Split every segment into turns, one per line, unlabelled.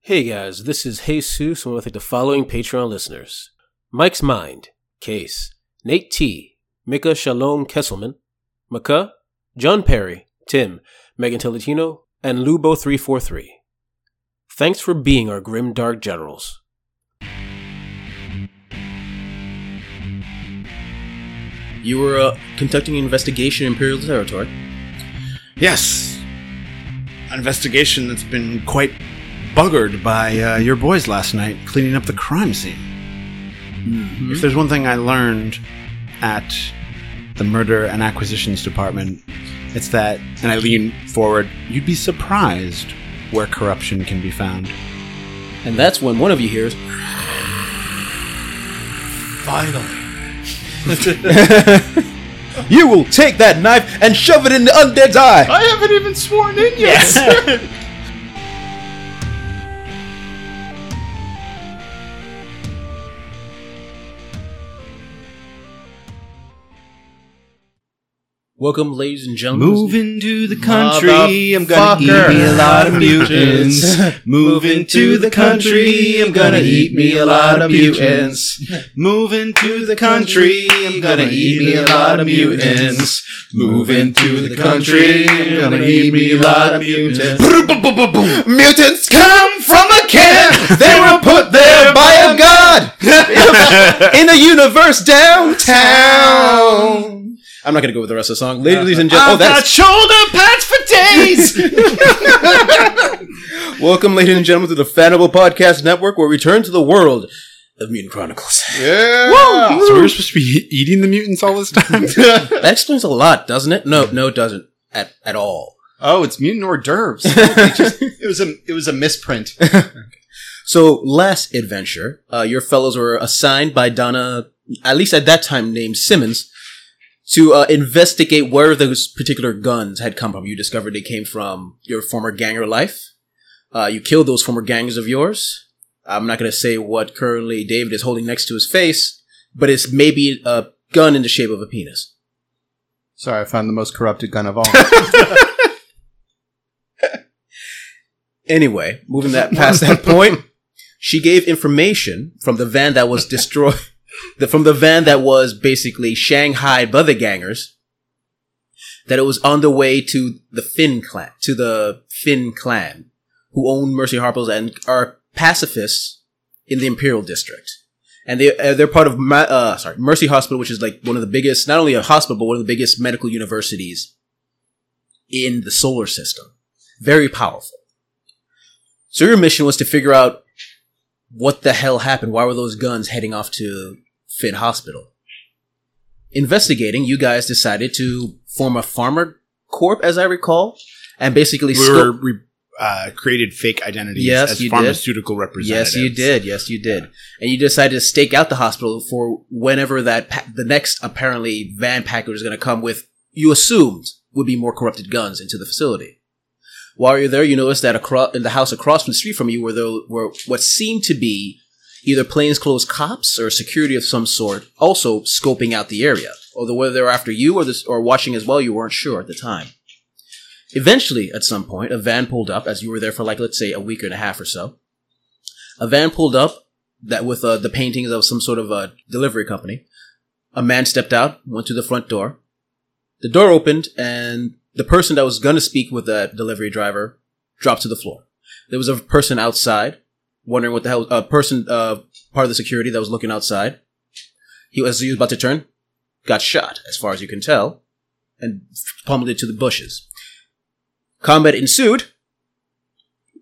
Hey guys, this is Jesus, and I want to thank the following Patreon listeners Mike's Mind, Case, Nate T, Mika Shalom Kesselman, Maka, John Perry, Tim, Megan Tillitino, and Lubo343. Thanks for being our grim dark generals. You were uh, conducting an investigation in Imperial territory.
Yes. An investigation that's been quite buggered by uh, your boys last night cleaning up the crime scene.
Mm-hmm.
If there's one thing I learned at the murder and acquisitions department, it's that, and I lean forward, you'd be surprised where corruption can be found.
And that's when one of you hears,
Finally.
You will take that knife and shove it in the undead's eye.
I haven't even sworn in yet.
Welcome, lades and gentlemen.
Move into the country, I'm gonna
Motherfucker.
eat me a lot of mutants. Move into the country, I'm gonna eat me a lot of mutants. Move into the country, I'm gonna eat me a lot of mutants. Move into the country, I'm gonna eat me a lot of mutants.
Mutants come from a can!
They were put there by a god in a universe downtown. I'm not gonna go with the rest of the song, ladies and gentlemen. Oh, that's
shoulder pads for days!
Welcome, ladies and gentlemen, to the Fanable Podcast Network, where we turn to the world.
of Mutant Chronicles.
Yeah.
so we were supposed to be eating the mutants all this time?
That explains a lot, doesn't it? No, no, it doesn't at at all.
oh, it's mutant hors d'oeuvres. It, just- it was a it was a misprint.
So, last adventure, uh, your fellows were assigned by Donna, at least at that time, named Simmons, to uh, investigate where those particular guns had come from. You discovered they came from your former ganger life. Uh, you killed those former gangs of yours. I'm not going to say what currently David is holding next to his face, but it's maybe a gun in the shape of a penis.
Sorry, I found the most corrupted gun of all.
Anyway, moving that past that point, she gave information from the van that was destroyed, the, from the van that was basically Shanghai by the gangers, that it was on the way to the Finn clan, to the Finn clan, who own Mercy Harpers and are pacifists in the Imperial District. And they, uh, they're part of, Ma- uh, sorry, Mercy Hospital, which is like one of the biggest, not only a hospital, but one of the biggest medical universities in the solar system. Very powerful. So your mission was to figure out what the hell happened. Why were those guns heading off to Finn Hospital? Investigating, you guys decided to form a farmer corp, as I recall, and basically
we
scope-
were, we uh, created fake identities
Yes,
as
you did.
pharmaceutical representatives.
Yes, you did. Yes, you did. And you decided to stake out the hospital for whenever that pa- the next apparently van package is going to come with. You assumed would be more corrupted guns into the facility. While you're there, you notice that across in the house across from the street from you were though were what seemed to be either plainclothes cops or security of some sort, also scoping out the area. Although whether they were after you or this or watching as well, you weren't sure at the time. Eventually, at some point, a van pulled up as you were there for like let's say a week and a half or so a van pulled up that with uh, the paintings of some sort of a delivery company. A man stepped out, went to the front door. The door opened, and the person that was going to speak with that delivery driver dropped to the floor. There was a person outside, wondering what the hell. A person, uh, part of the security that was looking outside. He was, he was about to turn, got shot, as far as you can tell, and plummeted to the bushes. Combat ensued.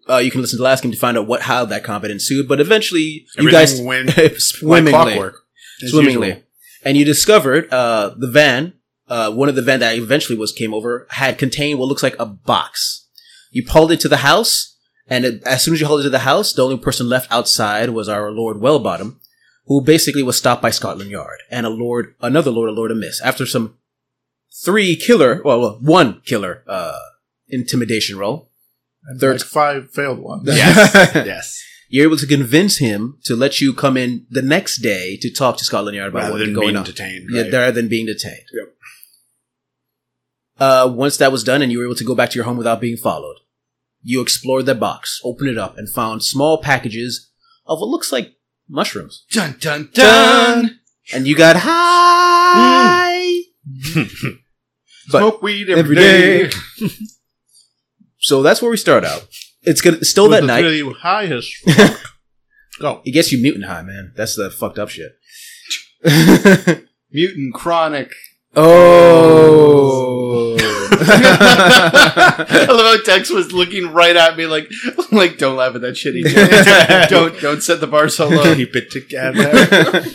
Uh, you can listen to the last game to find out what how that combat ensued, but eventually you guys
Everything went
swimmingly,
like clockwork, as
swimmingly,
usual.
and you discovered uh, the van, uh, one of the van that eventually was came over had contained what looks like a box. You hauled it to the house, and it, as soon as you hauled it to the house, the only person left outside was our Lord Wellbottom, who basically was stopped by Scotland Yard and a Lord, another Lord, a Lord amiss after some three killer, well, well, one killer uh, intimidation roll.
And
Third-
like five failed ones.
Yes, yes.
You're able to convince him to let you come in the next day to talk to Scotland Yard about
Rather
what's
than
going
being
on.
detained.
Yeah,
right.
rather than being detained. Uh, once that was done and you were able to go back to your home without being followed,
You explored the box, opened it up, and found small packages of what looks like mushrooms.
Dun dun dun.
And you got high. But
Smoke weed
every
every day.
So that's where we start out. It's gonna still that night.
Really high as
It gets you mutant high, man. That's the fucked up shit.
Mutant chronic.
oh.
I love how Tex was looking right at me, like, like don't laugh at that shitty. joke. don't don't set the bar so low.
keep it together.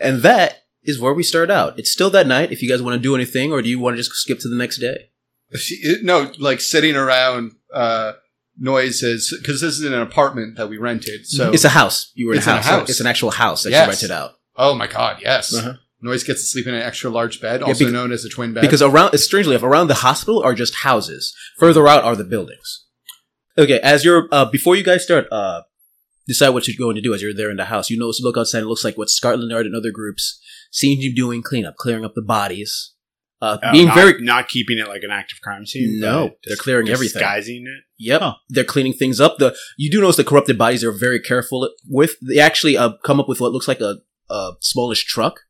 and that is where we start out. It's still that night. If you guys want to do anything, or do you want to just skip to the next day?
She- it- no, like sitting around uh, noises because this is an apartment that we rented. So
It's a house. You were in a
It's in a
house.
house.
It's an actual house that
Yes.
you rented out.
oh my god, yes.
Uh-huh.
Noise gets to sleep in an extra large bed,
Yeah,
also
bec-
known as a twin bed.
Because around, strangely enough, around the hospital are just houses. Further out are the buildings. Okay, as you're uh, before you guys start uh, decide what you're going to do as you're there in the house, you notice you look outside. It looks like what Scotland Yard and other groups seem to be doing: cleanup, clearing up the bodies, uh,
Oh,
being
not,
very
not keeping it like an active crime scene.
No,
but
they're
dis-
clearing everything.
Disguising it.
Yep,
Huh.
they're cleaning things up. The you do notice the corrupted bodies are very careful with. They actually uh, come up with what looks like a, a smallish truck.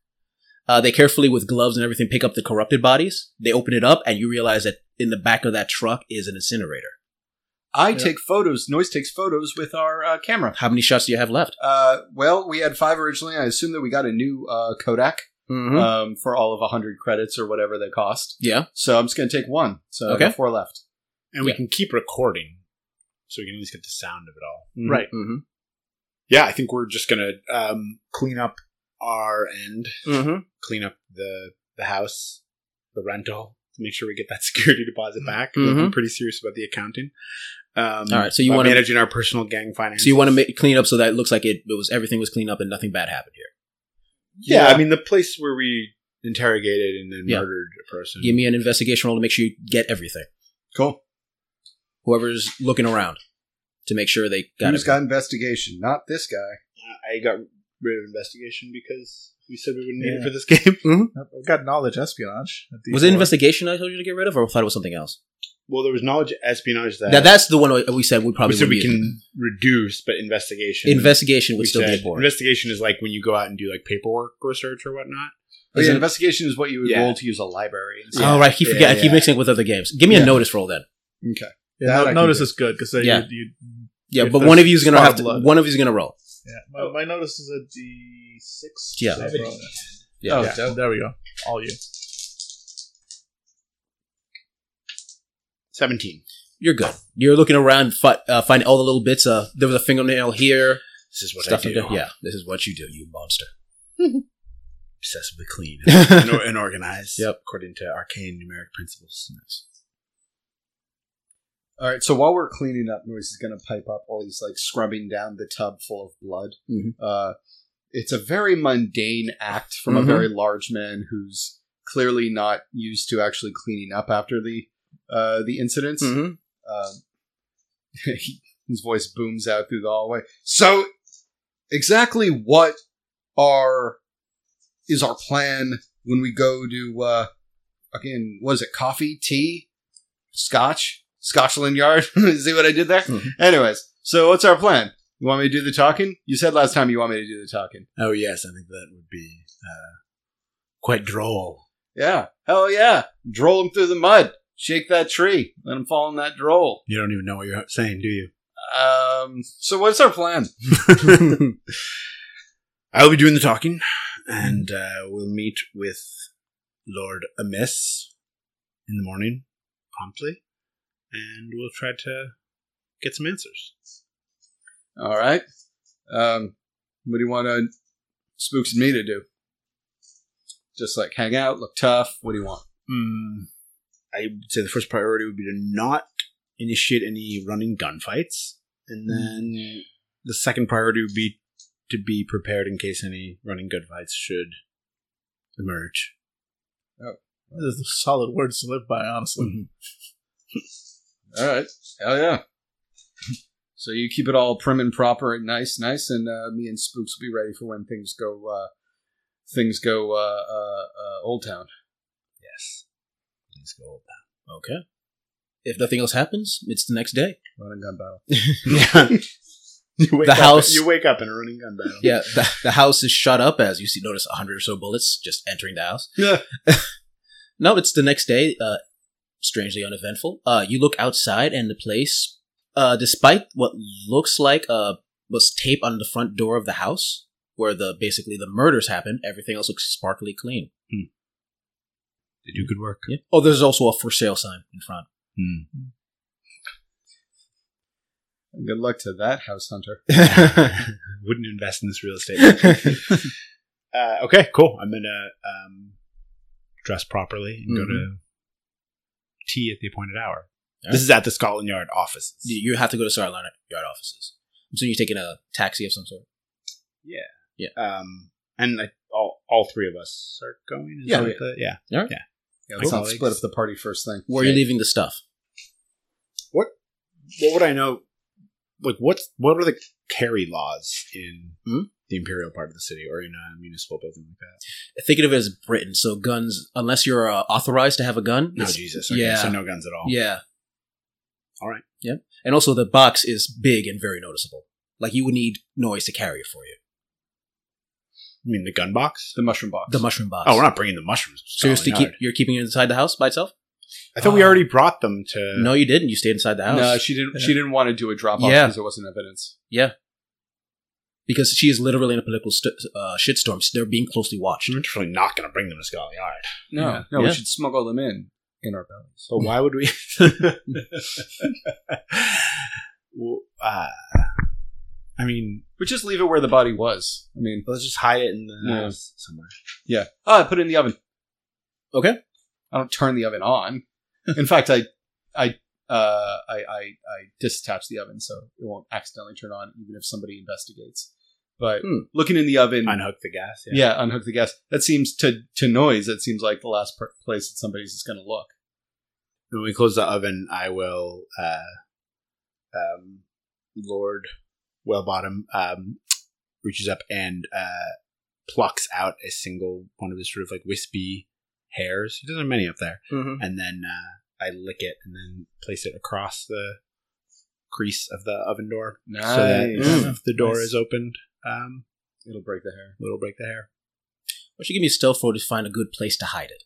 Uh, they carefully, with gloves and everything, pick up the corrupted bodies. They open it up, and you realize that in the back of that truck is an incinerator.
I take photos. Noise takes photos with our uh, camera.
How many shots do you have left?
Uh, well, we had five originally. I assume that we got a new uh, Kodak
Mm-hmm.
um, for all of hundred credits or whatever they cost.
yeah,
So I'm just gonna take one. So I got
Okay.
four left.
And we
Yeah.
can keep recording. So we can at least get the sound of it all.
Mm.
Right.
hmm
Yeah, I think we're just gonna um, clean up our end,
hmm
clean up the the house, the rental, to make sure we get that security deposit back.
Mhm.
I'm pretty serious about the accounting. Um,
All right, so you
by
wanna-
managing our personal gang finances.
So you want to make, clean up so that it looks like it, it was everything was cleaned up and nothing bad happened here.
Yeah,
Yeah.
I mean the place where we interrogated and then
Yeah.
murdered a person.
Give me an investigation roll to make sure you get everything.
Mm-hmm. Cool.
Whoever's looking around to make sure they got
Who's
it.
got investigation? Not this guy.
I got rid of investigation because we said we wouldn't need it for this game.
I've got knowledge espionage. at the
was it
door.
investigation I told you to get rid of, or I thought it was something else?
Well, there was knowledge espionage that
Now that's the one we- we said we probably
we said
would
we
be
can reduce, but investigation
investigation would
we
still be
said
important.
investigation is like when you go out and do like paperwork research or whatnot.
Oh, yeah,
Isn't it-
investigation is what you would
Yeah.
roll to use a library. and stuff.
Oh right, keep
Yeah,
forget, I keep
yeah.
mixing it with other games. Give me a
Yeah.
notice roll then.
Okay.
Yeah,
That
no-
I can
notice
do.
is good because
Yeah.
you, you,
Yeah,
If
but
there's
one of you's gonna
spot
have
of
to.
blood.
One of you's gonna roll.
yeah. My, my notice is a D six.
Yeah. Yeah.
Oh,
yeah.
dope.
There we go. All you.
Seventeen.
You're good. You're looking around, fi- uh, find all the little bits. Uh, there was a fingernail here.
This is what
stuff
I
in
do.
there. Yeah, this is what you do, you monster.
Obsessively clean and, or- and organized.
Yep.
According to arcane numeric principles.
All right. So while we're cleaning up, Noise is going to pipe up while he's like scrubbing down the tub full of blood.
Mhm.
Uh, it's a very mundane act from
Mhm.
a very large man who's clearly not used to actually cleaning up after the uh, the incidents.
Mhm.
Um, he- his voice booms out through the hallway. So, exactly what are is our plan when we go to uh, again? Was it coffee, tea, scotch, Scotland Yard? See what I did there?
Mhm.
Anyways, so what's our plan? You want me to do the talking? You said last time you want me to do the talking.
Oh yes, I think that would be uh, quite droll.
Yeah, hell yeah! Droll him through the mud. Shake that tree. Let him fall in that droll.
You don't even know what you're saying, do you?
Um. So, what's our plan?
I'll be doing the talking, and uh, we'll meet with Lord Amiss in the morning promptly, and we'll try to get some answers.
All right. Um, what do you want uh, Spooks and me to do? Just like hang out, look tough. What do you want?
Hmm.
Mm, I would say the first priority would be to not initiate any running gunfights,
Hmm.
and then the second priority would be to be prepared in case any running gunfights should emerge.
Oh, Those are solid words to live by, honestly.
Mm-hmm.
All right. Hell yeah. So you keep it all prim and proper and nice, nice, and uh, me and Spooks will be ready for when things go. Uh, things go. Uh, uh, uh, Old Town.
Yes, please go.
okay. If nothing else happens, it's the next day.
Running gun battle.
you wake
The
up,
house-
You wake up in a running gun battle.
Yeah, the, the house is shut up as you see. Notice a hundred or so bullets just entering the house.
Yeah.
no, it's the next day. Uh, strangely uneventful. Uh, you look outside, and the place, uh, despite what looks like uh was tape on the front door of the house where the basically the murders happened. Everything else looks sparkly clean.
They do good work.
Yeah. Oh, there's also a for sale sign in front.
Good luck to that house hunter.
Hmm. Wouldn't invest in this real estate. uh, okay, cool. I'm gonna um, dress properly and go
Mm-hmm.
to tea at the appointed hour. This is at the Scotland Yard offices.
You you have to go to Starline Yard offices. I'm assuming you're taking a taxi of some sort.
Um, and I, all all three of us are going. Is
Yeah.
that the- yeah.
Yeah,
My
let's not
colleagues.
split up the party first thing.
Where are you leaving the stuff?
What would I know? Like, what's what are the carry laws in
Hmm?
the imperial part of the city or in a municipal building like that?
Think of it as Britain. So guns, unless you're uh, authorized to have a gun,
No,
it's-
Jesus. Okay,
yeah.
So no guns at all.
yeah.
Oh. All right.
Yep. And also, the box is big and very noticeable. Like you would need noise to carry it for you.
I mean, the gun box.
The mushroom box.
The mushroom box.
Oh, we're not bringing the mushrooms. to
So you're, still
Scotland
keep,
Yard.
you're keeping it inside the house by itself?
I thought we
Ah.
already brought them to.
No, you didn't. You stayed inside the house.
No, she didn't. She didn't want to do a drop off
Yeah.
because there wasn't evidence.
because she is literally in a political st- uh, shitstorm. So they're being closely watched.
we're definitely not going to bring them to Scotland Yard.
No,
Yeah.
no,
Yeah.
we should smuggle them in in our bellies.
But why would we? well, uh, I mean,
We just leave it where the body was. I mean,
let's just hide it in the
Yeah.
house somewhere.
yeah. Oh, I put it in the oven.
Okay.
I don't turn the oven on. In fact, I, I, uh, I, I, I disattach the oven so it won't accidentally turn on, even if somebody investigates. But
Hmm.
looking in the oven,
Unhook the gas.
yeah. unhook the gas. That seems to to noise. That seems like the last per- place that somebody's just going to look.
When we close the oven, I will, uh, um, Lord Wellbottom um, reaches up and uh, plucks out a single one of his sort of like wispy hairs. He doesn't have many up there.
Mm-hmm.
and then uh, I lick it and then place it across the crease of the oven door so that
Mm.
if the door
Nice.
is opened, um,
It'll break the hair.
it'll break the hair.
Why don't you give me a stealth roll to find a good place to hide it?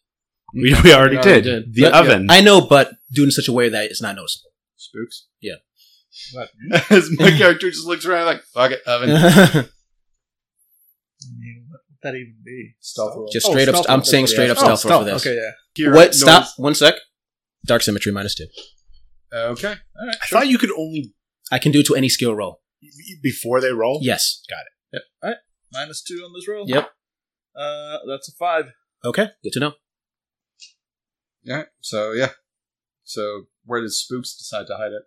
We, we already
We already
did.
did.
the
But-
oven.
I know, but do it in such a way that it's not noticeable.
Spooks.
Yeah.
But- As my character just looks around like, fuck it, oven.
I mean, what would that even be?
Stealth roll.
Just straight up.
stealth
I'm
roll.
saying straight up
Oh,
stealth roll for this.
Okay, yeah.
Hear
What?
noise.
Stop. One sec. Dark symmetry minus two.
Okay. All right.
I thought you could only
I can do it to any skill roll.
before they roll.
Yes.
Minus two on this roll.
Yep.
Uh, that's a five.
Okay. Good to know.
All right. So yeah. So where does Spooks decide to hide it?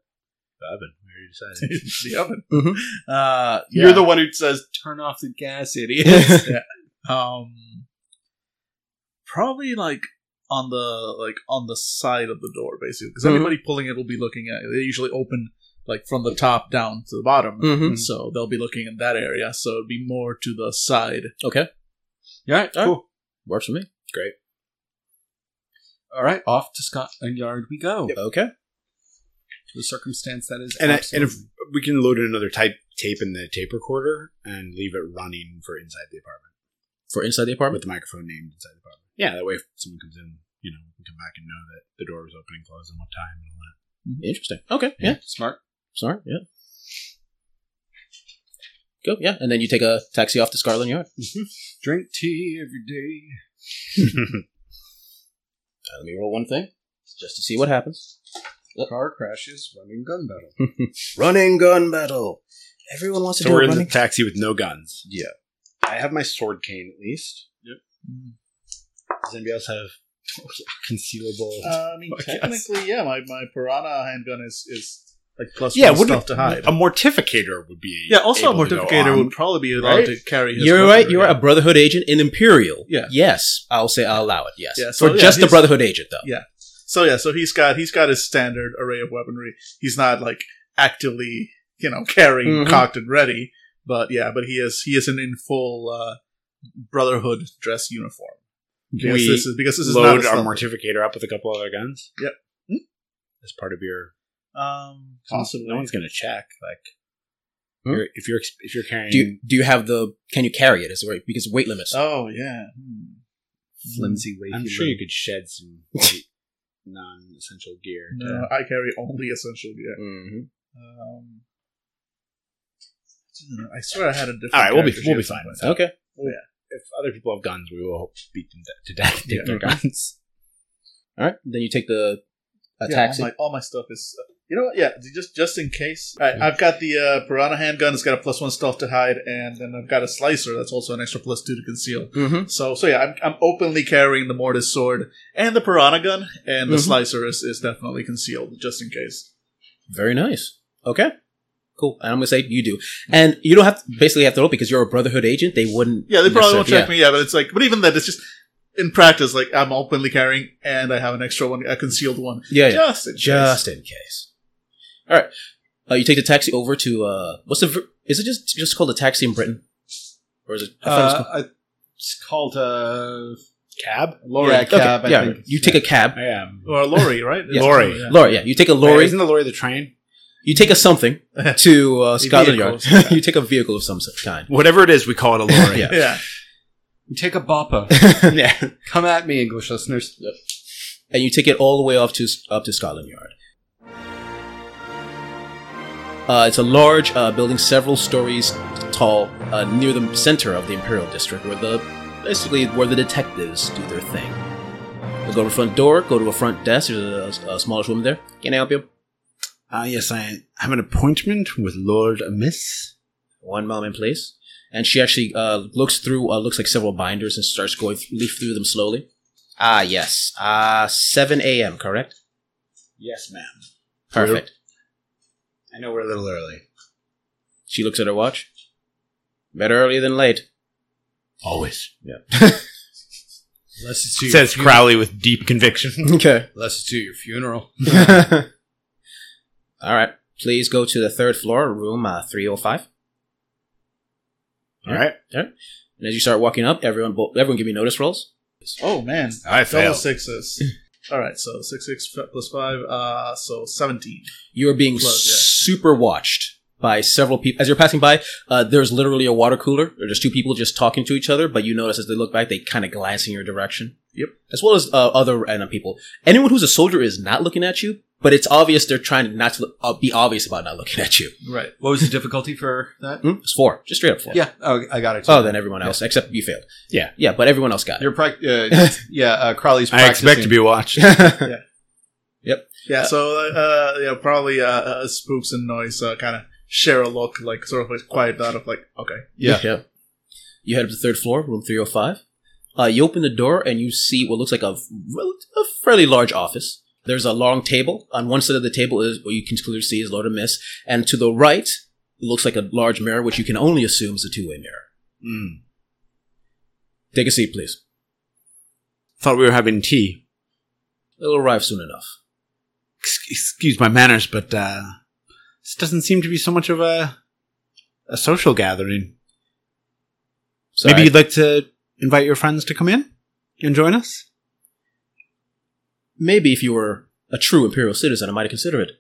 The oven. We already decided.
the oven.
Mhm.
Uh, yeah.
Mm-hmm. You're the one who says, "Turn off the gas, idiot."
um, probably like on the like on the side of the door, basically, because
Mm-hmm.
Mhm.
anybody pulling it will be looking at. It. They usually open like from the top down to the bottom,
Mm-hmm.
Mhm.
so they'll be looking in that area. So it'd be more to the side.
Okay.
All right.
All right.
Cool.
Works for me.
All right. Off to Scotland Yard we go.
Okay.
The circumstance that is,
And I- and if-
absolutely-
we can load in another type tape in the tape recorder and leave it running for inside the apartment
For inside the
with
apartment.
the microphone named inside the apartment. Yeah, that way if someone comes in, you know, we can come back and know that the door was open and closed and what time and all that.
Interesting. Okay. Yeah.
smart.
Sorry. Yeah. Go. Yeah. And then you take a taxi off to Scarlet Yard.
Drink tea every day.
Uh, let me roll one thing just to see what happens.
Car crashes, running gun battle.
Running gun battle. Everyone wants to
So
do
we're
a
in the
running.
taxi with no guns.
Yeah.
I have my sword cane at least. Yep. Does anybody else have concealable?
Uh, I mean,
Fuck yes.
technically, yeah, my, my piranha handgun is is like plus
Yeah,
one
wouldn't
stealth to hide.
a mortificator would be.
yeah, also a
able to go
mortificator
on.
would probably be allowed
right?
to carry. His
You're
weapon,
right. You're
yeah.
a Brotherhood agent in Imperial.
Yeah.
Yes, I'll say I'll allow it. Yes.
Yeah, so,
For
yeah,
just the
he's-
Brotherhood agent, though.
Yeah. So yeah, so he's got he's got his standard array of weaponry. He's not like actively, you know, carrying
Mhm.
cocked and ready, but yeah, but he is he isn't in full uh, Brotherhood dress uniform. Because
We
this is because this is not
Load
a
our
stealth-
mortificator up with a couple other guns.
as Hmm? part of your?
Um,
Possibly. No one's gonna check. Like,
Hmm?
you're, if you're ex- if you're carrying,
Do you, do you have the? Can you carry it? Is it right? Because weight limits.
oh yeah. Hmm.
Flimsy way.
I'm sure you could shed some weight, non-essential gear.
No, I carry only essential gear.
Mm-hmm.
Um, I swear I had a different.
All right, we'll be
character
we'll be
sheet at
fine
some
with
point.
that. Okay.
Yeah.
If other people have guns, we will beat them de- to death. Take their guns.
All right. Then you take the a
Yeah,
taxi.
All my, all my stuff is. You know what? Yeah, just just in case. All right, I've got the uh, piranha handgun. It's got a plus one stealth to hide, and then I've got a slicer. That's also an extra plus two to conceal.
mm-hmm.
So so yeah, I'm, I'm openly carrying the mortis sword and the piranha gun, and
Mm-hmm.
the
Mhm.
slicer is, is definitely concealed just in case.
Very nice. Okay. Cool. And I'm gonna say you do, and you don't have to basically have to roll because you're a Brotherhood agent. They wouldn't.
Yeah, they probably
necessarily-
won't check me. Yeah, but it's like, but even then, it's just in practice. Like I'm openly carrying, and I have an extra one, a concealed one,
Yeah. yeah, yeah.
just in
Just in case. All right. Uh, you take the taxi over to uh, what's the? ver- Is it just just called a taxi in Britain, or is it? I thought it was
Uh,
called-
I- it's called uh,
Cab.
Lorry
Okay,
cab. I
yeah,
think.
you take a cab.
I am.
case. or a lorry, right?
Yes.
Lorry.
Yeah.
Lorry, yeah, you take a
Lorry.
lorry.
Isn't the lorry the train?
You take a something to uh, Scotland Yard.
vehicles.
you take a vehicle of some kind.
Whatever it is, we call it a lorry.
Yeah.
yeah.
You take a bopper.
yeah.
Come at me, English listeners.
and you take it all the way up to up to Scotland Yard. Uh, it's a large uh, building, several stories tall, uh, near the center of the Imperial District, where the basically where the detectives do their thing. They go to the front door, go to a front desk. There's a, a smallish woman there. Can I help you?
Uh, yes, I have an appointment with Lord Amiss.
One moment, please. And she actually uh, looks through, uh, looks like several binders, and starts going leaf through them slowly. Ah, yes. Uh, 7 a.m. Correct.
Yes, ma'am.
Perfect.
I know we're a little early.
She looks at her watch. Better early than late.
Always.
Unless it's to
Says Crowley with deep conviction.
Okay.
unless it's to your funeral.
All right. Please go to the third floor, room uh, 305.
All right.
And as you start walking up, everyone bo- everyone give me notice rolls.
Oh man,
I
double
failed.
sixes. All right, so six six f- plus five, uh, so seventeen.
You are being
Close, yeah.
super watched by several people. As you're passing by, uh, there's literally a water cooler. Or there's two people just talking to each other, but you notice as they look back, they kind of glance in your direction.
Yep.
As well as uh, other random people. Anyone who's a soldier is not looking at you, but it's obvious they're trying not to look, uh, be obvious about not looking at you.
Right.
What was the difficulty for that?
Hmm? It's four. Just straight up four.
Yeah, oh, I got it.
Oh, then everyone else, except you failed.
Yeah.
Yeah, but everyone else got it.
You're prac- uh, yeah, uh, Crowley's
I
practicing.
expect to be watched.
Hmm.
Yeah. So uh, yeah, probably uh, uh, spooks and noise uh, kind of share a look, like sort of like quiet out of like okay.
Yeah.
You head up to the third floor, room 305. Uh, you open the door and you see what looks like a, rel- a fairly large office. There's a long table. On one side of the table is what you can clearly see is Lord of Miss. And to the right, it looks like a large mirror, which you can only assume is a two way mirror.
Mm.
Take a seat, please.
Thought we were having tea.
It'll arrive soon enough.
Ex- Excuse my manners, but uh, this doesn't seem to be so much of a a social gathering.
So
Maybe
I-
you'd like to invite your friends to come in and join us.
maybe if you were a true Imperial citizen, I might consider it.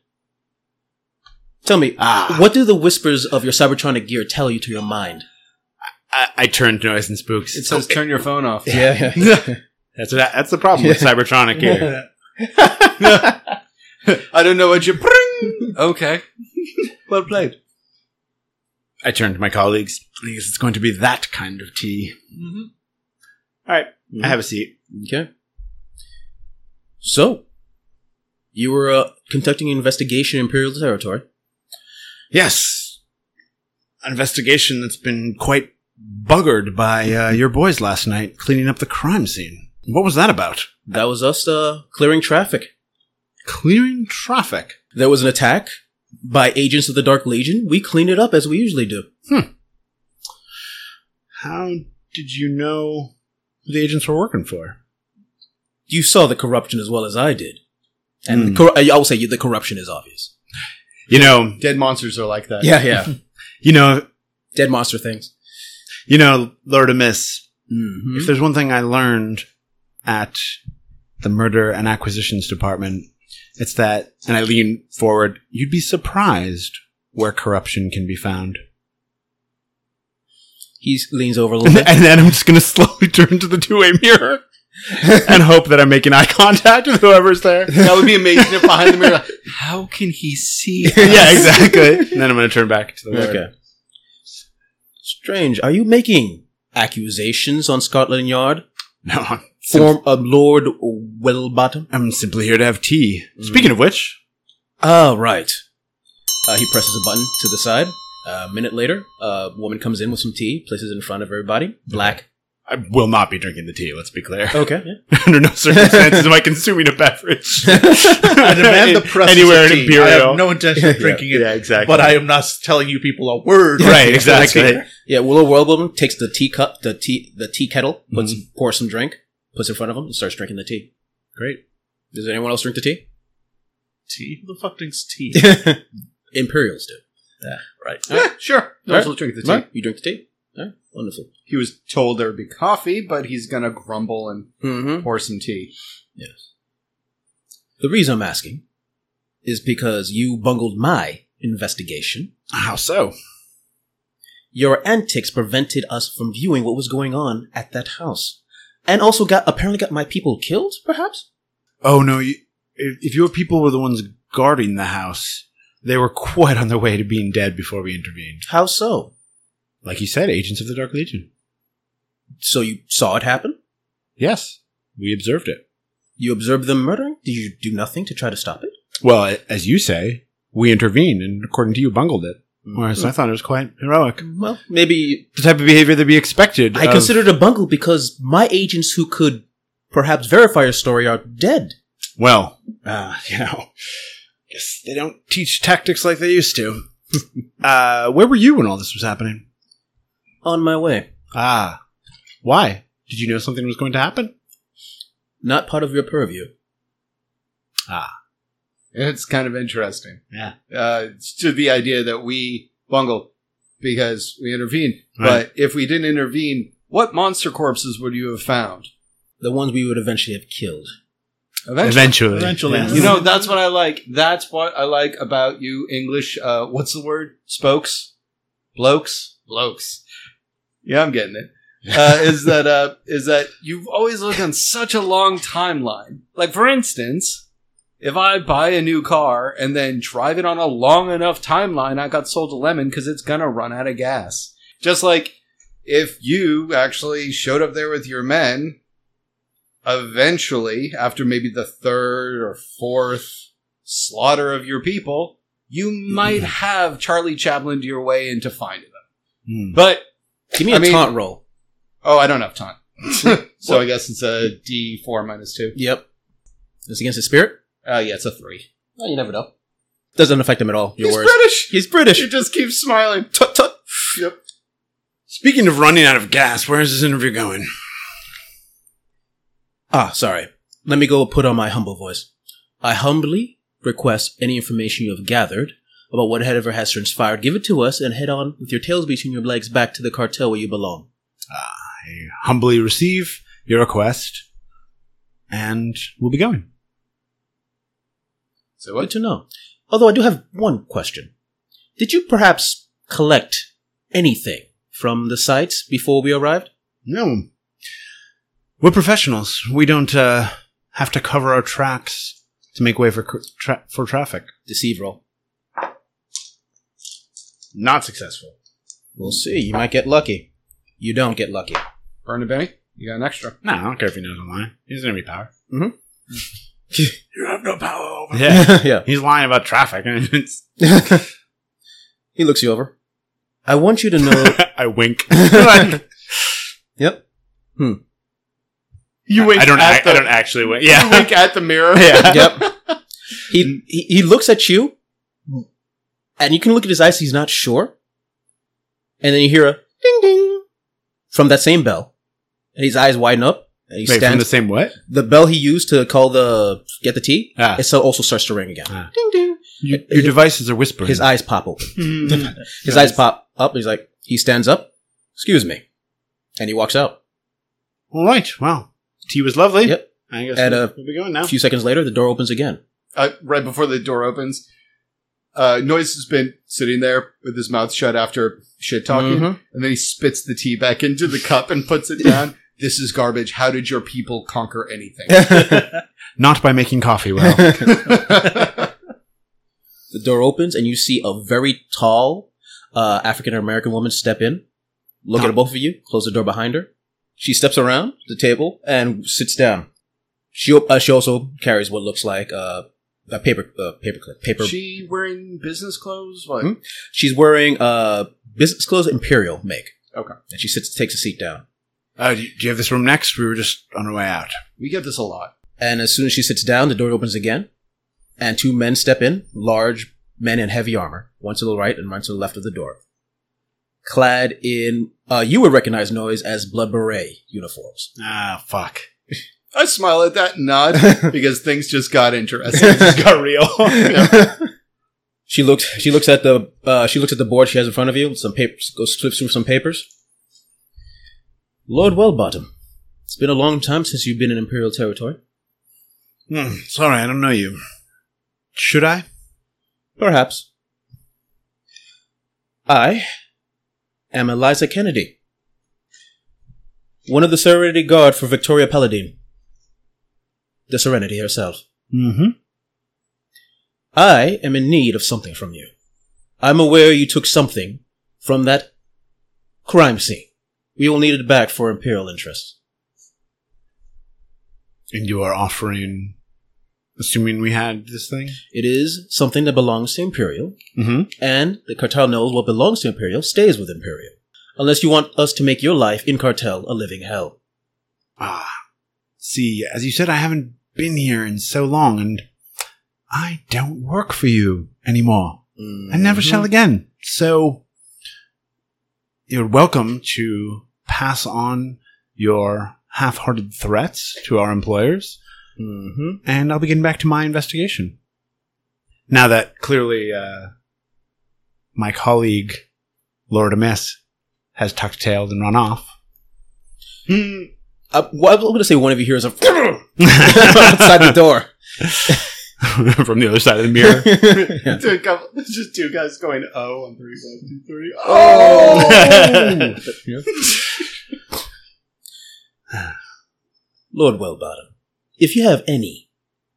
Tell me,
Ah,
what do the whispers of your cybertronic gear tell you to your mind?
I, I turned to noise and spooks.
It says turn your phone off.
Yeah.
that's what, that's the problem with Cybertronic here.
I don't know what you bring. Okay. Well played.
I turned to my colleagues. I guess it's going to be that kind of tea. Mm-hmm.
Mm-hmm.
I have a seat.
Okay. So, you were uh, conducting an investigation in Imperial territory.
Yes. An investigation that's been quite buggered by uh, your boys last night cleaning up the crime scene. What was that about?
That was us uh, clearing traffic.
Clearing traffic.
There was an attack by agents of the Dark Legion. We cleaned it up as we usually do.
How did you know who the agents were working for?
You saw the corruption as well as I did, and
Hmm.
the cor- I will say you- the corruption is obvious.
You know,
Dead monsters are like that.
Yeah, yeah.
you know,
Dead monster things.
you know, Lord Amiss.
Mm-hmm.
Hmm? If there's one thing I learned at the murder and acquisitions department, It's that, and I lean forward. You'd be surprised where corruption can be found.
He leans over a little
And,
bit.
and then I'm just going to slowly turn to the two way mirror and hope that I'm making eye contact with whoever's there.
That would be amazing if behind the mirror, like, how can he see?
yeah, exactly. And then I'm going to turn back to the mirror.
Okay. Strange. Are you making accusations on Scotland Yard?
No, I'm, sim-
Form of Lord Wellbottom?
I'm simply here to have tea.
Mm.
Speaking of which,
Ah, right. Uh, he presses a button to the side. a minute later, a woman comes in with some tea, places it in front of everybody. Black.
I will not be drinking the tea, let's be clear.
Okay.
Under no circumstances am I consuming a beverage.
I demand the presence
Anywhere
of
in
tea.
Imperial.
I have no intention of drinking it,
yeah, exactly.
but I am not telling you people a word.
right, exactly.
Yeah, Willow Wellbottom takes the tea cup, the tea, the tea kettle, puts pours some drink, puts it in front of him, and starts drinking the tea. Great. Does anyone else drink the tea?
Tea? Who the fuck drinks tea?
Imperials do.
Yeah, sure.
All right.
Also drink the tea.
Right? You drink the tea. All right. Wonderful.
He was told there would be coffee, but he's gonna grumble and
Mm-hmm.
pour some tea.
The reason I'm asking is because you bungled my investigation.
How so?
Your antics prevented us from viewing what was going on at that house. And also got apparently got my people killed, perhaps?
Oh, no. You, if, if your people were the ones guarding the house, they were quite on their way to being dead before we intervened.
How so?
Like you said, agents of the Dark Legion.
So you saw it happen?
Yes, we observed it.
You observed them murdering? Did you do nothing to try to stop it?
Well, a- as you say, we intervened, and according to you, bungled it. Whereas I thought it was quite heroic.
Well, maybe
The type of behavior that'd be expected.
I
of-
consider it a bungle because my agents who could perhaps verify your story are dead.
Well, uh, you know, guess they don't teach tactics like they used to. uh, where were you when all this was happening?
On my way.
Ah, why? Did you know something was going to happen?
Not part of your purview.
It's kind of interesting.
Yeah.
Uh, it's to the idea that we bungled because we intervened.
Right.
But if we didn't intervene, what monster corpses would you have found?
The ones we would eventually have killed.
Eventually.
Eventually.
Eventually.
yes.
You know, that's what I like. That's what I like about you English, uh, what's the word? Spokes? Blokes? Blokes. Yeah, I'm getting it. Uh, is that, uh, is that you've always looked on such a long timeline. Like, for instance, if I buy a new car and then drive it on a long enough timeline, I got sold a lemon because it's gonna run out of gas. Just like if you actually showed up there with your men eventually, after maybe the third or fourth slaughter of your people, you might have Charlie Chaplin your way into finding them.
Hmm.
But
Give me
I
a
mean-
taunt roll.
oh, I don't have time. so I guess it's a D four minus two.
Yep. It's against his spirit?
Uh, yeah, it's a three.
Oh, you never know. Doesn't affect him at all. Your
He's
words.
British.
He's British.
He just keeps smiling.
Tut, tut.
Speaking of running out of gas, where is this interview going?
Ah, sorry. Let me go put on my humble voice. I humbly request any information you have gathered about whatever has transpired. Give it to us and head on with your tails between your legs back to the cartel where you belong.
I humbly receive your request, and we'll be going.
So
Good to know. Although I do have one question. Did you perhaps collect anything from the sites before we arrived?
No. We're professionals. We don't uh, have to cover our tracks to make way for cr- tra- for traffic.
Deceive roll.
Not successful.
We'll see. You might get lucky. You don't get lucky.
Burnaby, you got an extra.
No, I don't care if he knows I'm lying. He doesn't have any power.
Mhm.
you have no power over Mm-hmm. Yeah.
yeah.
He's lying about traffic. and it's-
He looks you over. I want you to know.
I wink.
yep.
you
wink
I don't,
at
act, I
the-
don't actually wink. Yeah.
Wink at the mirror.
yeah.
Yep. He, he he looks at you, and you can look at his eyes. He's not sure. And then you hear a ding ding from that same bell, and his eyes widen up, and he
Wait, from the
stands.
same what?
The bell he used to call the get the tea,
Ah.
it so also starts to ring again.
Ah.
Ding ding.
You- your devices are whispering.
His eyes pop open.
Hmm.
His
Nice.
eyes pop up. He's like, he stands up. Excuse me, and he walks out.
All right. Well, tea was lovely.
Yep.
I guess
And,
we'll,
uh,
we'll be going now.
A few seconds later, the door opens again.
uh, right before the door opens. Uh, Noise has been sitting there with his mouth shut after shit talking,
Mm-hmm.
and then he spits the tea back into the cup and puts it down. this is garbage. How did your people conquer anything?
Not by making coffee, well.
The door opens and you see a very tall uh, African American woman step in, look at both of you, close the door behind her. She steps around the table and sits down. She op- uh, she also carries what looks like uh, a paper uh, paper clip. Paper.
she wearing business clothes? What?
Hmm? She's wearing uh, business clothes, imperial make.
Okay.
And she sits, takes a seat down.
Uh, do, you, do you have this room next? We were just on our way out.
We get this a lot.
And as soon as she sits down, the door opens again, and two men step in, large men in heavy armor, one to the right and one to the left of the door, clad in uh, you would recognize noise as blood beret uniforms.
Ah, fuck.
I smile at that and nod because things just got interesting. It just got real.
Hmm.
She looks. She looks at the. Uh, she looks at the board she has in front of you. Some papers. Goes flips through some papers. Lord Wellbottom, it's been a long time since you've been in Imperial territory.
Hmm, sorry, I don't know you. Should I?
Perhaps. I am Eliza Kennedy, one of the Serenity Guard for Victoria Paladin, the Serenity herself.
Mm-hmm.
I am in need of something from you. I'm aware you took something from that crime scene. We will need it back for Imperial interests.
And you are offering, assuming we had this thing?
It is something that belongs to Imperial,
Mm-hmm.
and the cartel knows what belongs to Imperial stays with Imperial. Unless you want us to make your life in cartel a living hell.
Ah. See, as you said, I haven't been here in so long, and I don't work for you anymore. I never
Mm-hmm.
Mm-hmm.
shall again. So you're welcome to pass on your half hearted threats to our employers,
Mm-hmm.
and I'll be getting back to my investigation. Now that clearly uh, my colleague, Lord Amiss, has tucked tailed and run off.
Uh, well, I'm going to say one of you hears a outside the door.
From the other side of the mirror.
Yeah.
Two couple- just two guys going oh on three one two three.
Oh!
Lord Wellbottom, if you have any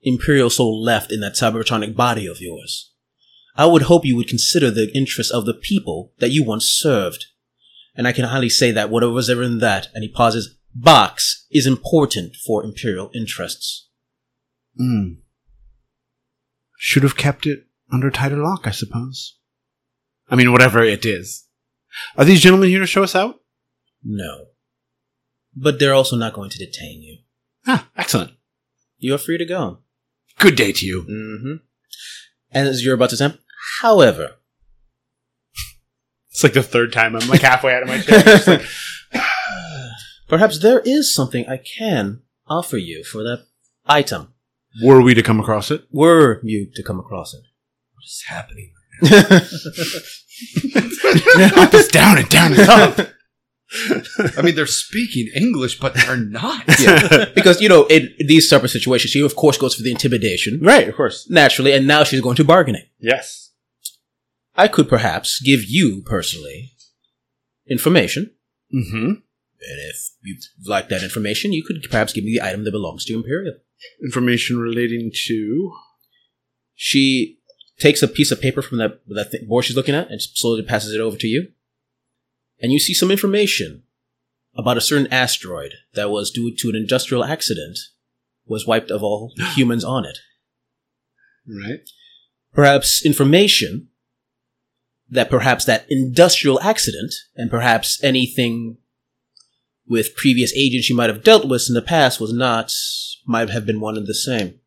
Imperial soul left in that cybertronic body of yours, I would hope you would consider the interests of the people that you once served. And I can highly say that whatever was ever in that, and he pauses, box is important for Imperial interests.
Hmm. Should have kept it under tighter lock, I suppose. I mean, whatever it is. Are these gentlemen here to show us out?
No. But they're also not going to detain you.
Ah, excellent.
You are free to go.
Good day to you.
Mm-hmm. And as you're about to attempt, however,
It's like the third time I'm like halfway out of my chair. Just like,
perhaps there is something I can offer you for that item.
Were we to come across it?
Were you to come across it? What is happening?
Up is down and down and up.
I mean, they're speaking English, but they're not.
yeah, because you know, in these type of situations, she of course goes for the intimidation
Right, of course.
naturally, and now she's going to bargaining.
Yes.
I could perhaps give you personally information,
Mm-hmm.
and if you like that information, you could perhaps give me the item that belongs to Imperial.
Information relating to
She takes a piece of paper from that that th- board she's looking at and slowly passes it over to you. And you see some information about a certain asteroid that was due to an industrial accident was wiped of all humans on it.
right.
Perhaps information that perhaps that industrial accident and perhaps anything with previous agents you might have dealt with in the past was not might have been one and the same.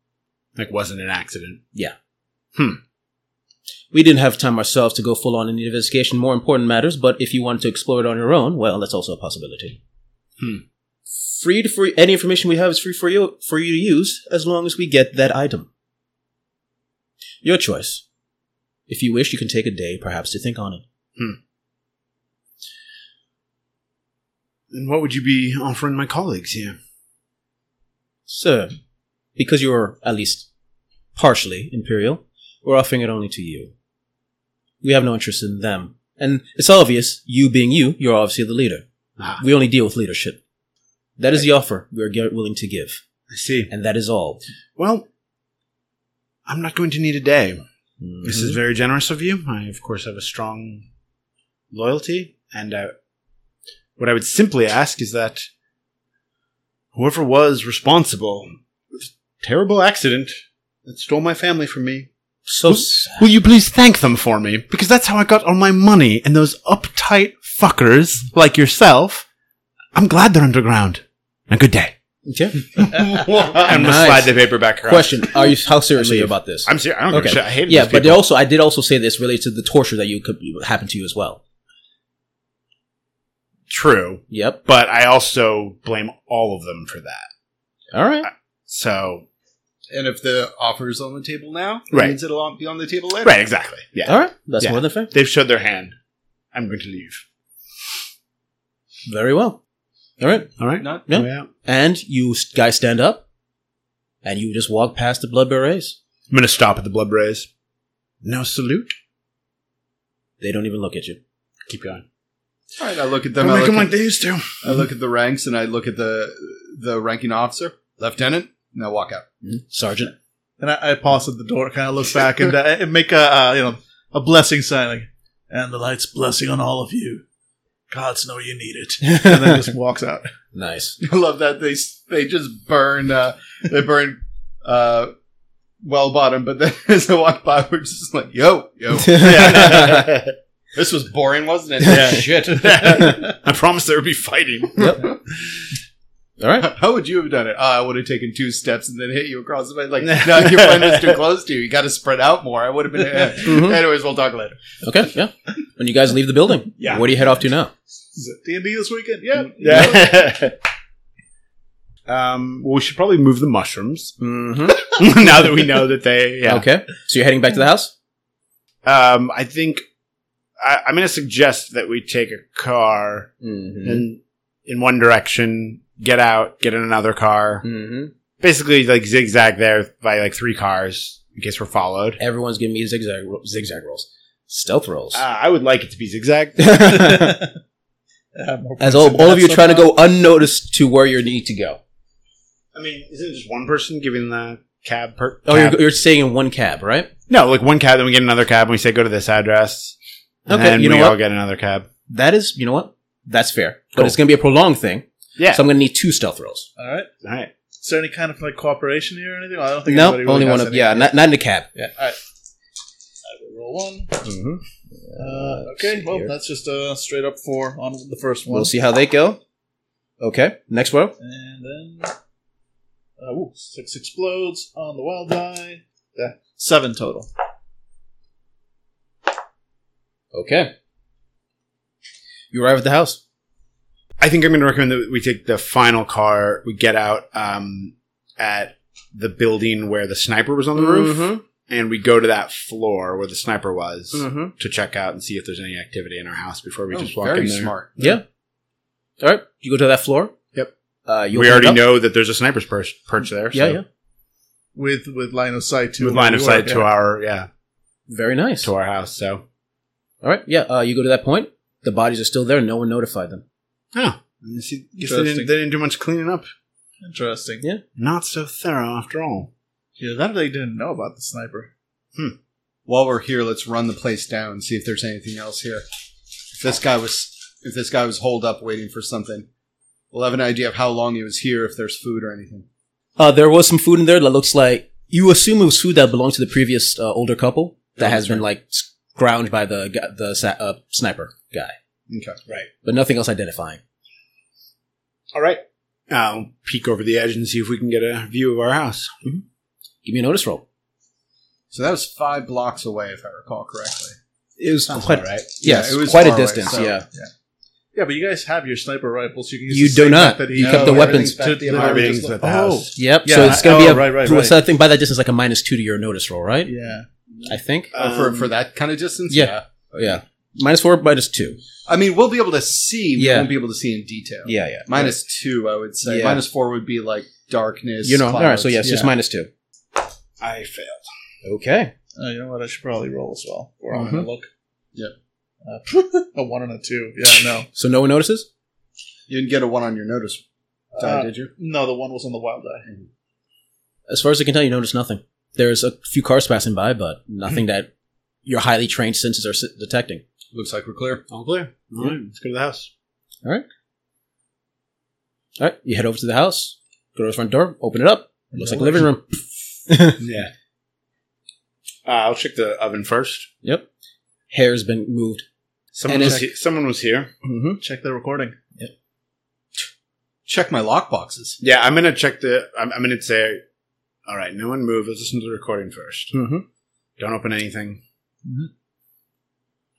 Like wasn't an accident.
Hmm. We didn't have time ourselves to go full on in the investigation, more important matters, but if you wanted to explore it on your own, well, that's also a possibility.
Hmm.
Free to free, any information we have is free for you, for you to use as long as we get that item. Your choice. If you wish, you can take a day, perhaps, to think on it.
And what would you be offering my colleagues here?
Sir, because you're at least partially imperial, we're offering it only to you. We have no interest in them. And it's obvious, you being you, you're obviously the leader.
Ah.
We only deal with leadership. That is the offer we are ge- willing to give.
I see.
And that is all.
Well, I'm not going to need a day. This
Mhm.
is very generous of you. I, of course, have a strong loyalty, and I, what I would simply ask is that whoever was responsible, this terrible accident that stole my family from me,
so sad.
will you please thank them for me? Because that's how I got all my money. And those uptight fuckers like yourself, I'm glad they're underground. And good day.
Okay.
I'm
Nice.
the paper back around.
Question: Are you how serious are you
Leave.
about this?
I'm serious. I don't
Okay.
give a shit. I hate
yeah,
these
but they
people.
also I did also say this related to the torture that you could happened to you as well.
true.
Yep.
But I also blame all of them for that.
All right.
So
And if the offer is on the table now, it
Right.
means it'll on- be on the table later.
right, exactly. Yeah,
All right. That's
Yeah.
more than fair.
they've showed their hand. I'm going to leave.
Very well. All right.
All right.
Not
Yeah. And you s- guys stand up, and you just walk past the blood berets.
I'm going to stop at the blood rays. No salute.
They don't even look at you.
Keep going.
All right, I look at
Don't
them.
make
I look,
them
at,
like they used to.
I look at the ranks and I look at the the ranking officer, lieutenant, and I walk out.
Hmm? Sergeant.
And I, I pause at the door, kind of look back, and, uh, and make a uh, you know a blessing sign, like, and the light's blessing on all of you. Gods know you need it, and then just walks out.
Nice.
I love that they s- they just burn uh, they burn uh, well bottom, but then as I walk by, we're just like, yo, yo. this was boring, wasn't it?
Yeah.
Shit.
I promised there would be fighting.
All right.
How would you have done it? Oh, I would have taken two steps and then hit you across the face. Like, no, your friend was too close to you. You got to spread out more. I would have been.
Mhm.
Anyways, we'll talk later.
Okay. Yeah. When you guys leave the building,
Yeah.
where do you head off to now?
D and D this weekend, yeah.
Yeah. um. Well, we should probably move the mushrooms
Mm-hmm.
now that we know that they. Yeah.
Okay. So you're heading back to the house.
Um. I think I, I'm going to suggest that we take a car
Mm-hmm.
in in one direction, get out, get in another car,
Mm-hmm.
basically like zigzag there by like three cars in case we're followed.
Everyone's giving me zigzag ro- zigzag rolls, stealth rolls.
Uh, I would like it to be zigzag.
I have more
As
points
all,
than
all
that
of you are trying to
somehow.
go unnoticed to where you need to go.
I mean, isn't it just one person giving the cab per?
Oh,
cab?
you're, you're staying in one cab, right?
no, like one cab, then we get another cab, and we say go to this address, and
Okay,
then
you know
we
what?
all get another cab.
That is, you know what? That's fair. But
Cool.
it's going to be a prolonged thing.
Yeah.
So I'm going to need two stealth rolls.
All right.
all right.
Is there any kind of like cooperation here or anything? I don't think
No,
anybody really
only
has
one of,
any.
yeah, not, not in the cab.
Yeah. All right. I will roll one.
Mm-hmm.
Uh, okay.
see
Well,
here.
that's just uh, straight up four on the first one.
We'll see how they go. Okay. Next row.
And then uh, ooh, six explodes on the wild die. Yeah, seven total.
Okay. You arrive at the house.
I think I'm going to recommend that we take the final car. We get out um, at the building where the sniper was on the roof, and we go to that floor where the sniper was
Mm-hmm.
to check out and see if there's any activity in our house before we
Oh,
just walk
very
in there.
smart.
Yeah. All right. You go to that floor.
Yep.
Uh, you
we
open it
already
up.
know that there's a sniper's perch, perch there.
Yeah,
so
yeah.
With with line of sight to
With
where
line
we
of
were,
sight to
yeah.
our yeah
Very nice.
to our house. So
All right. Yeah. Uh, you go to that point. The bodies are still there. No one notified them.
oh, you see, guess they
Interesting.
didn't, they didn't do much cleaning up.
Interesting.
Yeah.
Not so thorough after all.
Yeah, that they didn't know about the sniper.
Hmm. While we're here, let's run the place down and see if there's anything else here. If this guy was, if this guy was holed up waiting for something, we'll have an idea of how long he was here. If there's food or anything.
Uh, there was some food in there that looks like you assume it was food that belonged to the previous uh, older couple that has been like s- ground by the gu- the sa- uh, sniper guy,
Okay.
but nothing else identifying.
All right, I'll peek over the edge and see if we can get a view of our house.
Give me a notice roll.
So that was five blocks away, if I recall correctly.
It was
Sounds
quite
about right.
yes,
Yeah, it was
quite a
far away,
distance.
so-
yeah,
Yeah, but you guys have your sniper rifles. You can use
You
the
do
same
not.
method
You
he
kept
used.
the weapons.
back at the
Yeah,
apartment.
Everything's
just-
at the
oh.
house.
yep.
Yeah,
so it's gonna
oh,
be a
right, right,
so
right.
I think by that distance like a minus two to your notice roll, right?
Yeah.
I think.
Oh, for
Um,
for that kind of distance.
yeah. Oh, yeah, minus four, minus two.
I mean, we'll be able to see. We
Yeah.
won't be able to see in detail.
Yeah, yeah.
Minus two, I would say.
Yeah.
Minus four would be like darkness.
You know, all right.
clouds.
So yes, just
Yeah.
minus two.
I failed.
Okay.
Oh, you know what? I should probably roll as well. Or
Mm-hmm.
I'm gonna look.
Yep.
Uh, a one and a two. Yeah, no.
So no one notices?
You didn't get a one on your notice die,
Uh,
did you?
No, the one was on the wild die.
As far as I can tell, you notice nothing. There's a few cars passing by, but nothing that your highly trained senses are s- detecting.
Looks like we're clear.
All clear. All right, let's go to the house.
All right, you head over to the house, go to the front door, open it up. It looks like a living room.
Yeah. Uh, I'll check the oven first.
Yep. Hair's been moved.
Someone
And
was,
it's-
he- someone was here.
Mm-hmm.
Check the recording.
Check my lock boxes.
Yeah, I'm gonna check the. I'm, I'm gonna say, all right, no one move. Let's listen to the recording first.
Mm-hmm.
Don't open anything.
Mm-hmm.
Mhm.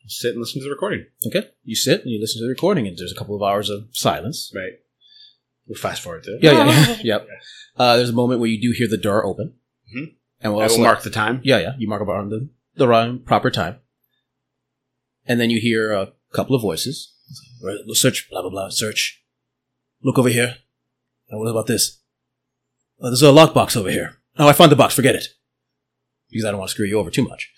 Sit and listen to the recording.
Okay. You sit and you listen to the recording, and there's a couple of hours of silence.
Right. We'll fast forward to it.
Yeah, yeah, yeah. yep. Uh, there's a moment where you do hear the door open,
Mhm.
and we'll
I will
also
mark the time.
Yeah, yeah. You mark about on the the wrong proper time, and then you hear a couple of voices. Right, we'll search. Blah blah blah. Search. Look over here. Now, what about this? Oh, there's a lockbox over here. Oh, I found the box. Forget it, because I don't want to screw you over too much.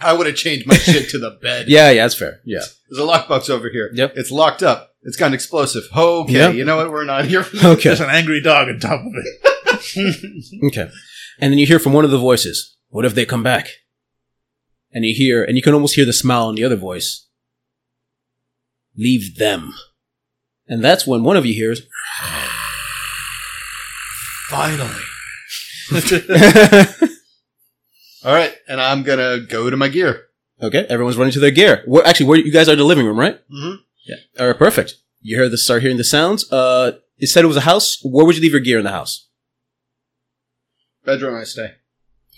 I would have changed my shit to the bed.
Yeah, yeah, that's fair. Yeah.
There's a lockbox over here.
Yep.
It's locked up. It's got an explosive. Okay,
Yep.
you know what? We're not here.
Okay.
There's an angry dog on top of it.
Okay. And then you hear from one of the voices, what if they come back? And you hear, and you can almost hear the smile on the other voice. Leave them. And that's when one of you hears,
Finally. All right, and I'm gonna go to my gear.
okay, everyone's running to their gear. Where, actually, where you guys are in the living room, right?
Mhm.
Yeah. All right, perfect. You hear the, start hearing the sounds. Uh, it said it was a house. Where would you leave your gear in the house?
Bedroom, I stay.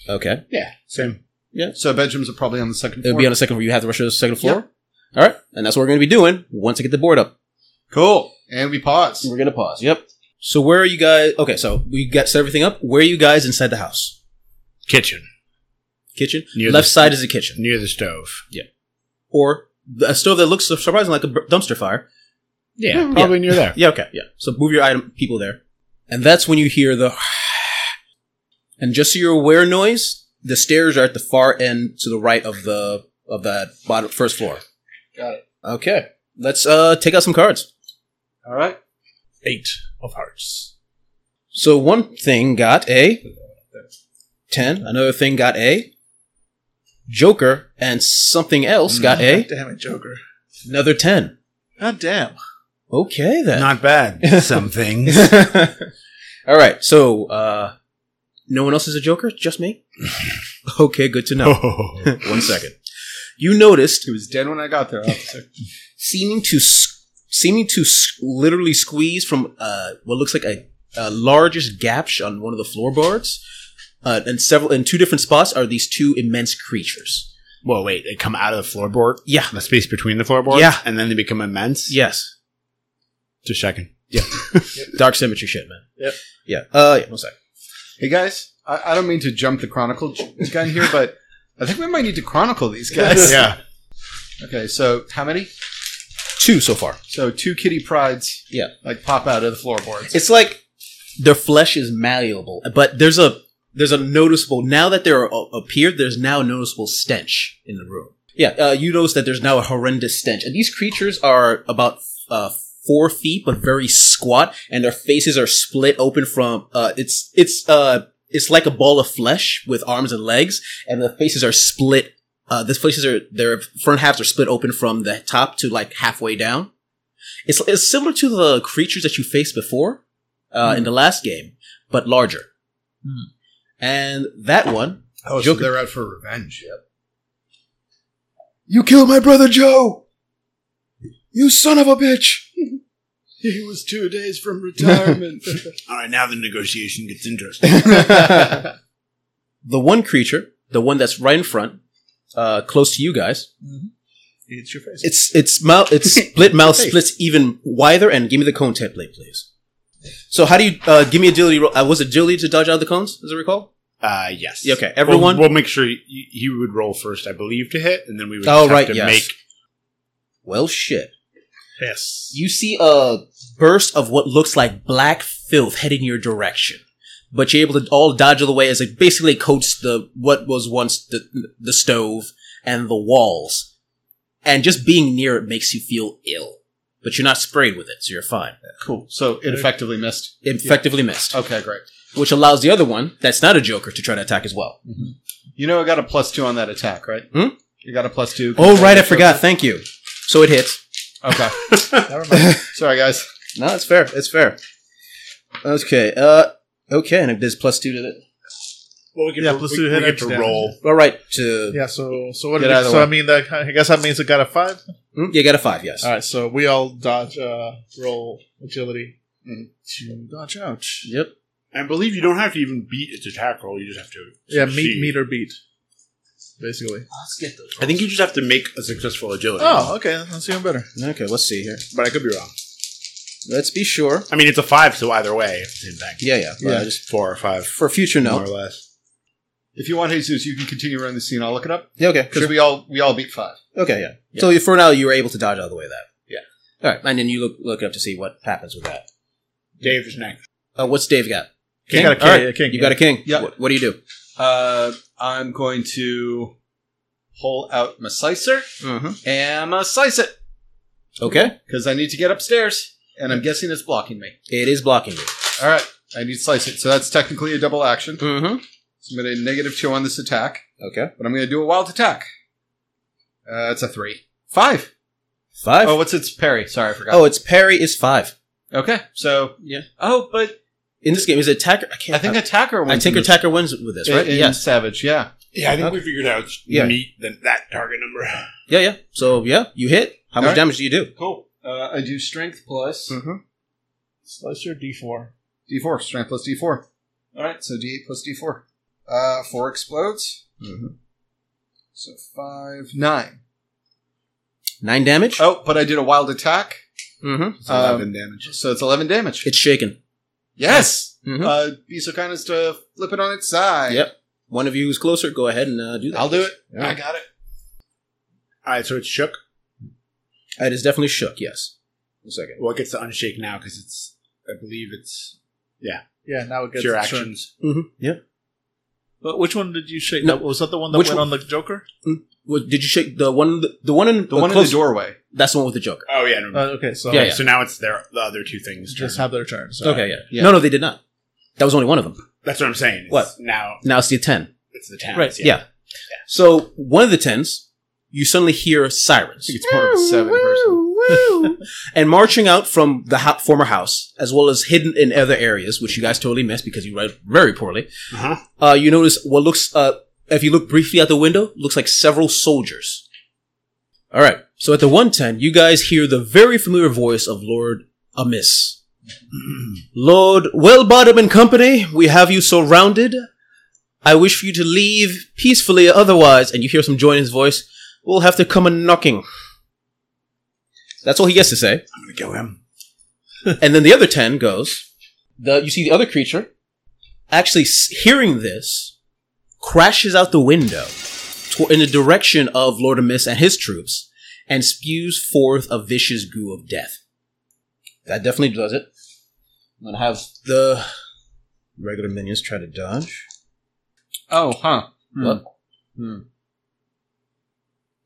Okay.
Yeah, same.
So bedrooms are probably on the second
It
floor.
would be on the second floor. You have to rush to the second floor.
Yep.
All right. And that's what we're going to be doing once I get the board up.
cool. And we pause.
We're gonna pause. Yep. So where are you guys? Okay, so we got set everything up. Where are you guys inside the house?
Kitchen
Kitchen.
Near
Left
the-
side is the kitchen,
near the stove.
or a stove that looks surprisingly like a b- dumpster fire.
Yeah,
Hmm.
probably near there.
Yeah. Okay. Yeah. So move your item people there, and that's when you hear the. And just so you're aware, noise. The stairs are at the far end to the right of the of that bottom first floor.
Got
it. Okay. Let's uh take out some cards.
All right.
Eight of hearts.
So one thing got a 10, another thing got a Joker, and something else got a
Damn it, Joker.
another 10.
God damn.
Okay then.
Not bad. Some things.
All right, so uh no one else is a Joker, just me? okay, good to know.
Oh.
one second. You noticed
It was dead when I got there, officer.
seeming to s- seeming to s- literally squeeze from uh, what looks like a, a largest gap sh- on one of the floorboards, uh, and several in two different spots are these two immense creatures.
Well, wait. They come out of the floorboard,
Yeah.
the space between the floorboards,
Yeah.
and then they become immense.
Yes.
Just checking.
Dark symmetry shit, man.
Yep.
Yeah. Uh, yeah. One sec.
hey guys, I, I don't mean to jump the chronicle j- gun here, but I think we might need to chronicle these guys.
yeah.
Okay, so how many?
Two so far.
So two kitty prides.
Yeah.
Like pop out of the floorboards.
It's like their flesh is malleable, but there's a there's a noticeable now that they're a- appeared. There's now a noticeable stench in the room. Yeah, uh, you notice that there's now a horrendous stench, and these creatures are about uh, four feet, but very squat, and their faces are split open from. Uh, it's it's uh it's like a ball of flesh with arms and legs, and the faces are split. Uh, the faces are their front halves are split open from the top to like halfway down. It's, it's similar to the creatures that you faced before, uh, in the last game, but larger. And that one,
oh,
Joker.
they're out for revenge. Yep. You killed my brother Joe. You son of a bitch.
He was two days from retirement. All right, now the negotiation gets interesting.
the one creature, the one that's right in front, uh, close to you guys,
It's your face.
it's its mouth, its split mouth splits even wider. And give me the cone template, please. So how do you uh, give me agility? Roll. Uh, was it agility to dodge out of the cones? As I recall.
Uh, yes.
Yeah, okay, everyone-
We'll, we'll make sure he, he would roll first, I believe, to hit, and then we would just
Oh,
have
right,
to
yes.
make.
Well, shit.
yes.
You see a burst of what looks like black filth heading your direction. but you're able to all dodge all the way as it basically coats the what was once the the stove and the walls. And just being near it makes you feel ill, but you're not sprayed with it, so you're fine.
Cool. So it effectively missed.
It effectively missed,
Okay, great.
which allows the other one that's not a Joker to try to attack as well.
You know, I got a plus two on that attack, right?
Hmm?
You got a plus two.
Oh, Thank you. So it hits.
Okay.
Never mind.
Sorry, guys.
No, it's fair. It's fair. Okay. Uh, okay, and if there's plus two to it.
Well, we get yeah, to, plus
we-
two
we
hit
get
extra
to
damage.
roll.
All right. To
Yeah, so so what?
Get
Did
out
we,
of the
so
way.
I mean, that, I guess that means it got a five.
Mm, you got a five. Yes.
All right, so we all dodge, uh, roll agility
Mhm.
to dodge out.
Yep.
I believe you don't have to even beat its attack roll. You just have to.
Yeah, meet
succeed.
meet or beat, basically.
I think you just have to make a successful agility.
Oh, okay, that's even better.
Okay. Let's see here.
but I could be wrong.
Let's be sure.
I mean, it's a five, so either way, same thing.
Yeah. Yeah. but I
Uh,
just-
just four or five,
for future
more or
note.
less.
If you want Jesus, you can continue around the scene. I'll look it up
Yeah. Okay.
because we all we all beat five.
Okay. Yeah. So you- for now, you were able to dodge out of the way of that.
Yeah.
All right, and then you look look it up to see what happens with that.
Dave is next.
Uh, what's Dave got?
You got a king.
All right.
yeah, king
You got a king.
Yeah.
What, what do you do?
Uh, I'm going to pull out my slicer
Mm-hmm.
and i slice it
Okay.
because I need to get upstairs, and I'm guessing it's blocking me.
It is blocking you.
All right, I need to slice it. So that's technically a double action.
Mm-hmm.
So I'm going to negative two on this attack,
Okay.
but I'm going to do a wild attack. Uh, it's a three. Five.
Five.
Oh,
Oh,
what's its parry? Sorry, I forgot.
its parry is five.
okay. So
Yeah.
Oh, but
In this game, is it attacker? I can't.
I think attacker
I
wins.
think
in this-
attacker wins with this,
in-
right?
in
yes.
Savage. Yeah.
Yeah, I think
Okay.
we figured out it's
Yeah.
meet the, that target number.
Yeah, yeah. So yeah, you hit. How much
Alright.
damage do you do?
Cool. Uh, I do strength plus
slicer D four.
d4. Mm-hmm. Strength plus d4. All right. So d8 plus d4. Uh, four explodes. So five, nine.
Nine damage.
Oh, but I did a wild attack,
Mm-hmm.
It's
Um,
Eleven damage.
so it's eleven damage.
It's shaken.
yes.
Mhm.
Uh, be so kind as to flip it on its side.
Yep. One of you who's closer, go ahead and uh, do that.
I'll do it.
Yeah.
I got it.
All right, so it's shook.
It is definitely shook. Yes. One second.
Well, it gets to unshake now because it's. I believe it's,
Yeah, now it
it's
gets
your
its turn.
actions.
Mm-hmm. Yeah.
But which one did you shake?
No.
That- Was that the one that
Which
went
one?
on the Joker?
What, did you shake the one? The, one in
The one in the
close-
doorway.
That's the one with the Joker.
Oh yeah, no,
Uh, okay, so
Yeah, yeah.
So now it's their the other two things. turn.
just have their turn. So.
Okay. Yeah.
Yeah.
No, no, they did not. That was only one of them.
That's what I'm saying. It's
What?
now?
Now it's the ten.
It's the towns.
Yeah. So one of the tens, you suddenly hear sirens.
It's more of a seven person.
and marching out from the ho- former house, as well as hidden in other areas, which you guys totally missed because you read very poorly.
Uh-huh.
uh, you notice what looks, uh, if you look briefly out the window, looks like several soldiers. All right. So at the 110, you guys hear the very familiar voice of Lord Amiss. Lord Wellbottom and Company, we have you surrounded. I wish for you to leave peacefully, otherwise, and you hear some joy in his voice, we'll have to come a knocking. That's all he gets to say.
I'm gonna kill him.
And then the other 10 goes. The, you see the other creature actually s- hearing this crashes out the window tw- in the direction of Lord Amiss and his troops and spews forth a vicious goo of death. That definitely does it. I'm going to have the regular minions try to dodge.
Oh, huh.
Hmm.
What?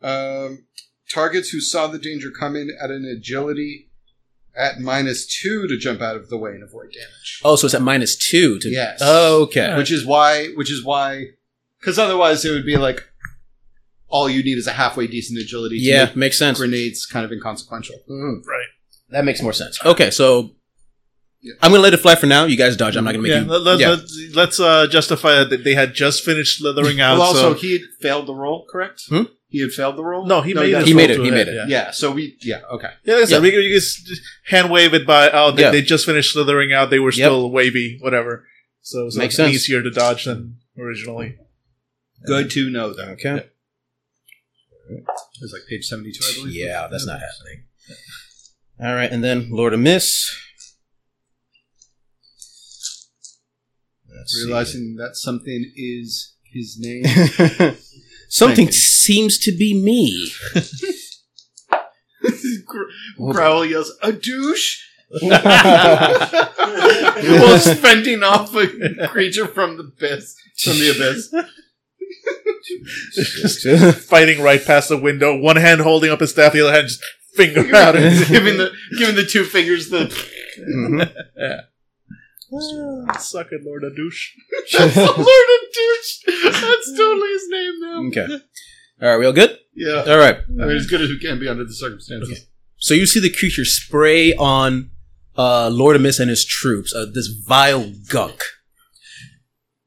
Um, targets who saw the danger come in at an agility at minus two to jump out of the way and avoid damage.
Oh, so it's at minus two to.
Yes.
Okay.
Which is why, which is why, because otherwise it would be like all you need is a halfway decent agility. To
Yeah,
make
makes sense.
grenades kind of inconsequential.
That makes more sense. Okay, so I'm going to let it fly for now. You guys dodge. I'm not going to make
Yeah,
you.
let, let,
yeah.
Let's, let's uh, justify that they had just finished slithering out.
well, also
so
he had failed the roll, correct?
Hmm?
He had failed the roll.
no, he made it.
He made
as well
it,
to
he
a
made
hit,
it.
Yeah,
Yeah. So we. Yeah. Okay.
yeah like I said,
Yeah.
we could- you just hand wave it by. Oh, they,
Yeah.
they just finished slithering out. They were
Yep.
still wavy, whatever. So it was
Makes
like,
sense.
easier to dodge than originally.
Good to know, though.
Okay.
It was like page seventy-two, I believe.
Yeah, that's not happening. All right, and then Lord Amiss. Let's see.
Realizing that something is his name.
something
Thank you.
seems to be me.
Growl yells, a douche? While it's fending off a creature from the abyss. From the abyss.
Just fighting right past the window, one hand holding up his staff, the other hand just finger out.
giving the giving the two fingers the
Suck it, Lord of douche.
That's the Lord of Douche. That's totally his name now.
Okay. All right, we all good?
Yeah.
All right.
I mean, as good as we can be under the circumstances.
So you see the creature spray on uh, Lord Amis and his troops uh, this vile gunk.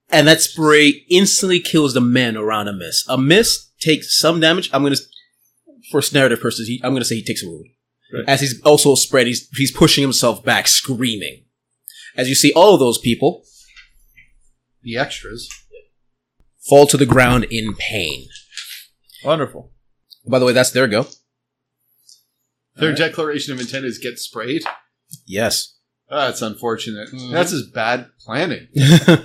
And that spray instantly kills the men around Amis. Amis takes some damage. I'm going to, for narrative purposes, he, I'm going to say he takes a wound.
Right.
As he's also spread, he's, he's pushing himself back, screaming. As you see all of those people
The extras.
fall to the ground in pain.
Wonderful.
By the way, that's their go.
Their declaration of intent is get sprayed.
Yes.
Oh, that's unfortunate. That's as bad planning.
I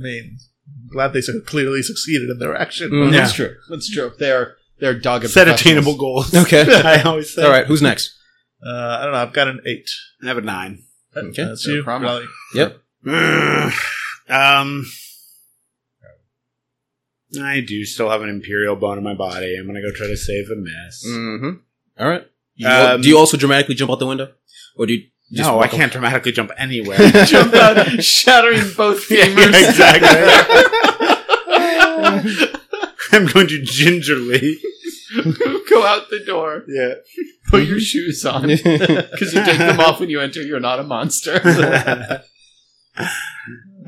mean, I'm glad they so clearly succeeded in their action.
Mm,
Yeah.
that's
true. That's true. They're they're dogged.
Set
professionals.
attainable goals.
Okay.
I always say.
All right, who's next?
Uh, I don't know. I've got an eight.
I have a nine.
Okay.
That's
No
you.
problem.
Raleigh.
Ugh. um, I do still have an imperial bone in my body. I'm gonna go try to save a miss.
Mm-hmm. All right. You-
Um,
do you also dramatically jump out the window, or do you? Just
no, I
walk
can't dramatically jump anywhere.
Jump out, shattering both
Yeah,
femurs.
yeah, exactly. I'm going to gingerly.
Go out the door.
Yeah.
Put your shoes on because you take them off when you enter. You're not a monster.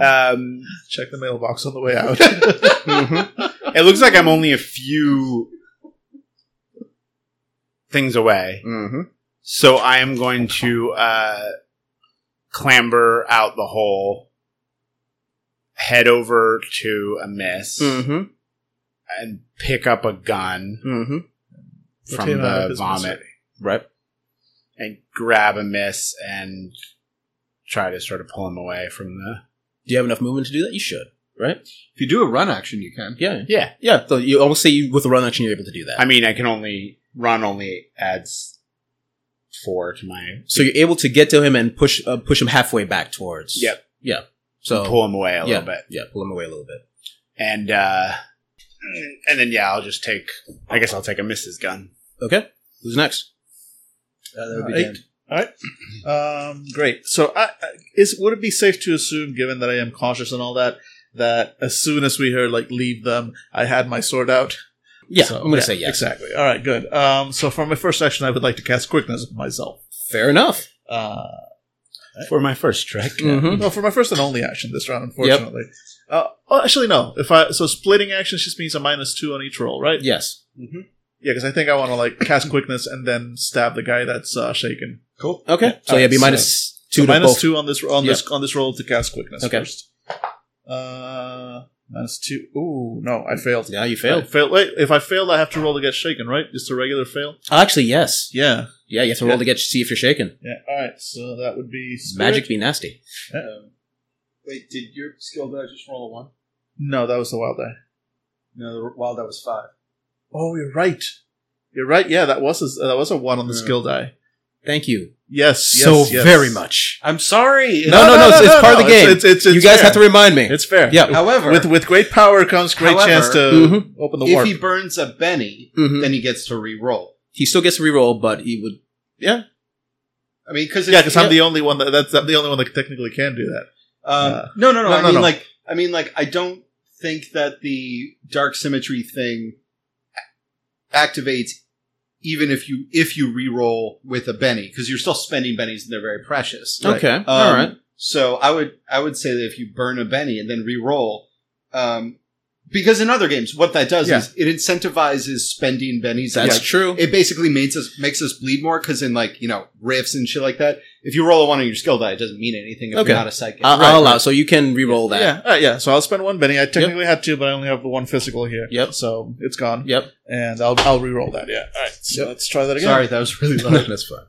um,
Check the mailbox on the way out.
Mm-hmm.
it looks like I'm only a few things away.
Mhm.
So I am going to uh, clamber out the hole, head over to a miss,
Mhm.
and pick up a gun
Mhm.
from
Rotate out of
the
this
vomit
Right.
and grab a miss and try to sort of pull him away from the.
Do you have enough movement to do that? You should. Right.
if you do a run action, you can.
Yeah.
Yeah.
Yeah. So you almost say you, with the run action you're able to do that.
I mean, I can only run only adds four to my
so you're able to get to him and push uh, push him halfway back towards.
Yep.
Yeah. So
pull him away a
yeah,
little bit,
Yeah. Pull him away a little bit.
and uh, and then yeah, I'll just take. I guess I'll take a missus gun.
Okay. Who's next?
that would be Dan. Um, great. So, I, I- is would it be safe to assume, given that I am cautious and all that, that as soon as we heard like leave them, I had my sword out?
Yeah.
So,
I'm gonna say yes.
Exactly. All right. Good. Um, so for my first action, I would like to cast quickness myself.
Fair enough.
Uh,
For my first trick,
Mhm.
no, for my first and only action this round, unfortunately. Uh, oh, actually, no. If I so splitting actions just means a minus two on each roll, right?
Yes.
Yeah, because I think I want to like cast quickness and then stab the guy that's uh, shaken. Cool.
Okay.
Yeah.
So yeah, be
Alright,
minus two
So
to
minus
both.
two on this on this on this roll to cast quickness
Okay.
first. Uh, minus two. Ooh, no, I failed.
Yeah, you
Fail.
failed.
Fail. Wait, if I failed, I have to roll to get shaken, right? Just a regular fail.
Actually, yes.
Yeah.
Yeah, you have to roll to get see if you're shaken.
Yeah. All right. So that would be spirit. Uh,
Magic be nasty.
Wait, did your skill die just roll a one?
No, that was the wild die.
No, the wild die was five.
Oh, you're right. You're right. Yeah, that was a, that was a one on the
Yeah.
skill die.
Thank you
Yes.
so
yes, yes.
very much.
I'm sorry.
No, no, no, it's- it's part of the
It's-
game.
It's, it's, it's
you guys
fair.
have to remind me.
It's fair.
Yeah.
However,
With with great power comes great
However,
chance to
Mhm.
open the
if
warp.
he burns a Benny,
Mhm.
then he gets to re-roll.
He still gets a reroll, but he would.
I mean, because
yeah, because I'm the only one that that's I'm the only one that technically can do that.
Um,
Uh,
no, no, no.
no,
I
no,
mean,
no.
like, I mean, like, I don't think that the dark symmetry thing activates even if you if you re-roll with a Benny because you're still spending Bennies and they're very precious.
Okay.
Um,
All right.
So I would I would say that if you burn a Benny and then re-roll, um, because in other games, what that does
Yeah.
is it incentivizes spending Bennies. and,
That's
like,
true.
it basically makes us makes us bleed more because in like you know riffs and shit like that, if you roll a one on your skill die, it doesn't mean anything if
Okay.
you're not a psychic.
I'll,
Right.
I'll allow. So you can reroll that.
Yeah, uh, yeah. So I'll spend one Benny. I technically had two, but I only have the one physical here.
Yep.
So it's gone,
Yep.
and I'll I'll re-roll that. Yeah. All right. So
Yep.
let's try that again.
Sorry, that was really low.
That's fine.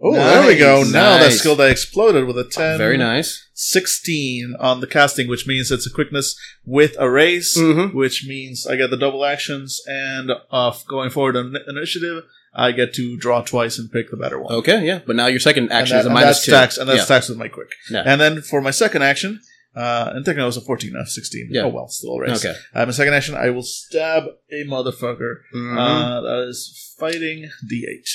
Oh, there we go.
Nice.
Now that
Nice.
skill die exploded with a ten.
Very nice.
16 on the casting, which means it's a quickness with a raise,
Mm-hmm.
which means I get the double actions and uh, going forward on initiative. I get to draw twice and pick the better one.
Okay, yeah. But now your second
And
action
that-
is a
and
minus
that
two.
stacks, and that
yeah.
stacks with my quick.
Yeah.
And then for my second action, uh, and technically it was a 14, not 16.
Yeah.
Oh well, still a race.
Okay.
Uh, my second action, I will stab a motherfucker
Mm-hmm.
uh, that is fighting D8.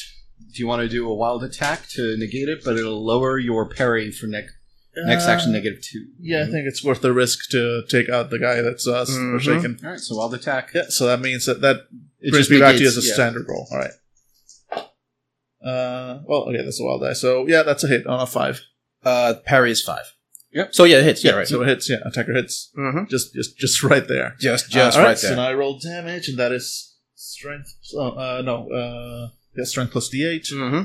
Do you want to do a wild attack to negate it, but it'll lower your parry for next next
Uh,
action negative two.
Yeah,
Mm-hmm.
I think it's worth the risk to take out the guy that's uh,
Mhm.
shaken.
All right, so wild attack.
Yeah, so that means that that
It
brings
just
me back to you
negates-
as a
yeah.
standard roll. All right. Uh, well, okay, that's a wild die. So yeah, that's a hit on a five.
Uh, parry is five.
Yep.
So yeah, it hits. Yeah, right. Mm-hmm.
So it hits. Yeah, attacker hits.
Mhm.
Just, just, just right there.
just,
Uh, all So now I roll damage, and that is strength. Oh, uh, no, uh, yeah, strength plus d8,
Mm-hmm.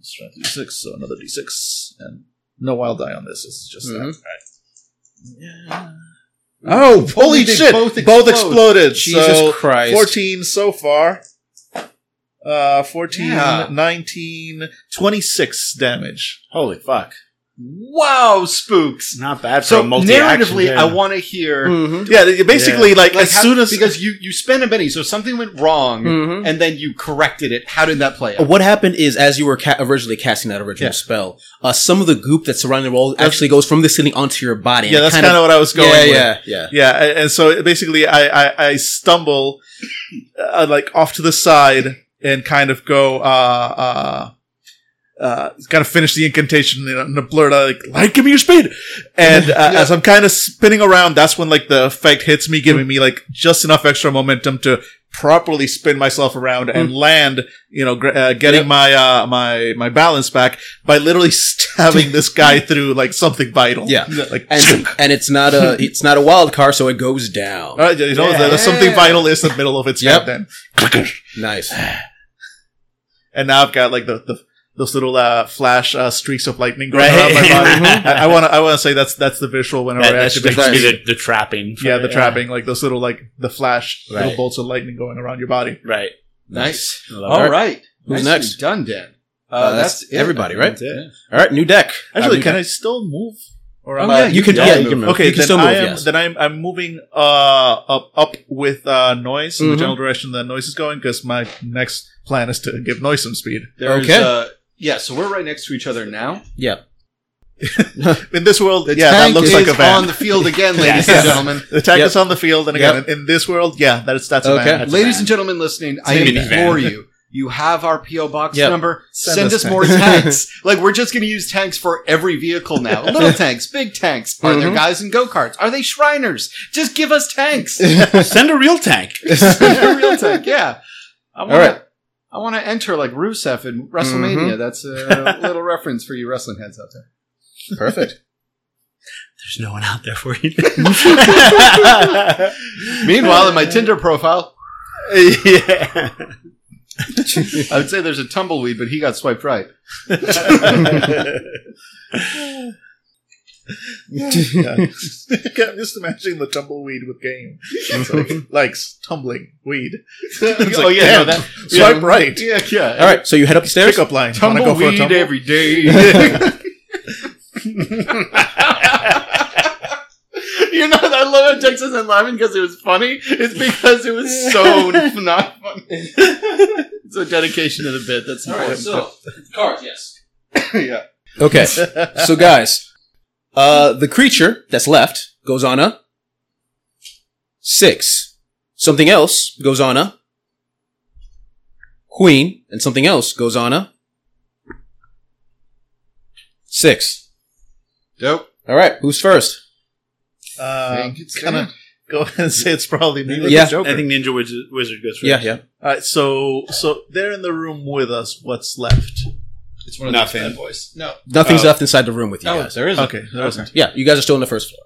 strength d6, so another d6, and no wild die on this. It's just that.
Mhm.
Right. Yeah.
Oh,
Holy
they
shit!
both explode.
Both, exploded.
Jesus
so
Christ!
14 so far. Uh, 14,
Yeah.
19, 26 damage.
Holy fuck!
Wow, spooks.
Not bad for
So
a multi-action.
narratively,
yeah.
I want to hear
Mm-hmm.
Yeah, they- basically, like,
like
as
how-
soon as
because you you spend a penny, so something went wrong,
Mm-hmm.
and then you corrected it. How did that play out?
What happened is, as you were ca- originally casting that original
Yeah.
spell, uh, some of the goop that's surrounding the roll actually goes from the ceiling onto your body. and
yeah,
it
that's
kinda-
kind of what I was going.
yeah,
with.
yeah, yeah.
Yeah, a- and so basically, I I, I stumble uh, like off to the side and kind of go uh uh. Uh, kind of finish the incantation in a, in a blurt, I like, light, give me your speed. And uh, as I'm kind of spinning around, that's when like the effect hits me, giving me like just enough extra momentum to properly spin myself around and land. You know, gr- uh, getting my uh, my my balance back by literally stabbing this guy through like something vital.
Yeah.
like
And and it's not a it's not a wild card, so it goes down.
all right, you know,
Yeah.
there's something vital is in the middle of its
Yep.
head then.
Nice.
and now I've got like the, the those little uh, flash uh, streaks of lightning going around my body. I want to I want to say that's that's the visual whenever
that,
I
that should
activate.
be
Right.
the, the trapping.
yeah, the trapping, like those little like the flash
Right.
little bolts of lightning going around your body.
Right.
Nice.
I love
All
it.
right.
Who's
Nicely
next?
Done, Dan. Uh,
Uh,
that's,
that's
it.
everybody, right?
That's it.
All right, new deck.
Actually,
Uh, new
can
deck.
I Oh, still move? Or
Uh,
I-
you can.
can
Yeah,
move.
you can move.
Okay,
you can
then
still move.
I am,
yes.
then I'm I'm moving uh up up with uh noise in the
Mhm.
general direction that noise is going because my next plan is to give noise some speed.
There's,
Okay.
Uh, yeah, so we're right next to each other now.
yeah.
In this world,
The
yeah, that
tank
looks
is
like a van.
on the field again, ladies
Yes.
and gentlemen.
The tag
Yep.
is on the field, and again, in, in this world, yeah, that's that's a
Okay.
man.
That's
ladies
bad.
and gentlemen listening, I
Maybe
implore
bad.
you. You have our PO box
Yep.
number. Send,
Send
us,
us
more tanks. like we're just going to use tanks for every vehicle now. Little tanks, big tanks. Are
Mm-hmm.
there
Mhm.
guys in go karts? Are they Shriners? Just give us tanks.
Send a real tank.
Send a real tank. Yeah. I want
right.
I want to enter like Rusev in WrestleMania.
Mm-hmm.
That's a little reference for you wrestling heads out there.
Perfect.
There's no one out there for you.
Meanwhile, in my Tinder profile,
yeah.
I would say there's a tumbleweed, but he got swiped right.
Yeah. I'm just imagining the tumbleweed with game, It's like, like tumbling weed. It's
Mhm. oh
like,
yeah, no,
damn,
that
swipe right,
yeah, yeah.
All right, so you head up the stairs.
pickup line. Wanna go for a
Tumbleweed
tumble?
every day. you know, I love how Texas and Lyman because it was funny. It's because it was so not funny. it's a dedication to the bit. That's important.
cards. Yes.
yeah.
Okay. so guys, uh, the creature that's left goes on a six. Something else goes on a queen, and something else goes on a six.
Dope.
All right, who's first?
Uh,
Thank you,
kind
Stan.
of go ahead and say it's probably me with
Yeah.
the Joker.
I think Ninja Wizard, Wizard goes first.
Yeah, yeah.
All right, so so they're in the room with us. What's left?
It's one of
Nothing.
those bad boys. No.
Nothing's
Oh.
left inside the room with you guys.
there is.
Okay, there wasn't.
Yeah, you guys are still on the first floor.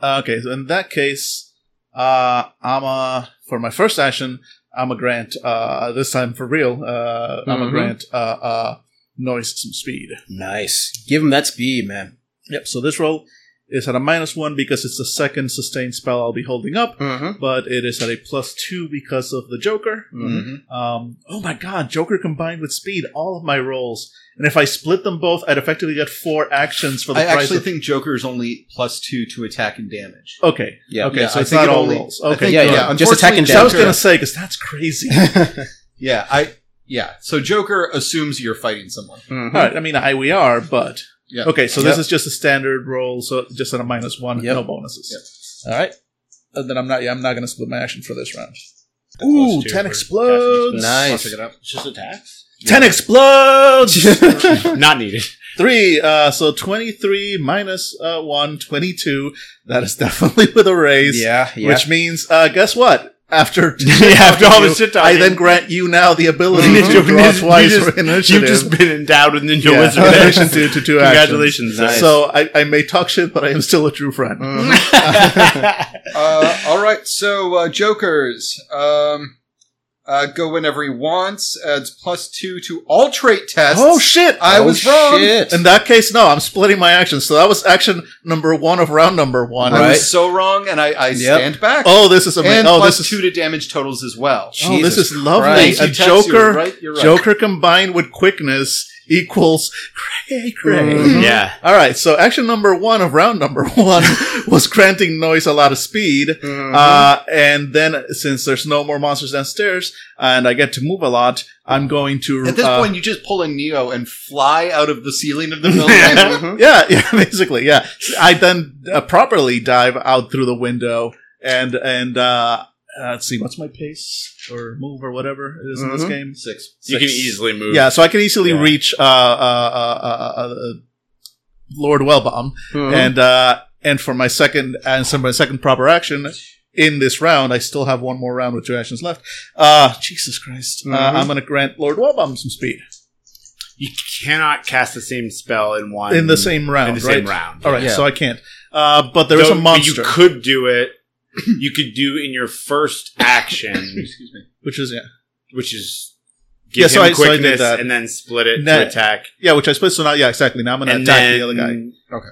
Uh, okay, so in that case, uh, I'm a, for my first action, I'm a grant, uh, this time for real, uh, I'm
Mm-hmm.
a
Mhm.
grant, uh, uh, noise some speed.
Nice. Give him that speed, man.
Yep, so this roll is at a minus one because it's the second sustained spell I'll be holding up,
Mm-hmm.
but it is at a plus two because of the Joker.
Mm-hmm.
Um, oh my god, Joker combined with speed, all of my rolls. And if I split them both, I'd effectively get four actions for the
I
price
actually
of-
think Joker is only plus two to attack and damage.
Okay,
Yeah.
okay,
Yeah,
so
I
it's
think
not
it
all
only-
rolls.
I
Okay,
think-
yeah,
good.
yeah. Just attack and
So I was
Joker-
gonna say because that's crazy.
Yeah, I Yeah. So Joker assumes you're fighting someone.
All right. I mean, I, we are, but
Yeah.
Hmm. okay. So
Yep.
this is just a standard roll, so just on a minus one,
Yep.
no bonuses. All right. And Uh, then I'm not. Yeah, I'm not going to split my action for this round.
Ooh,
Ooh,
two
10
for-
explodes.
Nice.
I'll pick it up.
It's just attacks.
Ten explodes.
Not needed.
Three. Uh, so 23 minus uh, one, 22. That is definitely with a raise.
Yeah, yeah.
Which means, uh, guess what? After
after all the shit
I
talking.
then grant you now the ability to
You've
draw
just-
twice
you
for
just-
initiative.
You've just been endowed with ninja
yeah,
wisdom.
in addition to, to two actions.
Congratulations. Mm.
Nice.
So I, I may talk shit, but I am still a true friend.
Mm-hmm.
uh, all right. So uh, Jokers um, uh, go whenever he wants. Adds plus two to all trait tests.
Oh shit!
I was wrong.
Shit.
In that case, no, I'm splitting my actions. So that was action number one of round number one.
I
Right.
was so wrong, and I, I
Yep.
stand back.
Oh, this is amazing.
and
Oh,
plus
this is,
two to damage totals as well.
oh, this
Jesus
is lovely.
Christ.
A
Two tests,
Joker,
You're right. You're right.
Joker combined with quickness equals cray cray.
Mm-hmm.
yeah.
All right, so action number one of round number one was granting noise a lot of speed.
Mm-hmm.
Uh, and then, since there's no more monsters downstairs and I get to move a lot, I'm going to.
At this
uh,
point, you just pull a Neo and fly out of the ceiling of the building.
yeah, yeah, basically, yeah. I then uh, properly dive out through the window and and uh, uh, let's see, what's my pace or move or whatever it is in this
Mhm.
game.
Six.
You can easily move.
Yeah, so I can easily
Yeah.
reach uh, uh, uh, uh, uh, Lord Wellbaum,
Mm-hmm.
and uh, and for my second and so my second proper action in this round, I still have one more round with two actions left. Uh, Jesus Christ, uh,
Mm-hmm.
I'm going to grant Lord Wellbaum some speed
You cannot cast the same spell in one
in the same round.
in the
right?
same round.
All right,
Yeah.
so I can't. Uh, but there is
So-
a
but
monster,
You could do it. You could do in your first action,
Excuse me.
which is yeah,
which is give
Yeah,
him
so I- so I did
quickness
that.
and then split it
Nah.
to attack,
yeah, which I split. So now, yeah, exactly. Now I'm going to
and
attack
then
the other guy.
Okay.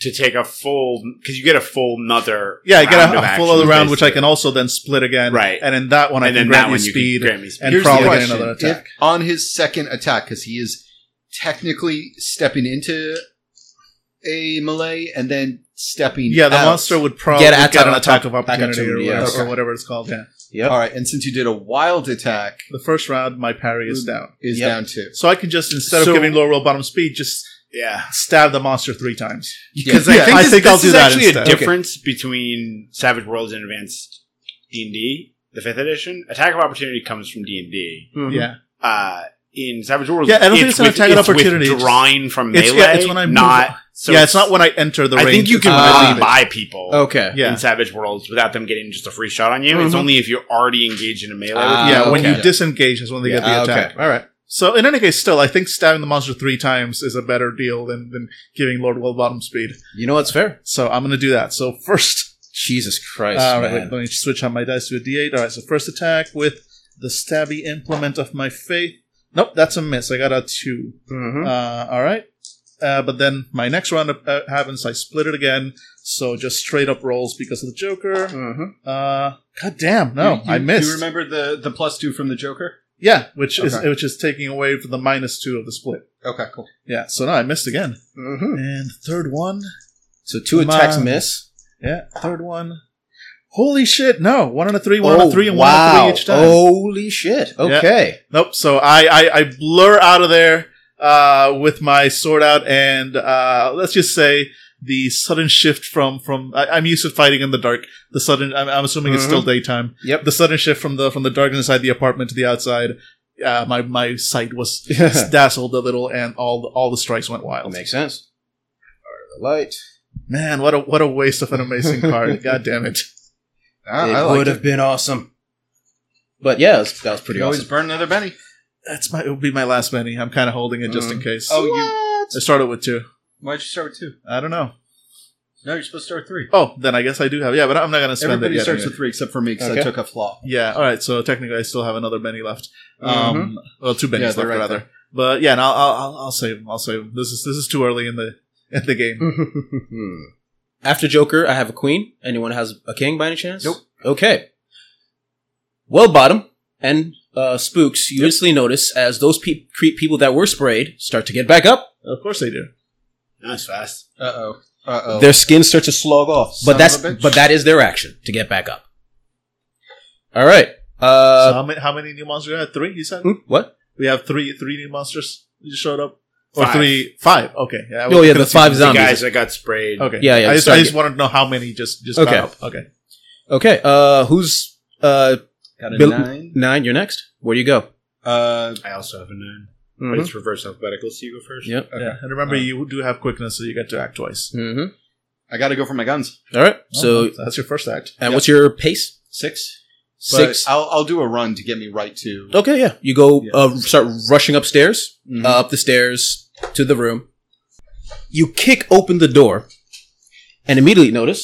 to take a full because you get a full another.
Yeah, I get
round
a,
of
a full
action,
other round, which I
basically.
can also then split again.
Right.
and in that one, I
and then
can grant
that
you
one you
speed.
can grant me speed.
and
Here's
probably
the
get
question.
another attack.
If on his second attack, because he is technically stepping into a melee and then stepping.
yeah, the
out.
monster would probably
Get
Oh. get,
attack
an
on
attack
top-
of
attack
opportunity, or,
opportunity,
whatever,
yeah.
or whatever it's called. Yeah,
All right, and since you did a wild attack,
the first round, my parry is down,
is
Yep.
down two.
Mm. so I can just instead
So-
of giving lower roll bottom speed, just
yeah.
stab the monster three times.
Because
Yeah,
I think
I
this,
think
this
I'll do
is
that
actually
instead.
a difference between Savage Worlds and Advanced D and D, the fifth edition. Attack of Opportunity comes from D and D. Uh,
Yeah,
In Savage Worlds,
Mm-hmm. Yeah, I don't think it's an attack of
it's
opportunity.
Withdrawing from melee,
It's- yeah, it's when I move-
not. So
yeah, it's not when I enter the
I
range.
think you
it's
can
when I leave
run
it.
by people
Okay.
Oh, Yeah, Mm-hmm.
in Savage Worlds without them getting just a free shot on you. It's only if you're already engaged in a melee. with
Ah,
yeah, when
okay.
you disengage is when they get the
Ah, okay.
attack. All right. So in any case, still, I think stabbing the monster three times is a better deal than, than giving Lord Will bottom speed.
You know what's fair?
So I'm going to do that. So first,
Jesus Christ,
all right,
man.
wait, let me switch on my dice to a D8. All right, so first attack with the stabby implement of my faith. Nope, that's a miss. I got a 2
Mm-hmm.
Uh, all right. Uh, but then my next round uh, happens. I split it again. So just straight up rolls because of the Joker. Uh, God damn, no,
Mm-hmm. You- you-
I missed.
You remember the the plus two from the Joker?
Yeah, which is
Okay.
which is taking away from the minus two of the split.
Okay, cool.
Yeah, so no, I missed again.
Mm-hmm.
And third one,
so two
Come
attacks
on.
miss.
yeah, third one. Holy shit! No, one on a three,
Oh,
one on a three, and one on a three each time.
Holy shit. Okay.
Nope. So I, I I blur out of there uh, with my sword out, and uh, let's just say the sudden shift from from I, I'm used to fighting in the dark. The sudden I'm, I'm assuming it's still daytime.
Yep.
The sudden shift from the from the dark inside the apartment to the outside. Uh, my my sight was dazzled a little, and all the, all the strikes went wild.
makes sense. Part of the light.
Man, what a what a waste of an amazing card! God damn it!
Ah, I, I
it
like
would have been awesome. But yeah, that was, that was pretty
You always
awesome.
burn another penny.
That's my it would be my last many. I'm kind of holding it just in case.
Oh, you.
I started with two.
Why'd you start with two?
I don't know.
No, you're supposed to start with three.
Oh, then I guess I do have. Yeah, but I'm not gonna spend
Everybody
it yet.
starts
anyway.
with three except for me because I
Okay.
took a flaw.
Yeah, all right. So technically, I still have another Benny left. Um, well, two Bennies
Mm-hmm. Yeah,
left,
they're right
rather.
there.
But yeah, and I'll, I'll I'll- I'll save 'em, I'll save 'em. This is this is too early in the in the game.
After Joker, I have a queen. Anyone has a king by any chance?
Nope.
Okay. Well, Bottom and uh, Spooks, you instantly notice as those pe- cre- people that were sprayed start to get back up,
of course they do.
Not as fast.
Uh oh. Uh oh.
their skin starts to slog off.
Son
But
of
that's
a bitch.
but that is their action to get back up. All right. Uh,
so how many how many new monsters? You had three. You said
hmm, what?
We have three three new monsters that just showed up. Or
Five.
three five. Okay. Yeah, I
Oh yeah, the
was
five
confused.
The
zombies.
guys that got sprayed.
Okay.
Yeah, yeah,
I just,
sorry.
I just wanted to know how many just just
Okay.
got up. Okay.
Okay, uh, who's uh
Got a
Bill-
nine.
nine? You're next. Where do you go?
Uh,
I also have a 9
Mhm.
But it's reverse alphabetical, so you go first.
Yep.
Okay.
Yeah. And remember, you do have quickness, so you get to act twice.
Mhm.
I got to go for my guns.
All right. So, and
Oh, that's your first act.
what's your pace?
Six.
Six.
But I'll, I'll do a run to get me right to.
Okay, yeah. You go
Yeah.
uh, start rushing upstairs,
Mhm.
uh, up the stairs to the room. You kick open the door, and immediately notice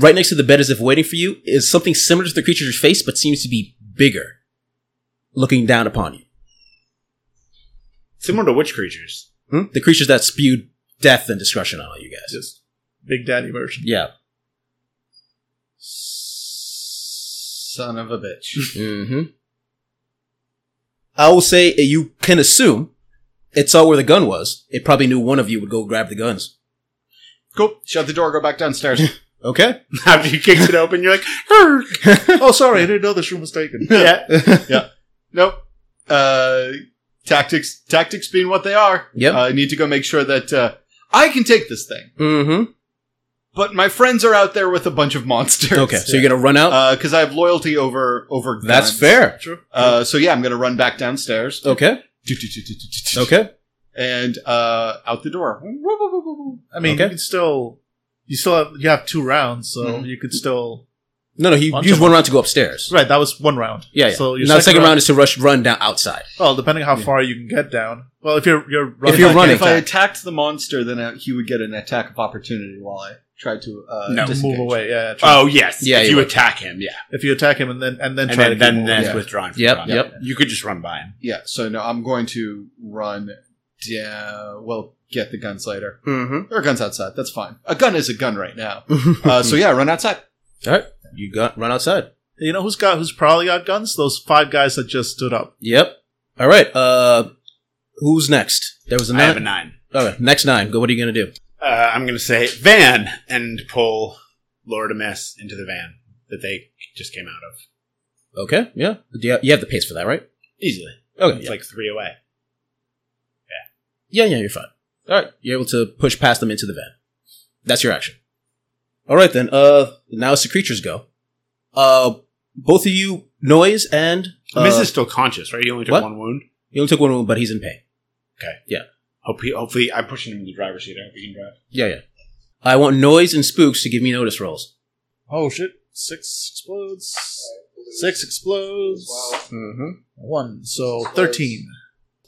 right next to the bed, as if waiting for you, is something similar to the creature's face, but seems to be bigger, looking down upon you.
Similar to witch creatures.
The creatures that spewed death and destruction on all you guys.
Just Big Daddy version.
Yeah.
Son of a bitch.
hmm I will say uh, you can assume it saw where the gun was. It probably knew one of you would go grab the guns.
Cool. Shut the door. Go back downstairs.
Okay.
After you kicked it open, you're like, "Arrgh."
oh, sorry, I didn't know this room was taken.
yeah.
nope. Uh, tactics. Tactics being what they are.
Yep.
Uh, I need to go make sure that uh, I can take this thing.
mm-hmm.
But my friends are out there with a bunch of monsters.
Okay. So you're gonna run out.
because I have loyalty over over.
That's
Uh, guns.
fair.
True.
Uh, so yeah, I'm gonna run back downstairs.
Okay. Okay.
And uh, out the door.
I mean,
Okay.
you can still, you still have, you have two rounds, so
Mhm.
you could still.
No, no. He
Bunch
used
of
one round to go upstairs.
Right, that was one round.
Yeah. yeah.
So
now
your
the second round, is to rush, run down outside.
Well, depending how far you can get down. Well, if you're you're running,
If you're
I-
running.
if I attacked the monster, then I, he would get an attack of opportunity while I tried to uh,
you
No.
can
disengage.
move away. Yeah. yeah, true.
Oh, yes.
Yeah,
if
you
you
would.
attack him, yeah.
If you attack him and then and then
And
try
then,
to keep
then
moving.
that's
yeah.
withdrawn. from
Yep,
combat.
yep.
You could just run by him.
Yeah. So no, I'm going to run. down. Well, get the guns later.
Mm-hmm.
There are guns outside. That's fine. A gun is a gun right now. Uh, so yeah, run outside.
All right. You got run outside.
You know who's got who's probably got guns? Those five guys that just stood up.
Yep. All right. Uh, who's next? There was a
I have a
nine.
nine.
Okay. Next nine. Go. What are you gonna do?
Uh, I'm going to say van and pull Lord Mess into the van that they just came out of.
Okay. Yeah. Do you, you have the pace for that, right?
Easily.
Okay.
It's
Yeah.
like three away.
yeah. Yeah. You're fine. All right. You're able to push past them into the van. That's your action. All right then. Uh, now it's the creatures go. Uh, both of you, noise and uh,
Miss is still conscious, right? He only took
what?
one wound.
You only took one wound, but he's in pain.
Hope he, hopefully, I'm pushing him in the driver's seat. I hope he can drive.
Yeah, yeah. I want noise and spooks to give me notice rolls.
Oh shit! Six explodes. Six explodes.
Mm-hmm.
One. So thirteen.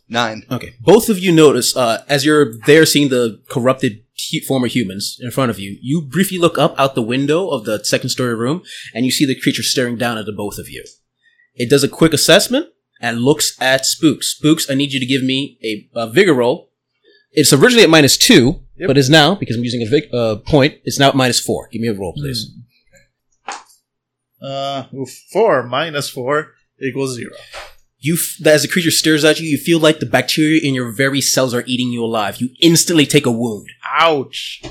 Nine.
Okay. Both of you notice uh, as you're there, seeing the corrupted hu- former humans in front of you. You briefly look up out the window of the second story room, and you see the creature staring down at the both of you. It does a quick assessment and looks at spooks. Spooks, I need you to give me a, a vigor roll. It's originally at minus two, but is now because I'm using a vig- uh, point. It's now at minus four. Give me a roll, please.
Uh, four minus four equals zero.
you f- that as the creature stares at you, you feel like the bacteria in your very cells are eating you alive. You instantly take a wound.
Ouch.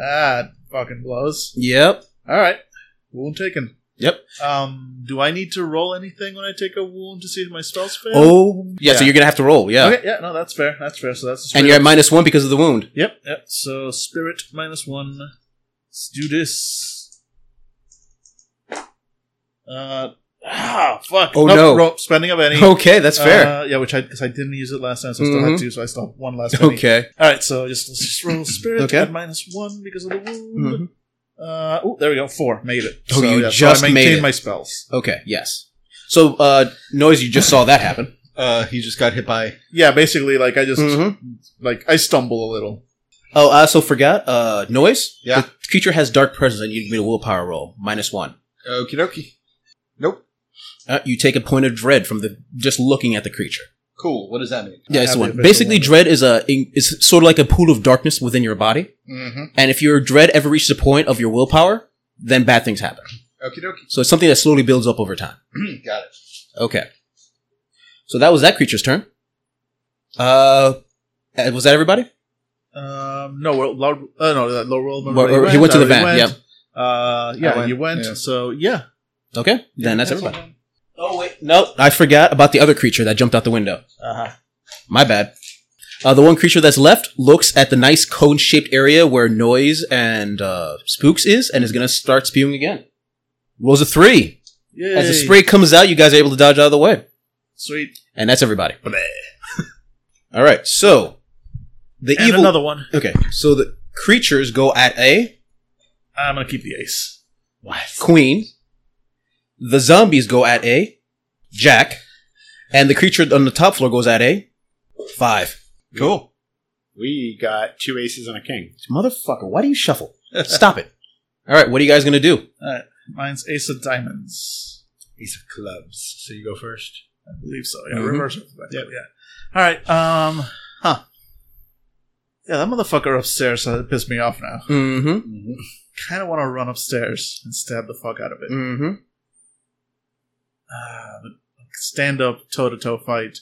Ah, fucking blows.
Yep.
All right, wound taken.
Yep.
Um, do I need to roll anything when I take a wound to see if my spells fail?
Oh, yeah. So
Yeah.
you're gonna have to roll. Yeah.
okay. Yeah, no, that's fair. That's fair. So that's a
And you're at
spirit.
minus one because of the wound.
Yep, yep. So spirit minus one. Let's do this. Uh, ah, fuck.
Oh, no.
ro- spending of any.
Okay, that's fair.
Uh, yeah, which I because I didn't use it last time, so I still
Mhm.
had two, so I still have one last. penny.
okay.
All right, so just let's just roll spirit
Okay. Mm-hmm.
at minus one because of the wound. Uh, oh, there we go. Four made it.
Oh, you just
I
made
maintain
it.
my spells.
Okay. Yes. So, uh, noise. You just saw that happen.
Uh, he just got hit by.
Yeah, basically, like I just
Mm-hmm.
like I stumble a little.
Oh, I also forgot. Uh, noise.
Yeah.
The creature has dark presence, and you give me a willpower roll minus one.
Okie dokie. Nope.
Uh, you take a point of dread from the just looking at the creature.
Cool. What does that mean?
Yeah,
I
it's the
have the
one.
official
Basically,
one.
dread is a is sort of like a pool of darkness within your body.
Mm-hmm.
And if your dread ever reaches a point of your willpower, then bad things happen.
Okie dokie.
So it's something that slowly builds up over time.
got it.
Okay. So that was that creature's turn. Uh, uh, was that everybody?
Um, no, well, loud, uh, no, that low roll. remember
Well,
where
or he went to the
I
van,
already went. Uh, yeah,
I went,
you went.
yeah.
So yeah,
Okay. Then that's everybody.
Excellent.
Oh wait, Nope. I forgot about the other creature that jumped out the window.
Uh-huh.
My bad. Uh, the one creature that's left looks at the nice cone shaped area where noise and uh, spooks is and is going to start spewing again. Rolls a three.
Yay.
As the spray comes out, you guys are able to dodge out of the way.
Sweet.
And that's everybody. All right, so the
And
evil.
another one.
okay, so the creatures go at a
I'm gonna keep the ace. What?
queen. The zombies go at a jack, and the creature on the top floor goes at a five.
Cool. We got two aces and a king.
Motherfucker, why do you shuffle? Stop it. All right, what are you guys gonna do?
Mine's ace of diamonds.
Ace of clubs. So you go first.
I believe so. Yeah,
Mhm.
reverse it. Yep. Yeah. All right. Um. Huh. Yeah, that motherfucker upstairs uh, pissed me off now.
Mm-hmm.
Kind of want to run upstairs and stab the fuck out of it.
Mm-hmm.
Uh, but stand up toe to toe fight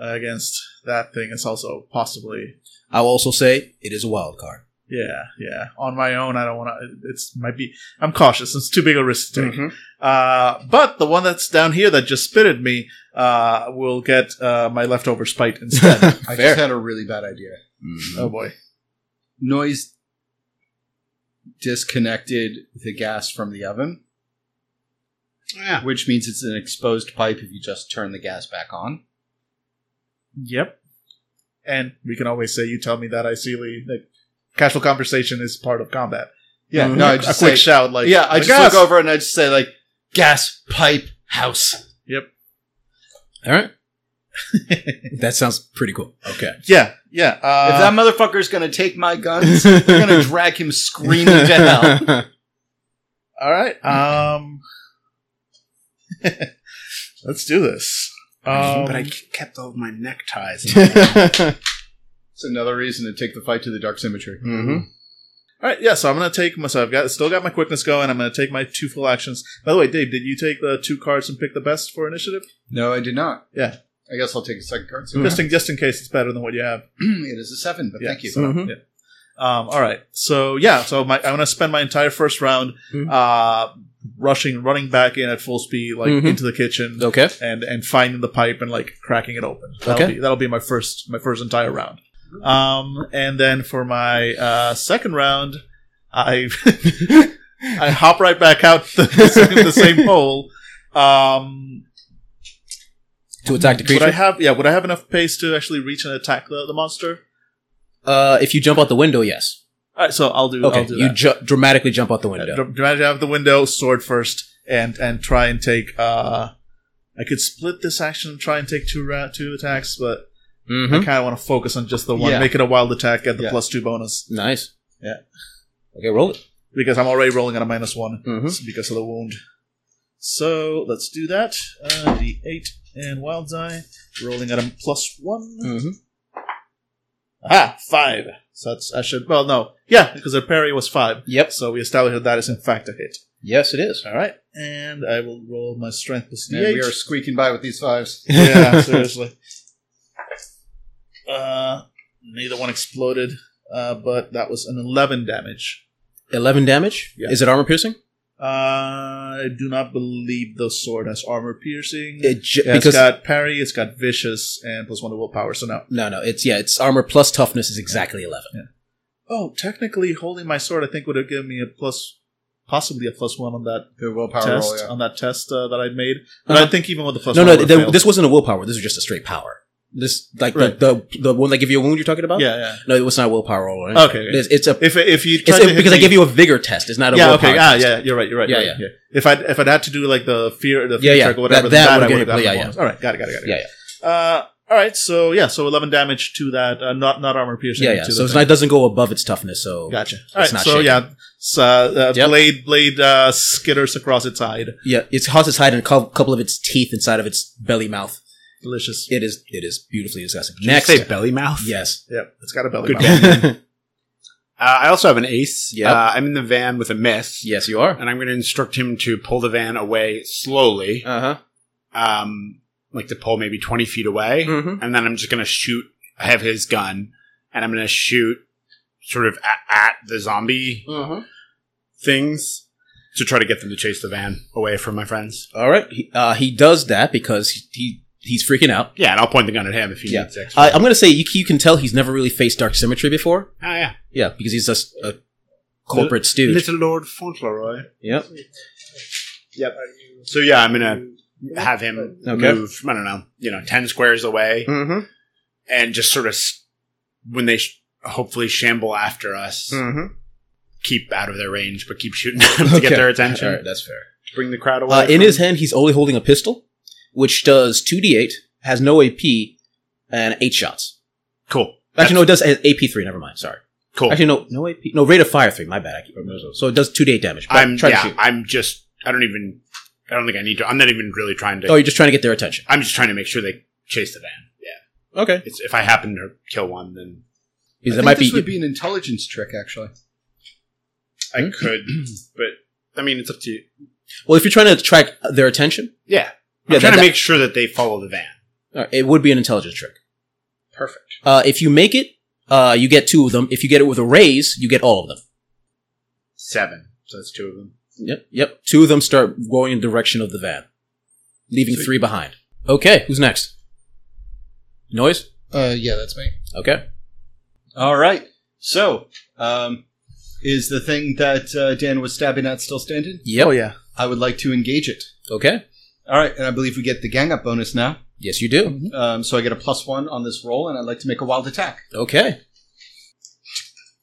uh, against that thing is also possibly.
I'll also say it is a wild card.
Yeah, yeah. On my own, I don't want to. It's might be. I'm cautious. It's too big a risk to
Mm-hmm.
take. Uh, but the one that's down here that just spitted me uh, will get uh, my leftover spite instead.
I
Fair.
just had a really bad idea.
Mm-hmm.
oh boy.
Noise disconnected the gas from the oven,
Yeah.
which means it's an exposed pipe if you just turn the gas back on.
Yep. And we can always say, "You tell me that I see." Lee." Like, casual conversation is part of combat. Yeah,
No, I
Mm-hmm. a quick
just say-
shout like,
yeah, I
like,
just
"Gas!"
look over and I just say like gas pipe house.
All right. Oh. that sounds pretty cool. Okay.
Yeah, yeah. Uh,
if that motherfucker's gonna take my guns, I'm gonna drag him screaming to hell.
All right. Um, let's do this. Um,
but I k- kept all of my neckties.
It's another reason to take the fight to the dark symmetry.
all right. Yeah. So I'm gonna take my. So I've got still got my quickness going. I'm gonna take my two full actions. By the way, Dave, did you take the two cards and pick the best for initiative?
No, I did not.
Yeah.
I guess I'll take a second card.
Just in just in case it's better than what you have.
it is a seven, but
Yeah,
thank you.
so-
Mm-hmm.
yeah. Um, all right. So yeah. So my, I'm gonna spend my entire first round
Mhm.
uh, rushing, running back in at full speed, like
Mhm.
into the kitchen.
Okay.
and and finding the pipe and like cracking it open. That'll
Okay.
be that'll be my first my first entire round. Um, and then for my uh, second round, I I hop right back out the, the, same, the same hole. Um,
To attack the
would
creature.
I have yeah? Would I have enough pace to actually reach and attack the, the monster?
uh, if you jump out the window, yes.
All right, so I'll do.
Okay.
I'll do
you
that.
ju- dramatically jump out the
Uh,
window.
dr- dramatic out of the window, sword first, and and try and take. Uh, I could split this action and try and take two ra- two attacks, but
Mm-hmm.
I kind of want to focus on just the one.
Yeah.
Make it a wild attack, get the
Yeah.
plus two bonus
Nice.
Yeah.
Okay, roll it.
because I'm already rolling on a minus one
Mm-hmm.
because of the wound. So let's do that. Uh, D8 and wild die, rolling at a plus one.
Mm-hmm.
Ah, five. So that's I should. Well, no, yeah, because the parry was five.
Yep.
So we established that that is in fact a hit.
Yes, it is.
All right, and I will roll my strength plus
And we
D8.
are squeaking by with these fives.
yeah, seriously. Uh, neither one exploded, uh, but that was an eleven damage.
11 damage.
Yeah.
Is it armor piercing?
Uh, I do not believe the sword has armor piercing. It,
It j-
has
because
got parry, it's got vicious, and plus one to willpower, so no.
no, no, it's yeah, it's armor plus toughness is exactly 11.
Oh, technically, holding my sword, I think, would have given me a plus, possibly a plus one on that
The willpower
test,
roll, yeah.
on that test uh, that I made. But I
Uh-huh.
think even with the plus
no,
one,
no,
I would've
th-
failed.
this wasn't a willpower. This was just a straight power. This like
Right.
the, the the one that give you a wound you're talking about.
yeah, yeah.
no, it was not a willpower roll. right?
Okay, okay.
it's, it's a
If if you
it's
tried
a-
to hit
because I
me-
give you a vigor test. It's not a
yeah,
willpower.
okay, ah,
test.
yeah, you're right, you're right,
Yeah,
right,
yeah.
If I if I'd had to do like the fear, the fear
Yeah, yeah.
trick or whatever,
That-
then
that
that, I
would've
would have
been-
gotten
yeah,
the
yeah.
bonus. All right, got it, got it, got it.
yeah, yeah.
Uh, all right, so yeah, so eleven damage to that, uh, not not armor piercing.
Yeah, yeah.
to the
So it's
thing.
not, it doesn't go above its toughness. So
Gotcha. All right,
not
so
shaking.
yeah, so, uh,
Yep.
blade blade uh, skitters across its side.
yeah, it's has its hide and a cou- couple of its teeth inside of its belly mouth.
Delicious.
It is it is beautifully disgusting.
Did you
Next,
say belly mouth?
yes, Mm-hmm.
Yep, it's got a belly.
Good
button.
Uh, I also have an ace.
Yep.
Uh, I'm in the van with a miss.
yes, you are.
And I'm going to instruct him to pull the van away slowly,
Uh huh.
um, like to pull maybe 20 feet away.
Mm-hmm.
And then I'm just going to shoot. I have his gun, and I'm going to shoot sort of at, at the zombie
Uh-huh.
things. to try to get them to chase the van away from my friends.
All right. He, uh, he does that because he, he he's freaking out.
Yeah, and I'll point the gun at him if he
Yeah.
needs extra.
I, I'm going to say you, you can tell he's never really faced dark symmetry before.
oh yeah,
Yeah, because he's just a corporate stooge.
little Lord Fauntleroy.
Yep.
So yeah, I'm gonna have him
Okay.
move. I don't know, you know, ten squares away,
Mm-hmm.
and just sort of s- when they sh- hopefully shamble after us,
Mm-hmm.
keep out of their range, but keep shooting at them to get
Okay.
their attention.
All right, that's fair.
Bring the crowd away.
Uh, in
from-
his hand, he's only holding a pistol, which does 2d8, has no AP, and 8 shots.
cool,
Actually, no, it does has AP 3, never mind, sorry.
cool.
Actually, no, no AP. No, rate of fire 3, my bad. I keep remembering those. So it does 2d8 damage. but
I'm
try to
yeah,
shoot.
I'm just I don't even I don't think I need to. I'm not even really trying to.
Oh, you're just trying to get their attention.
I'm just trying to make sure they chase the van. Yeah,
Okay.
it's, if I happen to kill one, then
Because
I
it
think
might
this
be.
would be an intelligence trick, actually.
I
Hmm?
could. but I mean, it's up to you.
well, if you're trying to attract their attention,
Yeah, I'm
Yeah,
trying
that-
to make sure that they follow the van.
all right, Uh, it would be an intelligence trick.
Perfect.
Uh, if you make it, uh, you get two of them. If you get it with a raise, you get all of them.
Seven. So that's two of them.
Yep, yep. Two of them start going in the direction of the van, leaving three behind. Okay, who's next? Noise?
Uh, yeah, that's me.
Okay.
All right. So, um, is the thing that uh, Dan was stabbing at still standing?
Yep.
yeah.
I would like to engage it.
Okay.
All right, and I believe we get the gang up bonus now.
Yes, you do.
Um, so I get a plus one on this roll, and I'd like to make a wild attack.
Okay.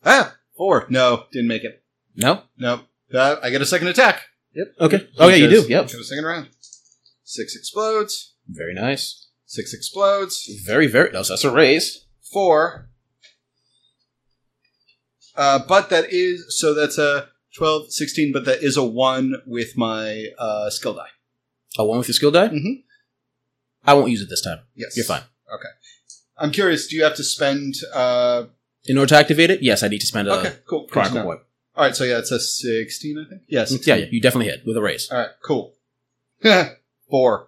Ah, four. No, didn't make it.
No?
Nope. Uh, I get a second attack.
Yep. Okay. Oh, yeah, you do.
Because-
Yep.
Go second round. Six explodes.
Very nice.
Six explodes.
Very, very. No, so that's a raise.
Four.
Uh, but that is, so that's a 12, 16, but that is a one with my uh, skill die.
A one with your skill die?
Mhm.
I won't use it this time.
Yes.
You're fine.
I'm curious, do you have to spend. Uh,
In order to activate it, yes, I need to spend a
okay, cool. good to
chronicle
know.
point.
All right, so yeah, it's a 16, I think. Yeah, 16.
Yeah, yeah, you definitely hit with a raise.
All right, cool. Four.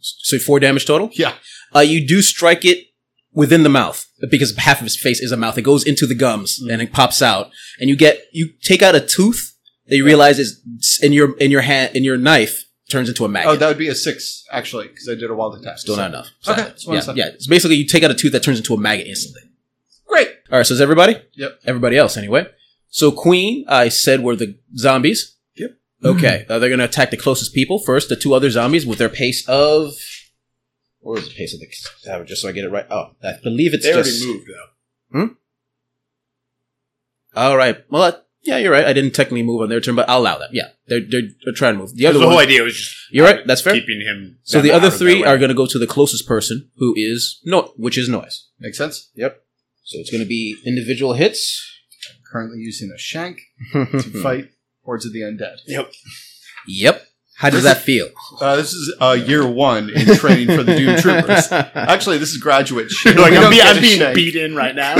So four damage total.
Yeah.
Uh, you do strike it within the mouth because half of his face is a mouth. It goes into the gums
Mm.
and it pops out, and you get you take out a tooth that you realize is in your in your hand in your knife turns into a maggot.
Oh, that would be a six, actually, because I did a wild attack.
Still not enough.
Okay,
Sadly.
just wanted to say.
Yeah, yeah. So basically, you take out a tooth that turns into a maggot instantly.
Great.
All right. So is everybody?
Yep.
Everybody else, anyway. So Queen, I said were the zombies.
Yep.
Okay. Uh, they're going to attack the closest people first. The two other zombies with their pace of. Where is the pace of the average? Just so I get it right. Oh, I believe it's
They
just.
already moved though.
All right. Well, I- yeah, you're right. I didn't technically move on their turn, but I'll allow that. Yeah, they're they're, they're trying to move. The other
The whole
one.
idea was just
You're right. That's fair.
keeping him.
so
them
the other
out of
three
their way.
are going to go to the closest person, who is no, which is noise.
Makes sense.
So it's going to be individual hits.
Currently using a shank to fight hordes of the undead.
Yep. How does that feel?
Uh, this is uh, year one in training for the Doom Troopers. Actually, this is graduate shit.
Like,
We
I'm,
don't
be-
get
I'm
a
being
shank.
beat in right now.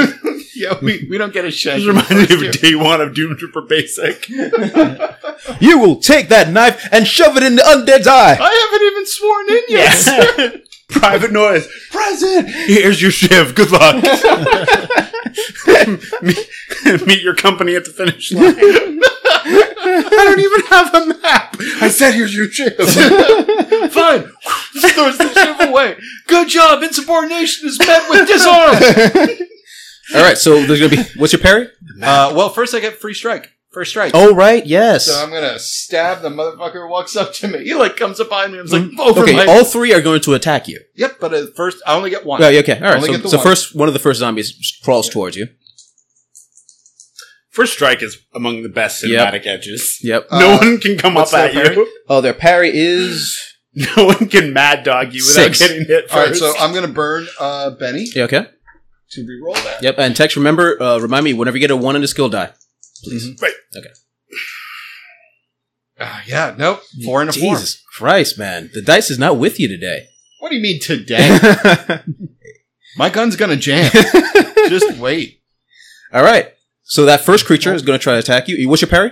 Yeah, we, we don't get a shank.
this reminds me of day one of Doom Trooper Basic.
You will take that knife and shove it in the undead's eye.
I haven't even sworn in yet.
Yes. Private noise. Present. Here's your shiv. Good luck. meet, meet your company at the finish line. I don't even have a map.
I said here's your chip.
Fine. Just throws the ship away. Good job. Insubordination is met with disarm.
All right, so there's gonna be what's your parry?
Uh, well, first I get free strike. First strike.
Oh right, yes.
so I'm gonna stab the motherfucker who walks up to me.
He like comes up behind me. I'm like over
Mm. okay,
my.
all three are going to attack you.
yep, but at first I only get one.
Well, yeah, okay, all right.
Only
So,
get the
so
one.
first, one of the first zombies crawls towards you.
First strike is among the best
Yep.
cinematic edges.
Yep.
no
Uh,
one can come up
what's
at
that,
you.
Oh, their parry is
No one can mad dog you without
Six.
getting hit first.
All right, so I'm gonna burn uh, Benny
yeah, okay.
to reroll that.
Yep. And Tex, remember, uh, remind me whenever you get a one on the skill die.
Uh,
Ah, yeah, nope. Four and a four.
Jesus Christ, man, the dice is not with you today.
What do you mean today? My gun's gonna jam. Just wait.
all right. So that first creature is going to try to attack you. What's your parry?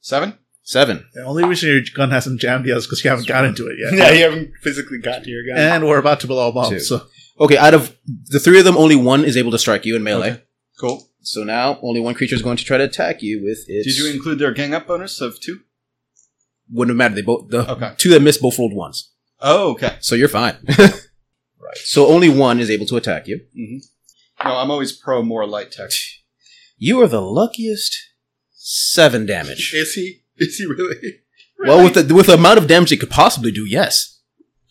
Seven.
Seven.
The only reason your gun hasn't jammed yet is because you haven't got into it yet.
yeah, you haven't physically got to your guy.
And we're about to blow a bomb.
Two.
So
Okay, out of the three of them, only one is able to strike you in melee.
Cool.
So now only one creature is going to try to attack you with its.
Did you include their gang up bonus of two?
wouldn't have mattered. They both the
Okay.
two that missed both rolled ones,
Oh, okay.
so you're fine. right. So only one is able to attack you.
No, I'm always pro more light tech.
You are the luckiest. Seven damage.
Is he? Is he really?
Well, with the with the amount of damage it could possibly do, yes.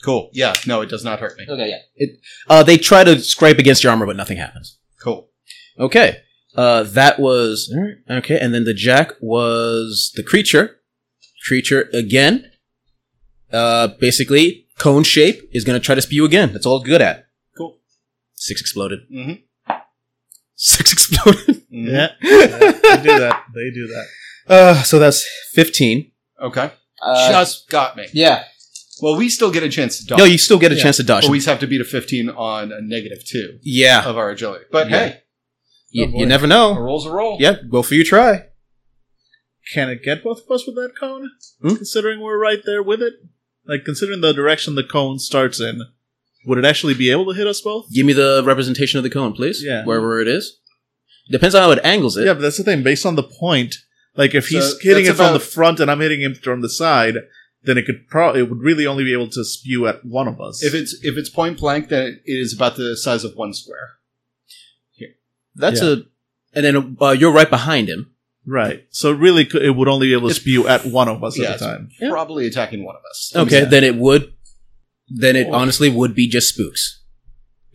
Cool. Yeah. No, it does not hurt me.
Okay, yeah. It, uh, they try to scrape against your armor, but nothing happens.
Cool.
Okay. Uh, that was okay, and then the jack was the creature. Creature again. Uh, basically, cone shape is gonna try to spew again. That's all it's good at.
Cool.
Six exploded.
Mhm.
Six exploded.
Mm-hmm.
Yeah, they do that. They do that.
Uh, so that's fifteen.
Okay.
Uh,
Just got me.
yeah.
Well, we still get a chance to dodge.
No, you still get a
Yeah.
chance to dodge.
but Oh, we just have to beat a 15 on a negative two
yeah.
of our agility. But
Yeah.
hey,
Y-
boy.
you never
a
know.
roll's a roll.
Yeah, go for your try.
Can it get both of us with that cone?
Hmm?
Considering we're right there with it, like considering the direction the cone starts in, would it actually be able to hit us both?
Give me the representation of the cone, please.
Yeah.
Wherever it is. Depends on how it angles it.
Yeah, but that's the thing. Based on the point, like if
So,
he's hitting it
that's
from the
about-
front and I'm hitting him from the side, then it could probably it would really only be able to spew at one of us.
If it's if it's point blank, then it is about the size of one square.
That's a. And then uh, you're right behind him.
right, so really cou- it would only be able to
It's-
spew at one of us
Yeah,
at a
it's-
time.
Yeah.
Probably attacking one of us.
Okay,
Yeah.
then it would. Then it
Oh.
honestly would be just spooks.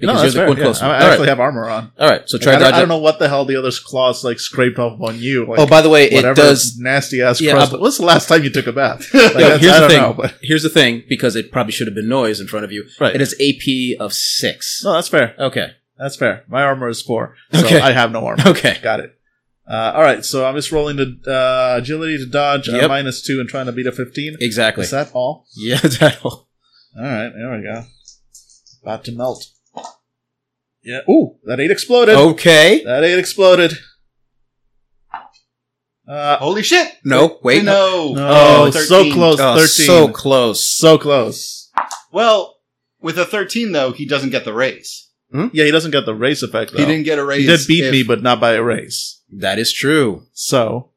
no, that's fair.
one
Yeah,
close
I
one.
I
All
actually
right.
have armor on.
All right, so
Like,
try
I, don't,
dodge.
I
it.
don't know what the hell the other's claws like scraped off on you. Like,
oh, by the way, it
whatever
does.
nasty ass.
Yeah,
Yeah,
I-
What's the last time you took a bath? Like,
No,
that's-
here's the
I don't
thing.
know, but-
Here's the thing, because it probably should have been noise in front of you.
Right.
It is AP of six.
no, that's fair.
Okay.
That's fair. My armor is four, so
Okay.
I have no armor.
Okay.
Got it. Uh, all right, so I'm just rolling the uh, agility to dodge a
Yep.
minus two and trying to beat a fifteen.
Exactly.
Is that all?
Yeah, that all.
All right, there we go. About to melt. Yeah. Ooh, that eight exploded.
Oh. Okay.
That eight exploded. Uh,
Holy shit!
No, wait.
No.
oh, so
13.
close.
Oh,
Thirteen.
so close.
so close.
Well, with a 13 though, he doesn't get the raise.
Yeah, he doesn't get the race effect though.
He didn't get a raise.
He did beat
if-
me, but not by a race.
That is true.
So,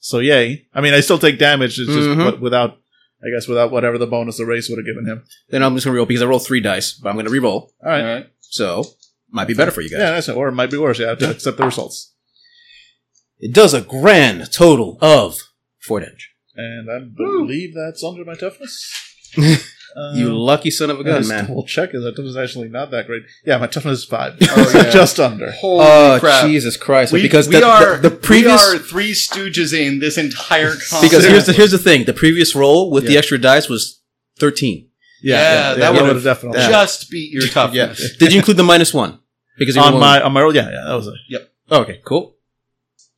so yay. I mean, I still take damage. It's just
Mhm.
wi- without, I guess, without whatever the bonus the race would have given him.
Then I'm just gonna roll because I rolled three dice, but I'm gonna re-roll.
All right.
Alright.
So might be better for you guys.
Yeah, that's it. Or it might be worse. Yeah, I have to accept the results.
It does a grand total of four damage.
And I believe that's under my toughness. Um,
you lucky son of a
I
gun,
just
man.
We'll check it. That toughness is actually not that great. Yeah, my toughness is five.
Oh, yeah.
just under.
Holy
Oh,
crap.
Jesus Christ!
We,
because
we
the,
are
the, the previous
we are three stooges in this entire concept.
because here's the here's the thing: the previous roll with the extra dice was thirteen.
Yeah,
Yeah, that would've-
would've definitely.
just beat your toughness.
Did you include the minus one? Because you
On
rolled-
my on my roll, yeah, yeah, that was it.
oh, okay, cool.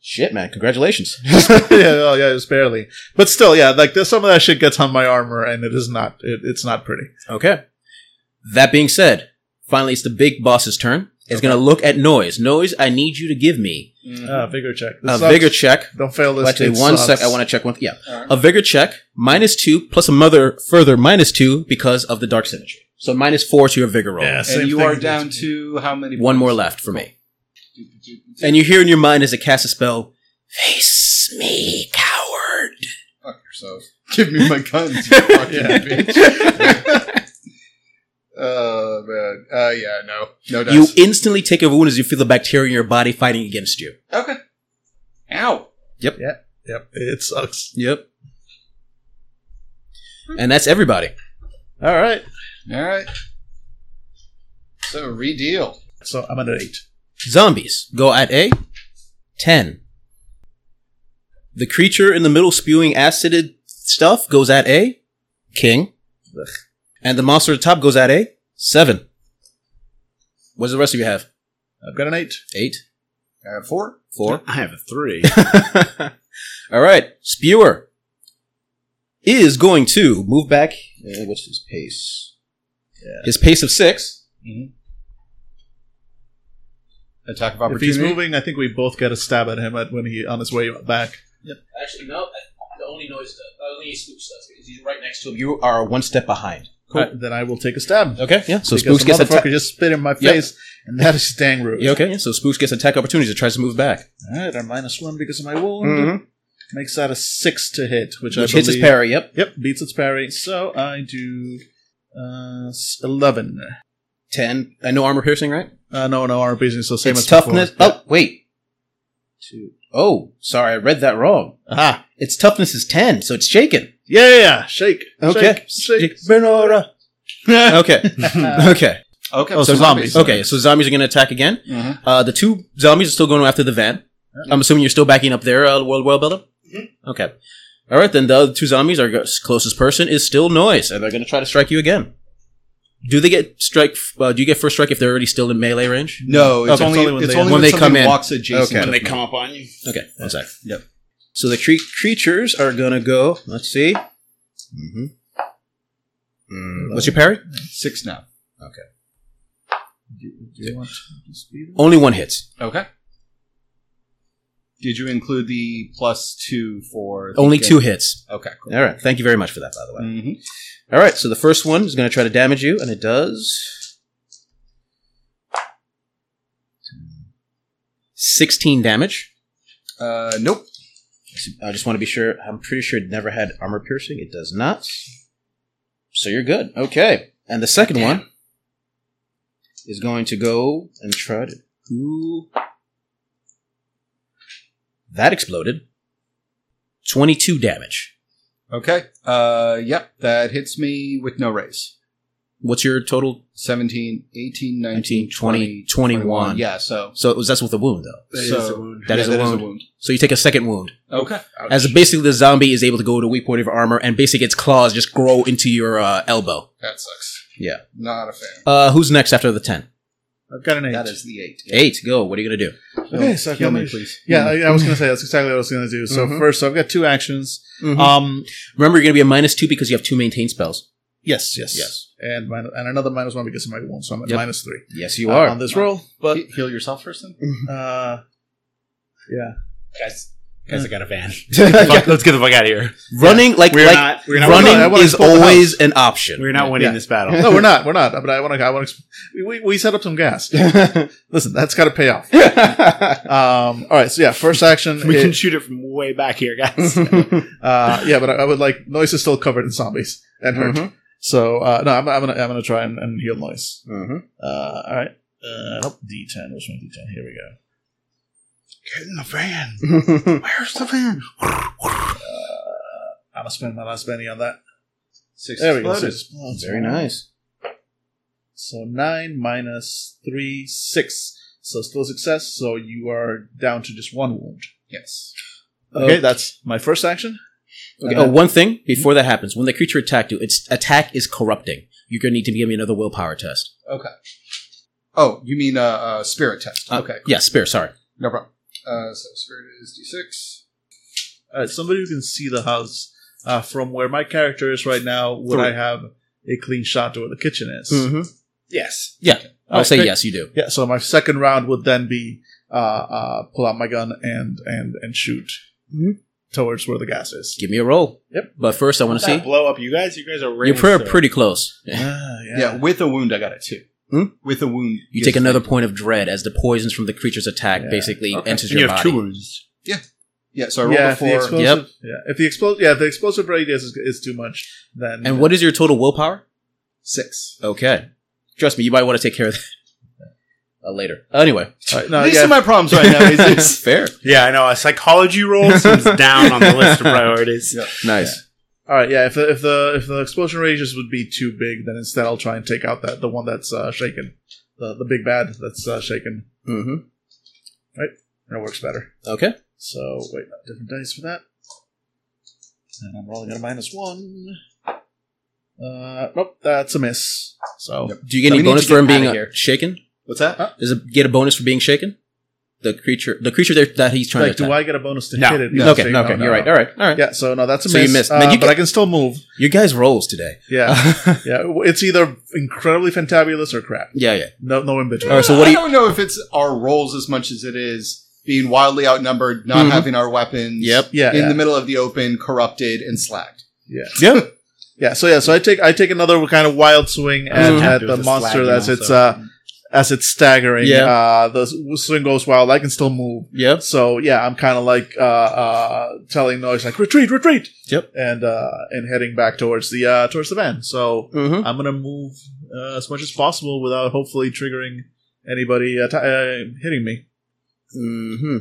Shit, man! Congratulations.
yeah, well, yeah, it was barely. But still, yeah, like there's some of that shit gets on my armor, and it is not. It, it's not pretty.
Okay. That being said, finally it's the big boss's turn. It's gonna look at noise. Noise, I need you to give me
Mm-hmm.
Uh, vigor check. This
a
sucks.
vigor check.
Don't fail this.
Actually,
it
one
sucks.
sec. I want to check one. Yeah,
Alright.
a vigor check minus two plus a mother further minus two because of the dark symmetry. So minus four to your vigor roll.
Yeah, same
and you
thing
are
it
down
is.
to how many?
One more left for me. And you hear in your mind as it casts a spell, "Face me, coward."
Fuck yourself. Give me my guns, you fucking
Yeah.
bitch. Oh man. Uh, yeah. No. No
You
dice.
instantly take a wound as you feel the bacteria in your body fighting against you.
okay. Ow.
Yep, it sucks.
Yep. And that's everybody.
All right,
All right. So redeal.
so I'm at an eight.
Zombies go at a 10. The creature in the middle spewing acided stuff goes at a king. And the monster at the top goes at a 7. What does the rest of you have?
I've got an eight.
8,
I have four.
4.
I have a three.
All right. Spewer is going to move back. Uh, what's his pace? His pace of 6.
Attack of
If he's
opportunity.
moving, I think we both get a stab at him at when he on his way back.
Actually, no. The only noise, the only spooks does, because he's right next to him. You are one step behind. Cool.
Uh, then I will take a stab.
Okay, yeah. So
Because
Spooks
the
gets
motherfucker
attack.
just spit in my
Yep.
face, and that is dang rude.
Yeah, okay. Yeah, so Spooks gets attack opportunities. It tries to move back.
All right, I'm minus one because of my wound. Makes that a six to hit, which,
Mm-hmm. Which
I
hits his
believe-
parry. Yep.
Yep, beats its parry. So I do uh, s- eleven.
Ten. I know armor piercing, right?
Uh, no, no armor piercing. So same
it's
as before.
toughness.
Yeah.
Oh wait. Two. Oh, sorry, I read that wrong.
Aha.
Its toughness is ten, so it's shaken.
Yeah, yeah, yeah. Shake.
Okay.
Shake. shake.
Benora. okay. okay.
Okay.
Oh,
Oh,
so
zombies.
Okay, so zombies are going to attack again.
Mm-hmm.
Uh, the two zombies are still going after the van. I'm assuming you're still backing up their uh, world well buildup?
Mm-hmm.
Okay. All right, then the other two zombies, our go- closest person, is still Noise, and they're going to try to strike you again. Do they get strike? f- Uh, do you get first strike if they're already still in melee range?
No, it's
Okay.
only,
It's only when
it's
they-
only when,
when they
they
come in.
walks adjacent.
Okay.
to
when they
them.
come up on you.
Okay, one sec.
Yep.
So the cre- creatures are going to go. Let's see. Mm-hmm. Mm, What's your parry?
Six now.
Only one hits.
Okay. Did you include the plus two for the
Only
game?
two hits.
Okay. Cool.
All right. Thank you very much for that, by the way.
Mm-hmm.
Mhm.
All right, so the first one is going to try to damage you, and it does. 16 damage.
Uh, nope.
I just want to be sure. I'm pretty sure it never had armor piercing. It does not. So you're good. Okay. And the second one is going to go and try to. Ooh. That exploded. 22 damage.
Okay. Uh, yep. That hits me with no raise.
What's your total?
17, 18,
19,
19, 20,
21.
Yeah, so.
So it was that's with a wound, though.
That is a wound.
That is a wound. So you take a second wound.
Okay.
As basically the zombie is able to go to a weak point of your armor, and basically its claws just grow into your uh, elbow.
That sucks.
Yeah.
Not a fan.
Uh, who's next after the ten?
I've got an eight.
That is the eight.
Eight. Go. What are you gonna do?
Okay, so I
Kill
can
me,
only-
please.
Yeah, I, I was
Mm-hmm.
going to say that's exactly what I was going to do. So first, so I've got two actions. Um,
Remember, you're gonna be a minus two because you have two maintain spells.
yes, yes,
Yes.
and min- and another minus one because of my wound, so I'm at
Yep.
minus three.
Yes, you
uh,
are.
on this roll, but
He- Heal yourself first, then.
uh, yeah,
Guys, guys, I got a van.
Yeah.
Let's get the fuck out of here.
running like
We're
like
not. We're not.
running
I wanna
is
explode the
always an option.
We're not winning
Yeah.
this battle.
no, we're not, we're not. But I want to, I want to. We, we set up some gas. Listen, that's got to pay off. Um, all right, so yeah, first action.
We
is-
can shoot it from way back here, guys.
uh, yeah, but I, I would like noise is still covered in zombies and hurt.
Mm-hmm.
So uh, no, I'm, I'm gonna I'm gonna try and, and heal noise.
Mhm.
Uh, all right. Uh, nope. D10. Where's my D10? Here we go. Get in the van. Where's the van? I'm gonna spend my last penny on that.
Six.
There we go.
exploded.
Six explodes.
Very nice.
So nine minus three, six. So still success. So you are down to just one wound.
Yes.
Okay,
Uh,
that's my first action.
Okay.
Uh,
Oh, one thing before that happens, when the creature attacked you, its attack is corrupting. You're gonna need to give me another willpower test.
Oh, you mean uh, uh spirit test.
Uh,
okay.
Yeah, spear. Sorry.
No problem. Uh, so spirit is
All right, somebody who can see the house uh, from where my character is right now, would I have a clean shot to where the kitchen is?
yes.
Mm-hmm. I'll
Mm-hmm. Alright,
say
great.
yes. You do.
Yeah, so my second round would then be uh, uh, pull out my gun and and and shoot
Mhm.
towards where the gas is.
Give me a roll.
Yep.
But first, I want to see.
blow up, you guys. You guys are
You're
ready.
pre- pretty close.
Ah,
Yeah. with a wound, I got it too.
Hmm?
With a wound,
You
gives
take
me-
another point of dread as the poisons from the creature's attack
Yeah.
basically
Okay.
enters
You
your
have
body.
two wounds.
D6. Yeah, so I rolled
yeah,
a
if the
four.
explosive, yeah, if the explosive, yeah, if the explosive radius is, is too much, then
And what is your total willpower?
Six.
Okay. Trust me, you might want to take care of that uh, later. Anyway,
All right, no,
These
Uh, yeah,
are my problems right
Oh,
now. Is this
fair.
Yeah, I know. A psychology roll seems down on the list of priorities.
Nice.
all right, yeah, if the if the if the explosion radius would be too big, then instead I'll try and take out that the one that's uh, shaken, the the big bad that's uh, shaken.
hmm
It works better.
Okay.
So wait, no, different dice for that. And I'm rolling at a minus one. Uh, nope, that's a miss. So
Do you get
We
any
need
bonus
to get
for him being
outta
uh,
here.
shaken?
What's that?
Does it get a bonus for being shaken? The creature, the creature that, that he's trying
like,
to
do
attack.
I get a bonus to
No,
hit it?
No, okay, no, okay, you're right. All right, all right.
Yeah, so no, that's a
So you
miss.
missed.
uh,
Man, you
but
ca-
I can still move.
Your guys rolls today.
Yeah,
yeah,
yeah. It's either incredibly fantabulous or crap.
yeah.
No, no in between.
All right. So what
I
do you?
don't know if it's our roles as much as it is being wildly outnumbered, not
Mhm.
having our weapons.
Yep.
Yeah,
In
yeah.
the middle of the open, corrupted and slacked.
Yeah.
yeah. So yeah, so I take I take another kind of wild swing at,
Mhm.
at
Do
the
the
monster
slagging
that's its
also.
uh as it's staggering.
Yeah.
Uh, the swing goes wild. I can still move.
Yep.
So yeah, I'm kind of like uh, uh, telling noise like retreat, retreat.
Yep.
And uh, and heading back towards the uh, towards the van. So
Mm-hmm.
I'm gonna move uh, as much as possible without hopefully triggering anybody atta- uh, hitting me.
Mm-hmm.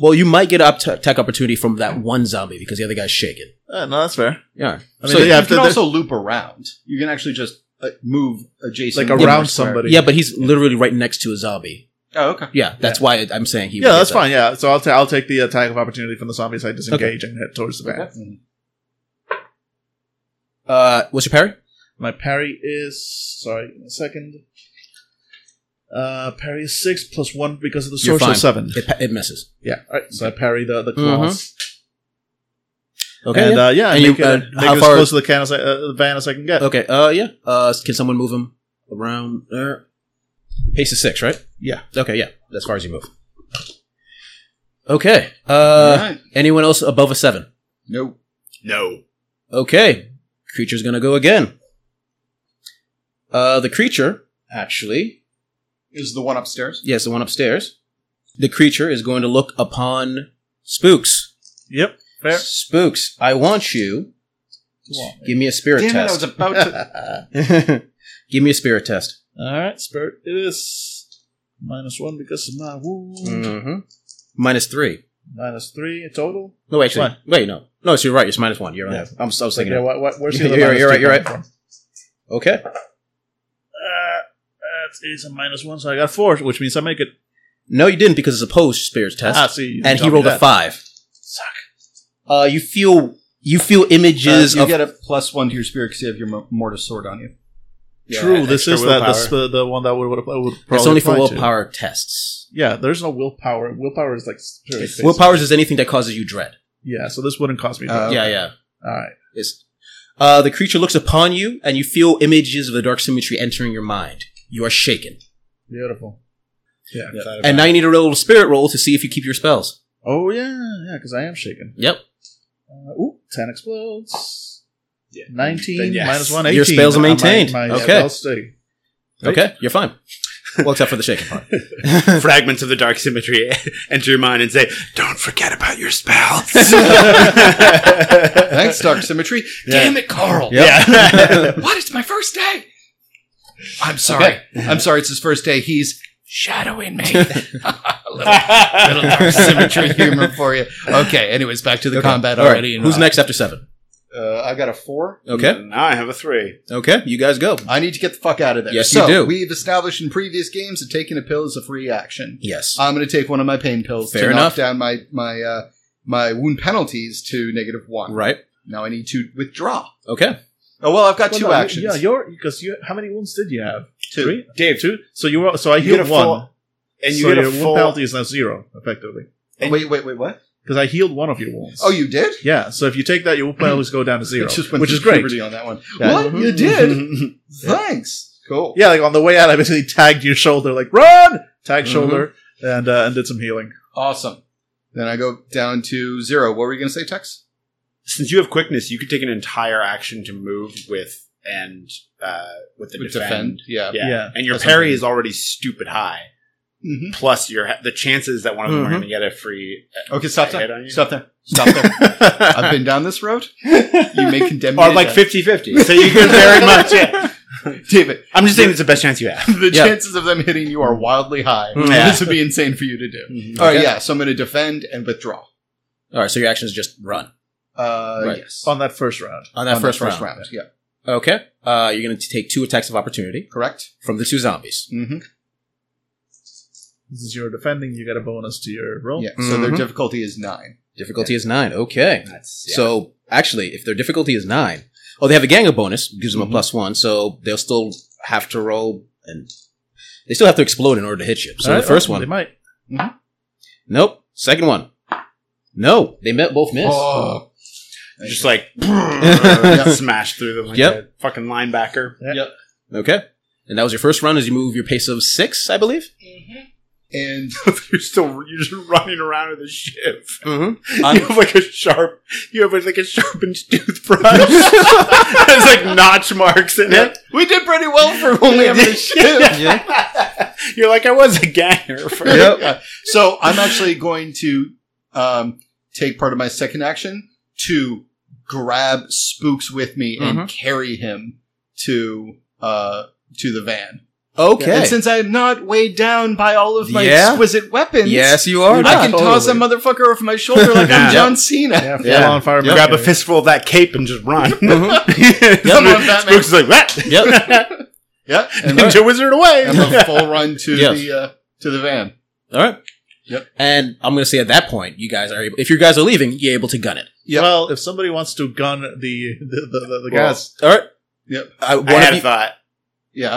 Well, you might get up t- attack opportunity from that one zombie because the other guy's shaken.
Uh, no, that's fair.
Yeah.
I mean,
So
yeah,
you
if
You
they're-
can also loop around. You can actually just uh, move adjacent,
Like
to
around
your square.
somebody.
Yeah, but he's literally right next to a zombie.
Oh, okay.
Yeah, that's why I'm saying he. would
yeah,
get
that's
that.
fine. Yeah, so I'll, ta- I'll take the attack of opportunity from the zombie side, disengage, and head towards the van. Mm-hmm.
Uh, what's your parry?
My parry is sorry, give me a second. Uh, parry is six plus one because of the
You're
source of
fine.
seven.
It, pa- it misses.
Yeah, all right. So I parry the the
Mhm.
claws,
Okay.
and uh, yeah, I
And
make,
you-
it,
uh,
make
how
it as
far-
close to the can as I, uh, the van as I can get.
okay. Uh, yeah. Uh, can someone move him around there? Pace is six, right?
Yeah.
Okay. Yeah. As far as you move. Okay. Uh,
Alright.
anyone else above a seven?
Nope.
No.
Okay. Creature's gonna go again. Uh, the creature, actually,
Is the one upstairs?
yes, the one upstairs. The creature is going to look upon Spooks.
Yep, fair.
Spooks, I want you.
Come on,
Give me a spirit
Damn it! I was
test.
about to.
Give me a spirit test.
all right, spirit it is minus one because of my wound.
Mm-hmm. Minus three.
Minus three total.
No, wait, actually,
Fine.
wait, no, no. So you're right. It's minus one. You're right.
Yeah.
I'm, I was
Like,
thinking.
yeah,
it.
why, why, where's the
You're
other
right,
minus
you're
two
right, you're
coming
right.
from?
Okay.
Uh, that is a minus one, so I got four, which means I make it.
No, you didn't because it's a post spirit test,
Ah, see, you
and
tell
he
me
rolled a
that.
five.
Suck.
Uh, you feel you feel images
Uh, you
of
get a plus one to your spirit because you have your mo- mortis sword on you.
True, this
extra
is that the,
willpower.
sp- the one that would, would, would probably
it's only for
apply to.
willpower tests.
Yeah, there's no willpower. Willpower is like spirit. based.
Willpower is anything that causes you dread.
Yeah, so this wouldn't cost me.
Uh,
that.
Yeah, yeah.
All right.
It's, uh, the creature looks upon you, and you feel images of the dark symmetry entering your mind. You are shaken,
Beautiful. Yeah.
and now you need a roll a spirit roll to see if you keep your spells.
Oh yeah, yeah, because I am shaken.
Yep,
Uh, ooh, ten explodes. Nineteen
Then yes.
minus one. 18.
Your spells are
Uh, my-
maintained.
My,
Okay.
spells stay.
okay, you're fine. Well, except for the shaking part.
Fragments of the dark symmetry enter your mind and say, "Don't forget about your spells."
Thanks, Dark Symmetry. Damn it, Carl.
Yeah.
What? It's my first day. I'm sorry. I'm sorry. It's his first day. He's shadowing me. little, little Dark Symmetry humor for you. Okay. Anyways, back to the
Okay.
combat
All right,
already. and,
Who's
uh,
next after seven?
Uh, I got a four.
Okay.
Now I have a three.
Okay, you guys go.
I need to get the fuck out of there.
Yes,
so
you do.
We've established in previous games that taking a pill is a free action.
Yes.
I'm going to take one of my pain pills
Fair
to
enough.
knock down my my uh, my wound penalties to negative one.
right.
Now I need to withdraw.
Okay.
Oh well, I've got
Well,
two
no, you-
actions.
Yeah, you're because you. How many wounds did you have?
Two.
Three? Dave, two. So you were. So I
You
healed
get a
one,
full- And you
so
get a
your
full
wound penalty is now zero, effectively,
Oh, wait, wait, wait, what?
because I healed one of your wounds.
Oh, you did?
yeah. So if you take that, your wound penalties go down to zero,
I went
which
through
is great.
puberty on that one.
Yeah. Mm-hmm.
What you did? Thanks. Cool.
Yeah, like on the way out, I basically tagged your shoulder, like run, tag shoulder, and uh, and did some healing.
Awesome. Then I go down to zero. What were you going to say, Tex?
since you have quickness, you could take an entire action to move with and uh, with the
With
defend.
Yeah.
Yeah.
Yeah.
and your
That's
parry
something.
is already stupid high.
Mhm.
Plus, your the chances that one of them
Mhm.
are going to get a free
Okay, Mm-hmm. stop
I hit on
there.
you?
Stop there. Stop there. I've been down this road. You may condemn me.
are
to
like
death.
50-50. So you can very much. Yeah.
David,
I'm just saying it's the best chance you have.
the
Yeah.
chances of them hitting you are wildly high.
Yeah.
This would be insane for you to do. All right, yeah. So I'm going to defend and withdraw.
All right. So your action is just run
Uh,
Right.
Yes.
on that first round.
on that
On
first,
that
round.
Yeah.
Okay. Uh, you're going to take two attacks of opportunity
Correct.
from the two zombies.
Mm-hmm.
Since you're defending, you get a bonus to your roll.
Yeah. So their
Mhm.
difficulty is nine.
Difficulty is nine. Okay.
That's,
So actually, if their difficulty is nine, oh, they have a ganga bonus, gives them a plus one, so they'll still have to roll and they still have to explode in order to hit you. So
All right,
the first
oh,
one,
they might.
nope. Second one, no. They met both miss.
Oh.
just like smash through them like
Yep.
a fucking linebacker.
Okay. And that was your first round as you move your pace of six, I believe.
and
you're still you're just running around with a ship.
Mhm.
You have like a sharp, you have like a sharpened toothbrush. There's like notch marks in it.
we did pretty well for only having a ship.
You're like I was a ganger for
So I'm actually going to um, take part of my second action to grab Spooks with me and
Mm-hmm.
carry him to uh, to the van.
Okay.
And since I'm not weighed down by all of my
Yeah.
exquisite weapons,
yes, you are.
I
not.
can toss that motherfucker off my shoulder like
Yeah.
I'm John Cena.
Yeah, full
Yeah.
on fireman.
Grab a fistful of that cape and just run.
Mm-hmm.
Come on, Batman.
Spooks is like that.
Yep.
Yeah, and
Ninja wizard away.
I'm a full run to
Yes.
the uh, to the van.
All right.
Yep.
And I'm going to say at that point, you guys are able, if you guys are leaving, you're able to gun it.
Well, if somebody wants to gun the the, the, the, the
Well,
gas,
All right.
Yep.
Uh,
I
one
had
of
a
you,
thought.
Yeah,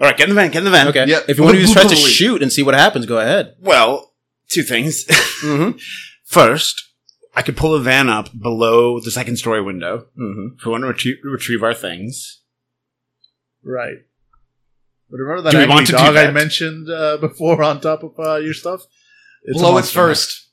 All right, get in the van. Get in the van.
okay.
Yep.
If you want to just try to
Boom.
shoot and see what happens, go ahead.
Well, two things.
Mm-hmm.
First, I could pull a van up below the second story window
Mm-hmm.
if we want to retrieve, retrieve our things.
right? But remember that
Do we
angry
want to do
dog I
that?
mentioned uh, before on top of uh, your stuff? It's a
blow it
monster.
first.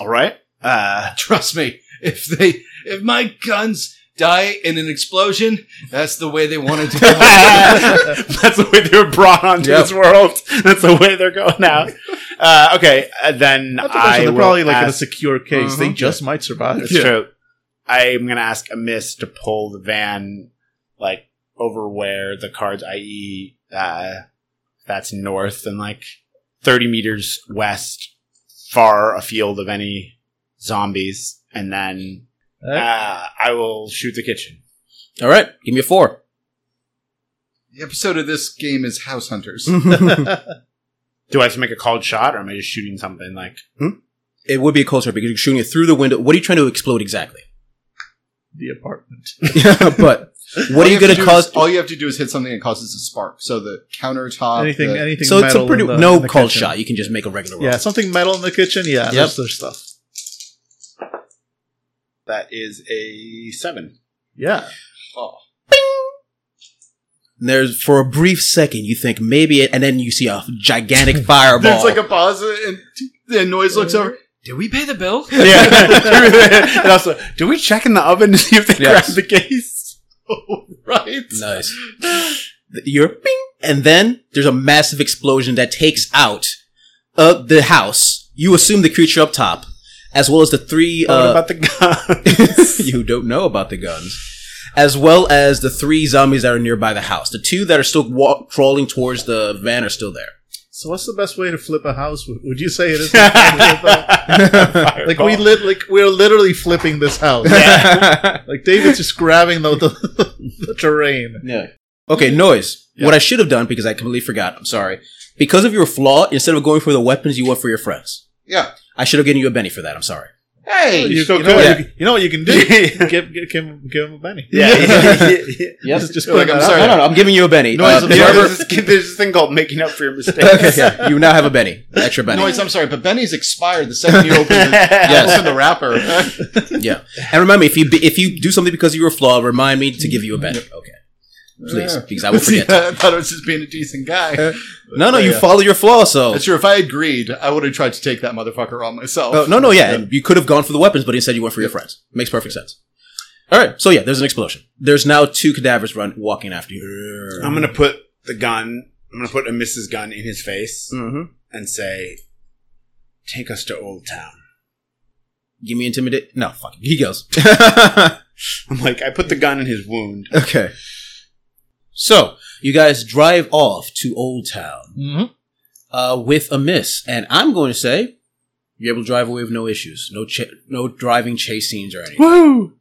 All right. Uh,
Trust me. If they if my guns die in an explosion, that's the way they wanted to go.
that's the way they were brought onto
Yep.
this world. That's the way they're going out. Uh, okay, uh, then
Not to mention,
I
they're
will
probably like in a
ask,
secure case. They just might survive.
That's true. I'm going to ask Amiss to pull the van like over where the cards, i.e., uh, that's north and like 30 meters west, far afield of any zombies, and then
Uh,
uh, I will shoot the kitchen.
All right. Give me a four.
the episode of this game is House Hunters.
Mm.
Do I have to make a called shot, or am I just shooting something like?
It would be a closer because you're shooting it through the window. What are you trying to explode exactly?
the apartment.
but what
All
are you
have
going
do
to
is-
cause?
all you have to do is hit something that causes a spark. So the countertop.
anything,
the-
anything.
So it's
metal
a pretty
in the-
no
in the
cold
kitchen.
shot. You can just make a regular roll.
Yeah, something metal in the kitchen. Yeah,
Yep.
that's their stuff.
That is a seven.
Yeah,
oh.
And There's for a brief second you think maybe it, and then you see a gigantic fireball.
There's like a pause, and the noise looks over. Did we pay the bill?
Yeah. and also, do we check in the oven to see if they
Yes.
grabbed the case?
right.
Nice. Th- You're bing, and then there's a massive explosion that takes out uh, the house. You assume the creature up top, as well as the three.
Oh, what
Uh,
about the gun?
you don't know about the guns, as well as the three zombies that are nearby the house. The two that are still wa- crawling towards the van are still there.
So what's the best way to flip a house? Would would you say it is like, like
like
we lit like we're literally flipping this house? Like David's just grabbing the, the, the terrain.
Yeah. Okay, noise. What I should have done because I completely forgot. I'm sorry. Because of your flaw, instead of going for the weapons, you went for your friends.
Yeah.
I should have given you a Benny for that. I'm sorry.
Hey.
Oh, You,
so
you know what
good.
you, can- you know what you can do?
Uh,
give, give, give him give him a penny.
yeah, yeah, yeah,
Yep.
Just, just
Like,
put
I'm
that out.
sorry.
No, no, no. I'm giving you a Benny. Uh,
Noise of
whoever-
There's, this, there's this thing called making up for your mistakes.
okay, yeah. You now have a Benny. Extra Benny.
Noise. I'm sorry, but Benny's expired the second you open the,
Yes.
open the wrapper.
Yeah. And remind me, if you if you do something because you were flawed, remind me to give you a Benny. Okay. Please,
Yeah.
because I will
See,
forget.
I thought I was just being a decent
Uh,
guy.
No, no, you
Yeah.
follow your flaw, so.
That's true. If I had greed, I would have tried to take that motherfucker on myself.
Oh, no, no, yeah. And you could have gone for the weapons, but instead you went for your friends. Makes perfect sense. All right. So, yeah, there's an explosion. There's now two cadavers run walking after you.
I'm gonna put the gun. I'm gonna put a Mrs. Gun in his face
Mm-hmm.
and say, "Take us to Old Town."
Give me intimidate. No, fuck. it. He goes.
I'm like, I put the gun in his wound.
okay. So you guys drive off to Old Town
Mhm.
Mm-hmm.
uh, with a miss, and I'm going to say you're able to drive away with no issues, no cha- no driving chase scenes or anything.
Woo!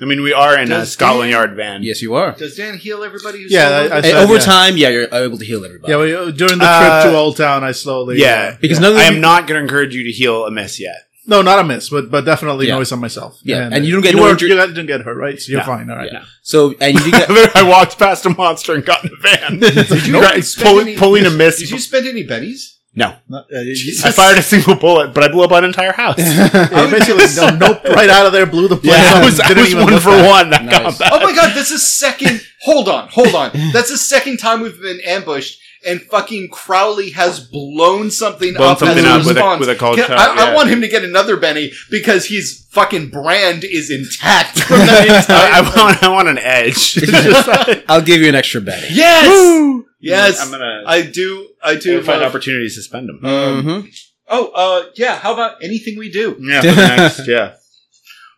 I mean, we are in a
Does
Scotland
he-
Yard van.
Yes, you are.
Does Dan heal everybody? Who's
Yeah,
still
I-
alive?
I-
And
said,
over
yeah.
time, yeah, you're able to heal everybody.
Yeah, we, uh, during the
Uh,
trip to Old Town, I slowly.
Yeah.
uh,
because none of
I am
you-
not going to encourage you to heal a miss yet.
no, not a miss, but but definitely
Yeah.
noise on myself.
Yeah, and you don't get
you
no
were-
injury-
You didn't get hurt, right? So you're
No.
fine. All right.
Yeah. So and you do get
I walked past a monster and got in the van.
Did you
Right,
spend
pull-
any-
pulling a miss.
Did you spend any bennies?
No.
Not, uh, you-
I fired a single bullet, but I blew up an entire house.
Yeah, you basically, no, nope, right out of there, blew the place.
Yeah,
up,
I was, I
didn't
was
even
one
look
for
back.
one. I got
Nice.
that.
Oh my god, that's the second. Hold on, hold on. That's the second time we've been ambushed, and fucking Crowley has blown something
Blown
up
something
as a
up with a-
response.
with a cold
Can-
shot,
I, I
yeah.
want him to get another Benny because his fucking brand is intact from that entire.
I, I want, I want an edge. It's just like-
I'll give you an extra Benny.
yes,
I'm
yes.
gonna
I do. I do.
We'll find
love-
opportunities to spend them.
um,
Mm-hmm.
Oh, uh, yeah. How about anything we do?
Yeah, for the next, yeah.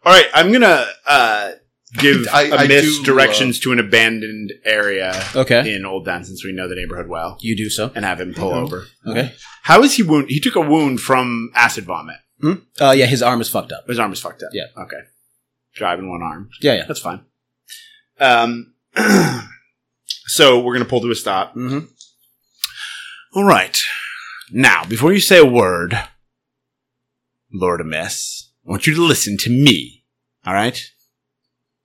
All right, I'm gonna uh, give
I-
a
I
miss
do, uh,
directions to an abandoned area
Okay.
in Old Town since we know the neighborhood well,
You do so.
and have him pull over.
Okay.
How is he wound? He took a wound from acid vomit.
Uh, yeah, his arm is fucked up.
His arm is fucked up.
Yeah.
Okay. Driving one arm.
Yeah, yeah.
That's fine. Um, so we're going to pull to a stop.
Mhm.
All right. Now, before you say a word, Lord Amiss, I want you to listen to me. All right?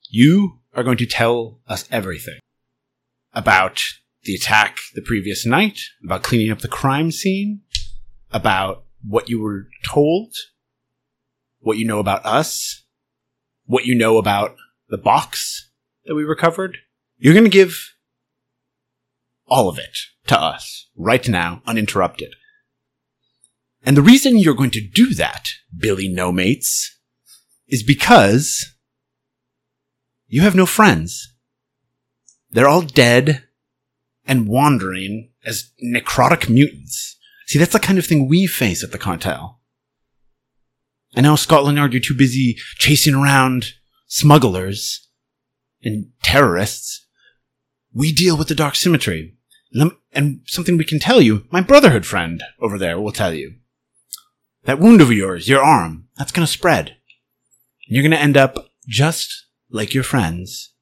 You are going to tell us everything about the attack the previous night, about cleaning up the crime scene, about what you were told, what you know about us, what you know about the box that we recovered. You're going to give all of it to us right now, uninterrupted. And the reason you're going to do that, Billy No Mates, is because you have no friends. They're all dead and wandering as necrotic mutants. See, that's the kind of thing we face at the cartel. And now Scotland Yard, you're too busy chasing around smugglers and terrorists. We deal with the dark symmetry. And I'm- And something we can tell you, my brotherhood friend over there will tell you. That wound of yours, your arm, that's gonna spread. And you're gonna end up just like your friends,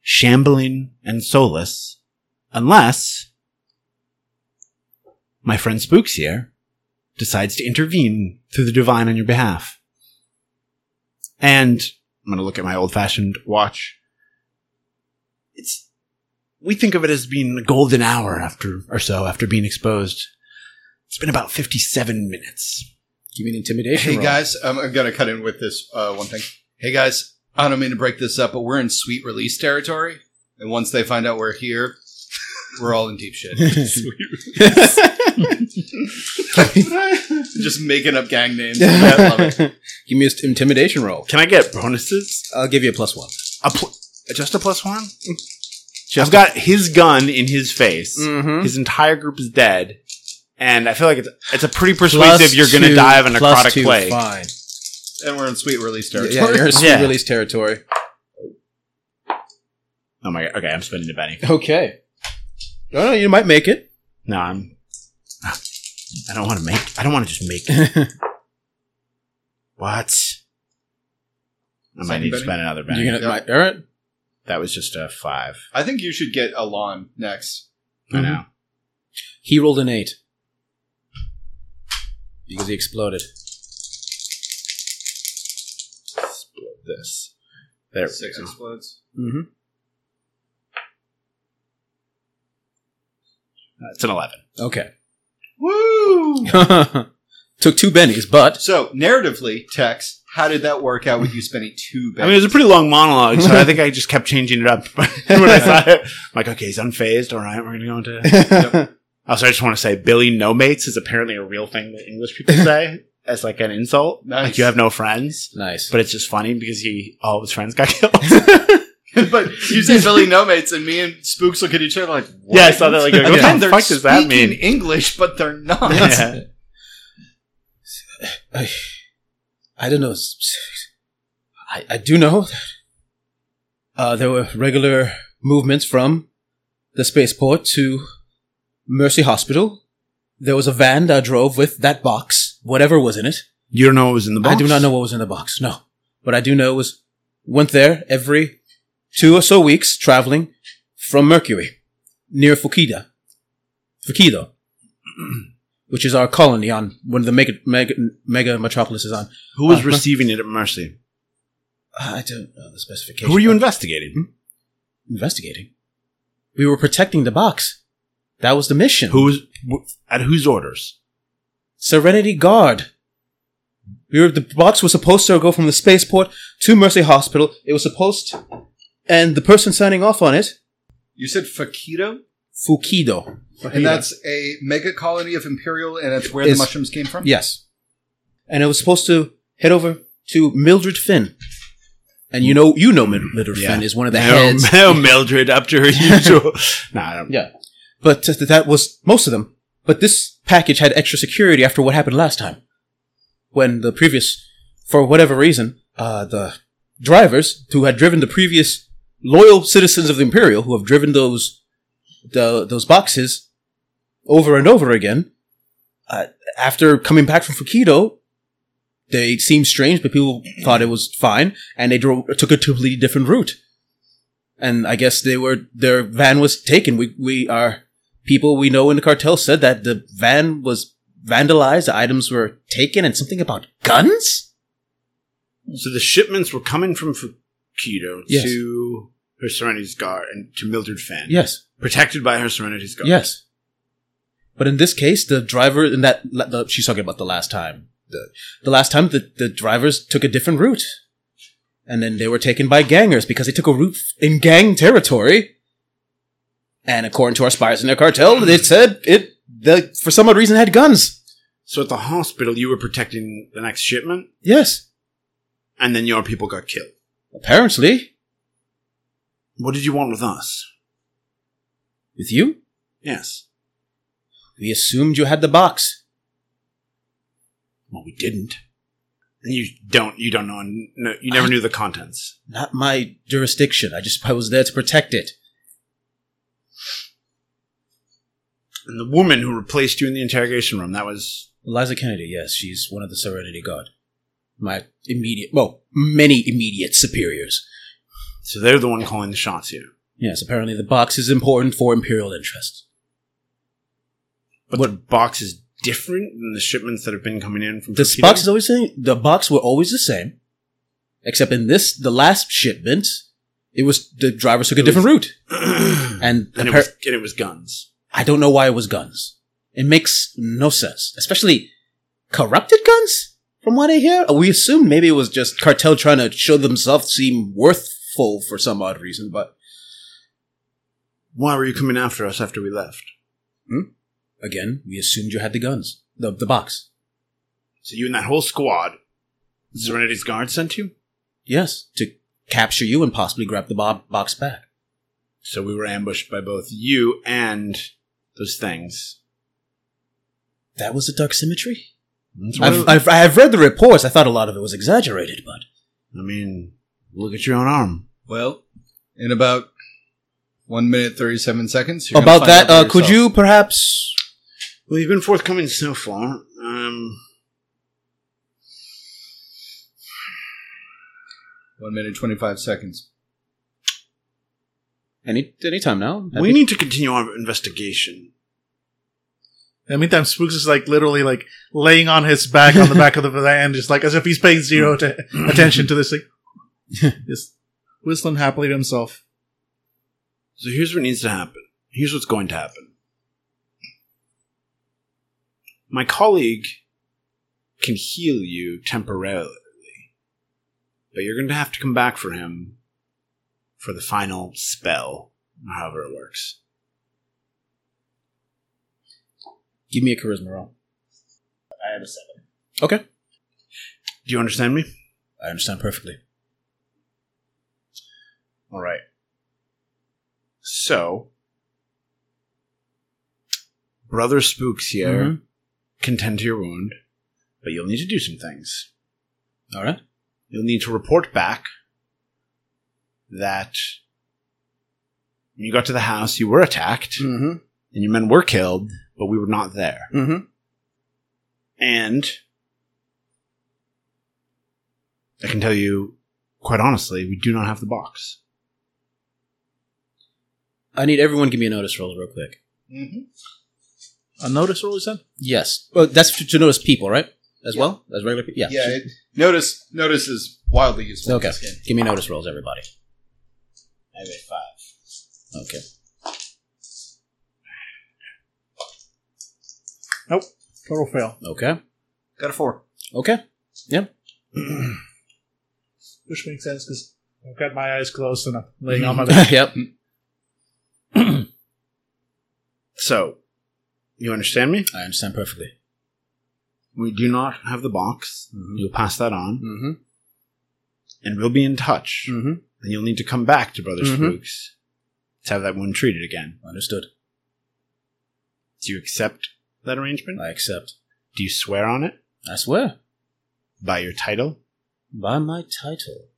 shambling and soulless, unless my friend Spooks here decides to intervene through the divine on your behalf. And I'm going to look at my old fashioned watch. It's, we think of it as being a golden hour after, or so after being exposed. It's been about 57 minutes.
Give me an intimidation.
Hey
roll.
guys, I'm, I'm gonna cut in with this uh, one thing. Hey guys, I don't mean to break this up, but we're in sweet release territory, and once they find out we're here, we're all in deep shit. Just making up gang names. I love it.
Give me an intimidation roll.
Can I get bonuses?
I'll give you a plus one.
A pl- just a plus one? I've got his gun in his face.
Mm-hmm.
His entire group is dead. And I feel like it's, it's a pretty
Plus
persuasive you're going
two-
to die of a
plus
necrotic
two,
plague.
Fine.
And we're in sweet release
Yeah,
territory.
you're in sweet
Yeah.
release territory.
Oh my god. Okay, I'm spending a penny.
Okay. No, no, you might make it.
No, I'm. I don't want to make. I don't want to just make. It. What? I might
Second
need to
penny?
spend another penny.
You're gonna.
Yeah.
Might, all right.
that was just a five.
I think you should get Alon next.
Mm-hmm.
I know.
He rolled an eight because he exploded.
Explode this. There we
Six
go.
explodes.
Mm-hmm.
That's an eleven.
Okay.
Woo!
Took two bennies, but
So narratively, Tex, how did that work out with you spending two?
I mean, it was a pretty long monologue, so I think I just kept changing it up. when I thought it, I'm like, okay, he's unfazed. All right, we're gonna go into. Also, I just want to say, Billy no mates is apparently a real thing that English people say as like an insult.
Nice.
Like you have no friends.
nice.
But it's just funny because he all of his friends got killed.
but you said Billy No Mates, and me and Spooks look at each other like, what?
Yeah, I saw that, like, what the
And they're
fuck does that
speaking
mean?
English, but they're not.
Yeah.
I, I don't know. I, I do know that uh, there were regular movements from the spaceport to Mercy Hospital. There was a van that drove with that box, whatever was in it.
You don't know what was in the box.
I do not know what was in the box, no. But I do know was went there every two or so weeks traveling from Mercury near Fukida. Fukido. Which is our colony on one of the mega, mega, mega metropolises on.
who was
Uh,
receiving it at Mercy.
I don't know the specification.
Who were you Hmm? investigating?
investigating? We were protecting the box. That was the mission.
Who was wh- at whose orders?
Serenity Guard. We were, the box was supposed to go from the spaceport to Mercy Hospital. It was supposed, to, and the person signing off on it,
You said Fakito?
Fukido.
And that's a mega colony of Imperial, and that's where
It's-
the mushrooms came from?
Yes, and it was supposed to head over to Mildred Finn. And you know, you know, Mil- Mildred
Yeah.
Finn is one of the
no,
heads.
no, Mildred, up to her usual. nah, I don't.
Yeah. But th- that was most of them. But this package had extra security after what happened last time. When the previous, for whatever reason, uh, the drivers who had driven the previous loyal citizens of the Imperial who have driven those, the, those boxes over and over again, uh, after coming back from Fukido, they seemed strange, but people thought it was fine, and they drove, took a completely different route and I guess they were their van was taken. We we are people we know in the cartel said that the van was vandalized, the items were taken, and something about guns.
So the shipments were coming from Fukido
Yes.
to her Serenity's Guard and to Mildred Finn.
Yes,
Protected by her Serenity's Guard.
yes. But in this case, the driver in that the, she's talking about the last time. The, the last time the, the drivers took a different route, and then they were taken by gangers because they took a route in gang territory. And according to our spies in their cartel, it said it the for some odd reason had guns.
So at the hospital, you were protecting the next shipment,
Yes.
and then your people got killed.
Apparently.
What did you want with us?
With you?
Yes.
We assumed you had the box.
Well, we didn't. And you don't. You don't know. No, you never knew the contents.
Not my jurisdiction. I just I was there to protect it.
And the woman who replaced you in the interrogation room—that was
Eliza Kennedy, yes, she's one of the Serenity Guard. My immediate, well, many immediate superiors.
so they're the one calling the shots here.
Yes, apparently the box is important for Imperial interests.
But the box is different than the shipments that have been coming in from
The
Torpedo?
box is always the same. The box were always the same, except in this, the last shipment, it was the drivers took a different route, and,
and, it
appar-
was, and it was guns.
I don't know why it was guns. It makes no sense, especially corrupted guns. From what I hear, we assumed maybe it was just cartel trying to show themselves seem worthful for some odd reason. But
Why were you coming after us after we left?
again, we assumed you had the guns, the the box.
So you and that whole squad, Serenity's guard sent you.
Yes, to capture you and possibly grab the bo- box back.
So we were ambushed by both you and those things.
That was a dark symmetry.
That's what
I've, I've I've read the reports. I thought a lot of it was exaggerated, but
I mean, look at your own arm.
Well, in about one minute, 37 seconds. you're gonna
about
find
that,
out
uh,
for
could
yourself.
you perhaps?
Well, you've been forthcoming so far. Um,
One minute, 25 seconds.
Any any time now.
we need to continue our investigation.
In the meantime, Spooks is like literally like laying on his back on the back of the van, just like as if he's paying zero atten- attention to this thing. just whistling happily to himself.
So here's what needs to happen. Here's what's going to happen. My colleague can heal you temporarily, but you're going to have to come back for him for the final spell, or however it works.
give me a charisma roll.
I have a seven.
Okay,
Do you understand me?
I understand perfectly.
All right. So, Brother Spooks here
Mhm.
can tend to your wound, but you'll need to do some things.
All right.
you'll need to report back that when you got to the house, you were attacked
Mm-hmm.
and your men were killed, but we were not there.
Mm-hmm.
And I can tell you, quite honestly, we do not have the box.
I need everyone give me a notice roll real quick.
Mm-hmm.
A notice roll, you said?
Yes. Well, that's to, to notice people, right? As well as regular people. Yeah.
Yeah. it- notice notice is wildly useful. in
okay.
this game.
Give me notice rolls, everybody.
I have a five.
Okay.
Total fail.
Okay.
Got a four.
Okay.
Which makes sense because I've got my eyes closed and I'm laying on my back.
yep.
So, you understand me?
I understand perfectly.
We do not have the box. You'll pass that on,
Mm-hmm.
and we'll be in touch.
Mhm.
And you'll need to come back to Brother
Mhm.
Spooks to have that wound treated again.
Understood.
Do you accept that arrangement?
I accept.
Do you swear on it?
I swear.
By your title?
By my title.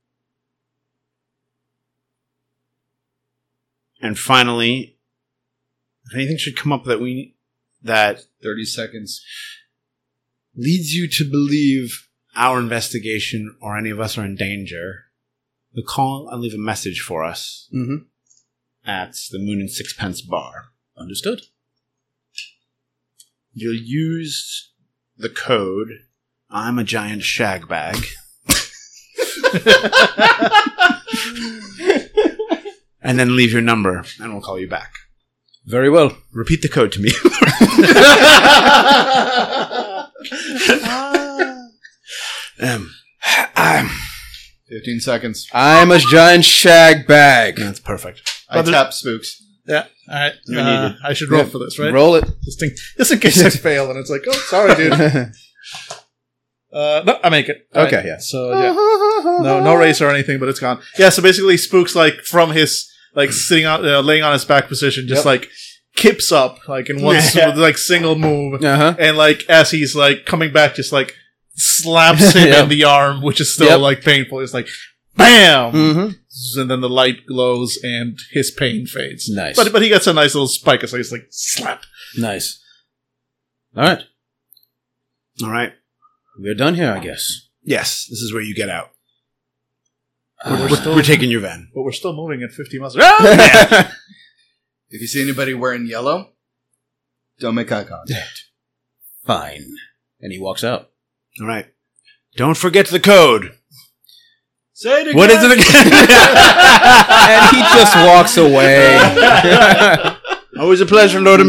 And finally, if anything should come up that we that
30 seconds.
leads you to believe our investigation or any of us are in danger, the call and leave a message for us
Mhm.
at the Moon and Sixpence Bar.
Understood.
You'll use the code I'm a giant shag bag. and then leave your number and we'll call you back.
Very well.
Repeat the code to me. um, um,
15 seconds.
I'm a giant shag bag.
that's perfect.
I tap spooks.
All right.
You
uh,
need
I should roll for this, right?
Roll it.
Just, in, just in case I fail and it's like, oh, sorry, dude. Uh, no, I make it. All
Okay,
right.
yeah.
So yeah, no, no race or anything, but it's gone. Yeah. So basically, Spooks like from his like sitting on, uh, laying on his back position, just like kips up like in one s- like single move,
Uh-huh.
and like as he's like coming back, just like slaps him
Yep.
in the arm, which is still
Yep.
like painful. It's like bam,
Mm-hmm.
and then the light glows and his pain fades.
Nice.
But but he gets a nice little spike, so he's like slap.
nice. All right.
All right.
We're done here, I guess.
Yes, this is where you get out.
Uh,
We're, Oh, we're, we're taking your van.
But we're still moving at fifty miles. Ah!
If you see anybody wearing yellow, don't make eye contact.
fine. And he walks out.
All right. Don't forget the code.
Say it again.
What is it again?
and he just walks away.
Always a pleasure, Lord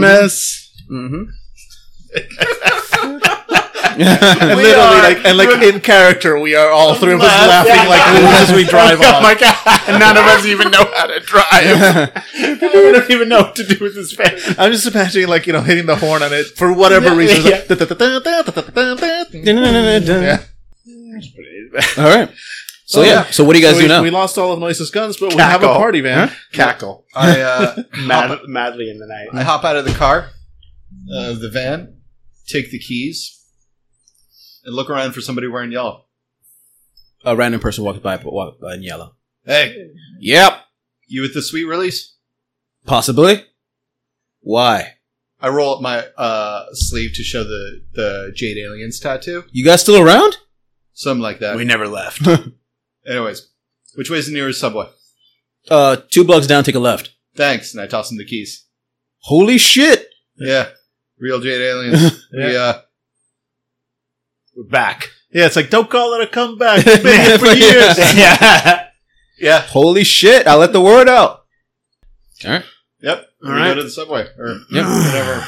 And
mm-hmm.
literally, like, and like in character, we are all three of us laughing like this as we drive
Oh
off.
my god! None of us even know how to drive. we don't even know what to do with this van.
I'm just imagining, like you know, hitting the horn on it for whatever reason. It's like, "Da-da-da-da-da-da-da-da-da."
All right. So
Oh,
yeah.
yeah.
So what do you guys
So
do
we,
now?
we lost all of Noise's guns, but we have a
Cackle.
party van.
Cackle
I, uh,
Mad- madly in the night.
I hop out of the car, uh, of the van, take the keys, and look around for somebody wearing yellow.
A random person walks by, walk by in yellow.
Hey,
Yep.
you with the sweet release?
Possibly. Why?
I roll up my uh, sleeve to show the, the Jade Aliens tattoo.
You guys still around?
Something like that.
We never left.
Anyways, which way is the nearest subway?
Uh, two blocks down, take a left.
Thanks. And I toss him the keys.
Holy shit!
Yeah. Real Jade Aliens. yeah. We, uh,
We're back.
Yeah, it's like don't call it a comeback. It's been here for years.
yeah.
yeah.
Holy shit! I let the word out.
Yep.
All
we
right.
go to the subway. Or
Yep.
whatever.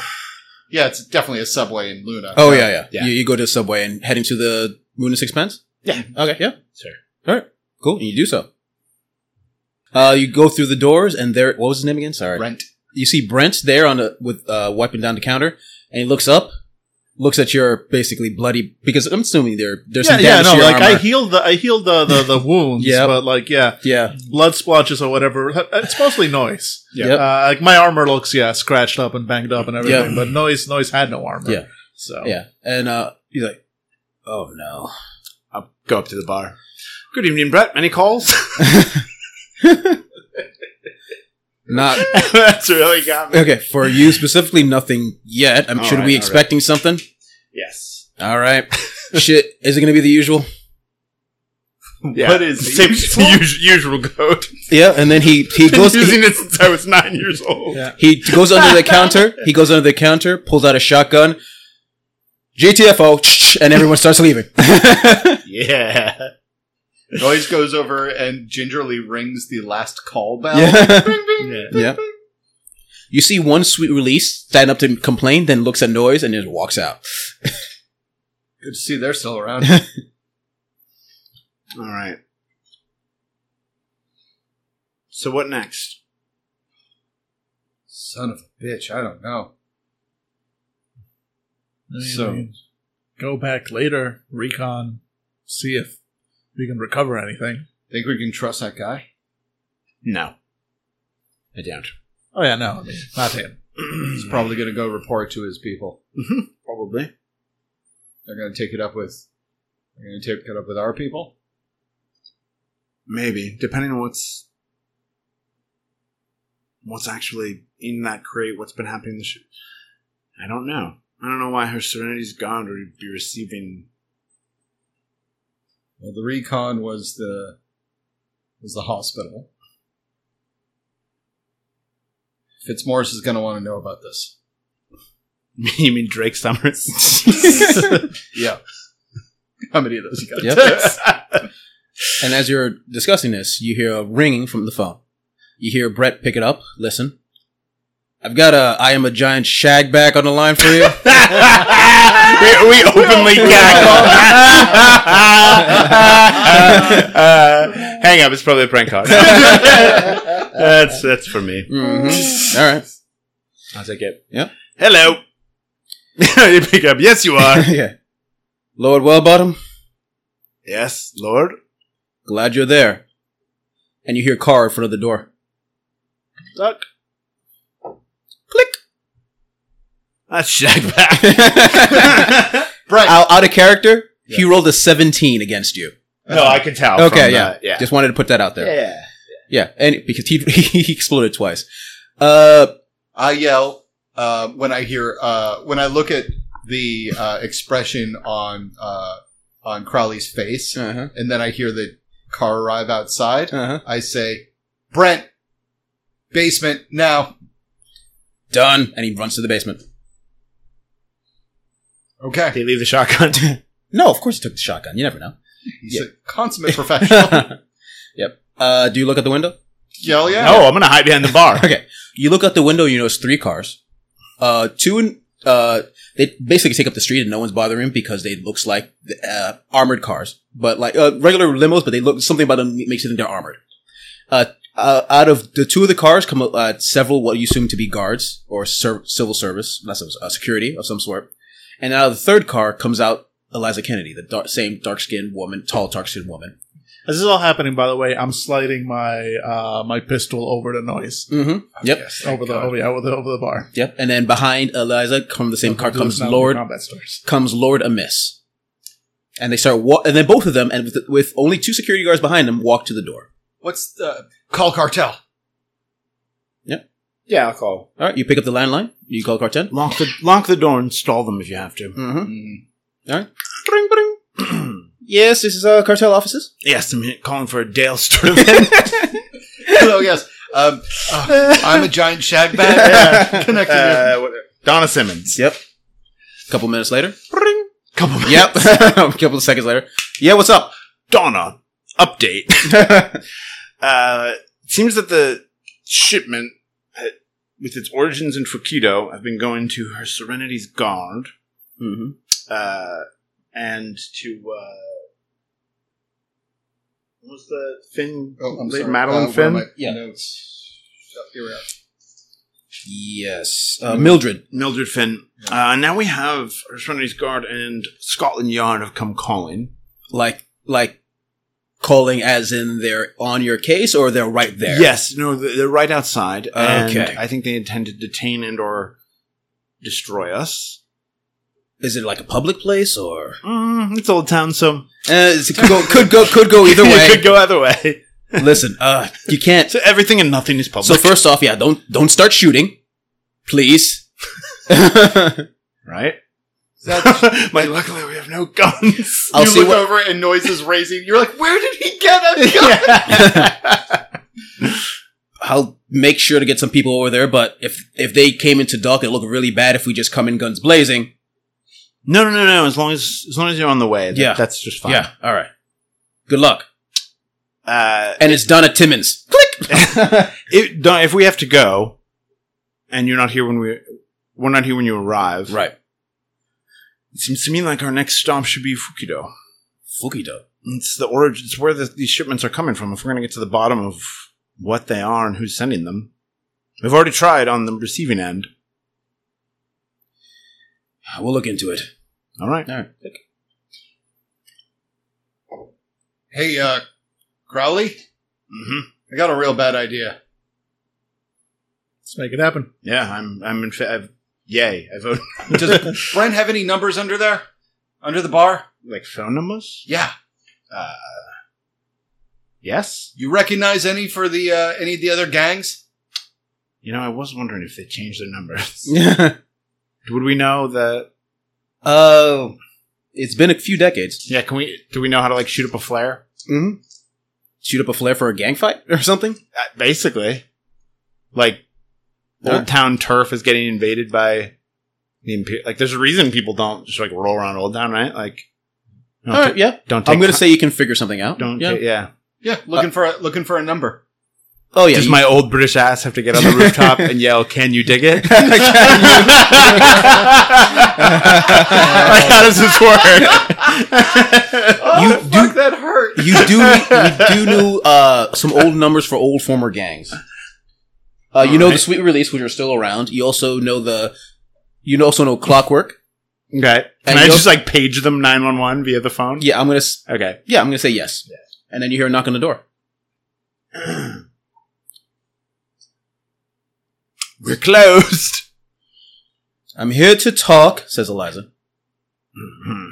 Yeah, it's definitely a subway in Luna.
Oh yeah, yeah.
Yeah.
You, you go to the subway and heading to the Moon and Sixpence.
Yeah.
Okay. Yeah.
Sure.
All right. Cool. And you do so. Uh, you go through the doors, and there. What was his name again? Sorry.
Rent.
you see Brent there on the with uh, wiping down the counter, and he looks up, looks at your basically bloody because I'm assuming there there's
Yeah,
some
yeah,
damage
no,
to your
like
armor.
I healed the I healed the the, the wounds,
Yep.
but like yeah,
yeah,
blood splotches or whatever. It's mostly noise.
yeah,
Uh, like my armor looks yeah scratched up and banged up and everything,
Yeah.
but noise noise had no armor.
Yeah.
So
yeah. And uh, he's like, "Oh no,
I'll go up to the bar. Good evening, Brett. Any calls?
not
That's really got me.
okay for you specifically. Nothing yet. I'm
All
should
right,
we
all
expecting something?
Yes.
All right, shit. Is it gonna be the usual?
Yeah. What is the usual, usual code?
Yeah. And then he he
Been
goes
using it since I was nine years old.
Yeah.
he goes under the counter. He goes under the counter, pulls out a shotgun. GTFO, and everyone starts leaving.
Yeah.
Noise goes over and gingerly rings the last call bell.
yeah.
Bing, bing.
Yeah. You see one sweet release stand up to complain, then looks at noise and just walks out.
Good to see they're still around.
All right. So what next?
Son of a bitch. I don't know.
I mean,
So-
we go back later, recon, see if we can recover anything.
Think we can trust that guy?
No. I don't.
Oh yeah, no, I mean, not him.
He's probably going to go report to his people.
Probably.
They're going to take it up with. They're going to take it up with our people.
Maybe, depending on what's what's actually in that crate, what's been happening this year. I don't know. I don't know why her serenity's gone or be receiving.
Well, the recon was the was the hospital. Fitzmaurice is going to want to know about this.
you mean Drake Summers?
Yeah. How many of those you got?
And as you're discussing this, you hear a ringing from the phone. You hear Brett pick it up, listen. I've got a I am a giant shag bag on the line for you.
we, we openly cackle. Uh, hang up, it's probably a prank call. that's that's for me.
Mhm. All right.
I'll take it.
Hello. you pick up. Yes, you are.
yeah. Lord Wellbottom,
Yes, Lord.
glad you're there. And you hear car in front of the door.
Duck.
That's Shagback.
Brett. Out, out of character, he rolled a 17 against you.
no, I can tell.
Okay,
from
yeah.
that, yeah.
Just wanted to put that out there.
Yeah.
Yeah, and because he he exploded twice. Uh,
I yell uh, when I hear uh, when I look at the uh, expression on uh, on Crowley's face,
uh-huh,
and then I hear the car arrive outside.
uh-huh.
I say, "Brent, basement now."
Done. And he runs to the basement.
Okay,
They leave the shotgun.
No, of course he took the shotgun. You never know.
he's a consummate professional.
yep. Uh, do you look at the window?
Yell yeah!
No, I'm gonna hide behind the bar.
Okay. You look out the window. You notice three cars. Uh, two and uh, they basically take up the street and no one's bothering because they looks like uh, armored cars, but like uh, regular limos. But they look something about them makes it think they're armored. Uh, uh, out of the two of the cars come uh, several what you assume to be guards or ser- civil service, not civil, uh, security of some sort. And out of the third car comes out Eliza Kennedy, the dark, same dark skinned woman, tall dark skinned woman.
As this is all happening, by the way, I'm sliding my uh, my pistol over to noise
Mm-hmm. Yep.
over the over, yeah, over the over the bar.
Yep. And then behind Eliza, come the same car comes
Now
Lord
combat stores.
comes Lord Amiss, and they start wa- and then both of them and with, with only two security guards behind them walk to the door.
What's the call cartel?
Yeah, I'll call.
All right, you pick up the landline. You call Carten.
Lock the lock the door and stall them if you have to.
Mm-hmm. right. Bring, bring. yes, this is uh, cartel offices.
Yes, I'm calling for a Dale Sturman.
Hello, yes. Um, uh, I'm a giant shag bag. Connected.
Uh, what- Donna Simmons.
Yep. A couple minutes later. Bring. Couple. Minutes. Yep. a couple of seconds later. Yeah, what's up?
Donna, update. uh, it seems that the shipment, uh, with its origins in Fukido, have been going to Her Serenity's guard
Mm-hmm.
uh, and to. Uh, what was the Finn?
Oh, I'm
Lady
sorry.
Madeline
uh,
Finn?
Yeah.
Yeah. Notes. Oh, Here we are.
Yes, uh, Mildred.
Mildred Finn. Uh, now we have Her Serenity's guard and Scotland Yard have come calling.
Like, like calling as in they're on your case or they're right there.
Yes, no, th- they're right outside. And
Okay.
I think they intend to detain and or destroy us.
Is it like a public place or?
Mm, it's old town, so
Uh, it could go, could go, could go either
it
way.
could go either way.
Listen, uh, you can't.
So everything and nothing is public,
So first off, yeah, don't don't start shooting, please. I'll
right? My luckily we have no guns.
you
see
look
what.
over and noise is raising. You're like, where did he get a gun?
Oh,
I'll make sure to get some people over there, but if if they came into dock, it would look really bad if we just come in guns blazing.
no, no, no, no. As long as as long as you're on the way, that-
Yeah.
that's just fine.
Yeah, all right. Good luck,
Uh,
and it's done at Timmins.
it, don't- if we have to go, and you're not here when we we're not here when you arrive.
Right.
It seems to me like our next stop should be Fukido.
Fukido.
It's the origin. It's where the, these shipments are coming from. If we're going to get to the bottom of what they are and who's sending them, we've already tried on the receiving end.
We'll look into it.
All right.
All right.
Hey, uh, Crowley,
Mm-hmm.
I got a real bad idea.
Let's make it happen.
Yeah, I'm. I'm in. Fa- I've, yay! I vote
Does Brent have any numbers under there? Under the bar?
like phone numbers.
Yeah.
Yes.
You recognize any for the uh, any of the other gangs?
You know, I was wondering if they changed their numbers.
Yeah.
Would we know that?
uh, it's been a few decades.
Yeah. Can we? Do we know how to like shoot up a flare?
Mm-hmm. Shoot up a flare for a gang fight or something?
Uh, basically, like
Yeah.
Old Town turf is getting invaded by the Imper- like. There's a reason people don't just like roll around Old Town, right? Like, don't,
All right. Yeah.
ta- don't take.
I'm gonna
co-
say you can figure something out.
Don't.
Yeah.
Yeah. yeah.
Yeah, looking for a, looking for a number.
oh yeah.
Does
you-
my old British ass have to get on the rooftop and yell, "Can you dig it?" like, how does this work?
Oh,
You
fuck, that hurt.
you do you do know uh, some old numbers for old former gangs. Uh, you know the Sweet Release, which are still around. You also know the you also know Clockwork.
okay. Can
And
I
you'll-
just like page them nine one one via the phone?
Yeah, I'm gonna s-
Okay.
yeah I'm gonna say yes. And then you hear a knock on the door.
We're closed.
I'm here to talk, says Eliza.
Mhm.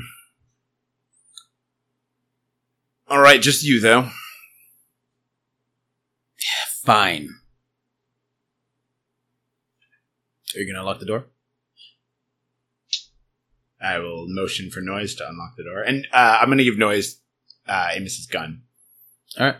All right, just you though.
Fine. Are you gonna lock the door?
I will motion for Noise to unlock the door, and uh, I'm going to give Noise uh, Amos's gun.
Oh,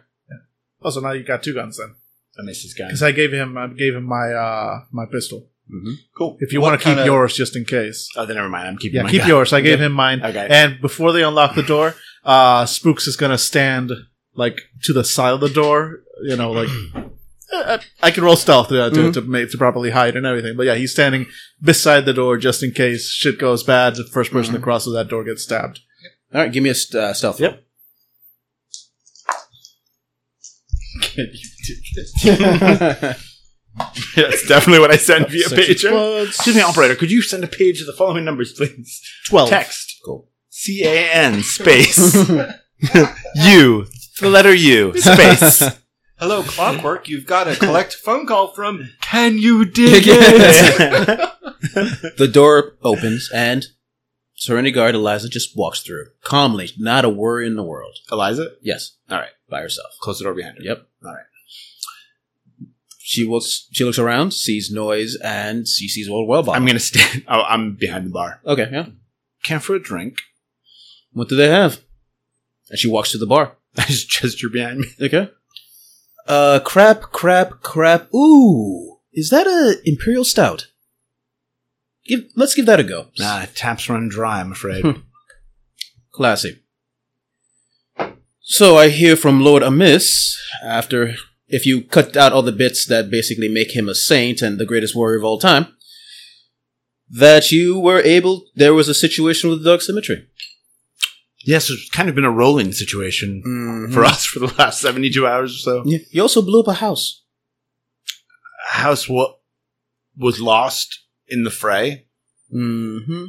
so now you got two guns then.
Amos's gun.
Because I gave him, I gave him my uh my pistol.
Mm-hmm.
Cool.
If you
What
want to keep
kinda-
yours, just in case.
Oh, then never mind. I'm keeping.
Yeah,
my
keep
gun.
yours. I gave
Okay.
him mine.
Okay.
And before they unlock the door, uh, Spooks is gonna stand like to the side of the door. You know, like I, I can roll stealth to,
Mm-hmm.
to, to, make, to properly hide and everything. But yeah, he's standing beside the door just in case shit goes bad. The first person
Mm-hmm.
that crosses that door gets stabbed.
All right, give me a st- uh, stealth. roll.
That's definitely what I sent via
Search
pager.
explodes.
Excuse me, operator. Could you send a page of the following numbers, please?
Twelve.
Text.
Cool.
C A N space U. The letter U space.
Hello, Clockwork. You've got a collect phone call from. Can you dig it?
Yes.
The door opens and Serenity Guard Eliza just walks through calmly, not a worry in the world.
Eliza,
Yes.
All right.
By herself.
close the door behind her.
Yep.
All right.
She looks. She looks around, sees noise, and she sees old well
I'm gonna stand. Oh, I'm behind the bar.
Okay. Yeah.
Can for a drink?
What do they have? And she walks to the bar.
I just gesture behind me.
Okay. Uh, crap, crap, crap. Ooh, is that a imperial stout? Give. Let's give that a go.
Nah, Uh, taps run dry. I'm afraid.
Hmm. Classy. So I hear from Lord Amiss after if you cut out all the bits that basically make him a saint and the greatest warrior of all time, that you were able there was a situation with the Dark Symmetry.
Yes, it's kind of been a rolling situation
Mm-hmm.
for us for the last 72 hours or so.
Yeah. Mm-hmm. You also blew up a house.
A house wa- was lost in the fray.
Mm-hmm.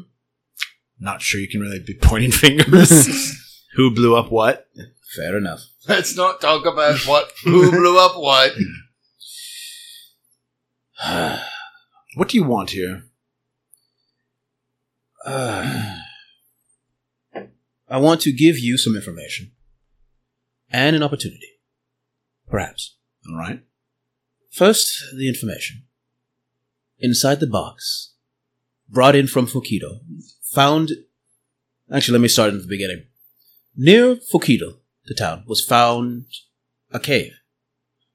Not sure you can really be pointing fingers. Who blew up what?
Fair enough.
Let's not talk about what who blew up what.
What do you want here?
Uh, I want to give you some information and an opportunity. Perhaps.
All right.
First, the information. Inside the box, brought in from Fukido, found. Actually, let me start at the beginning. Near Fukido, the town, was found a cave.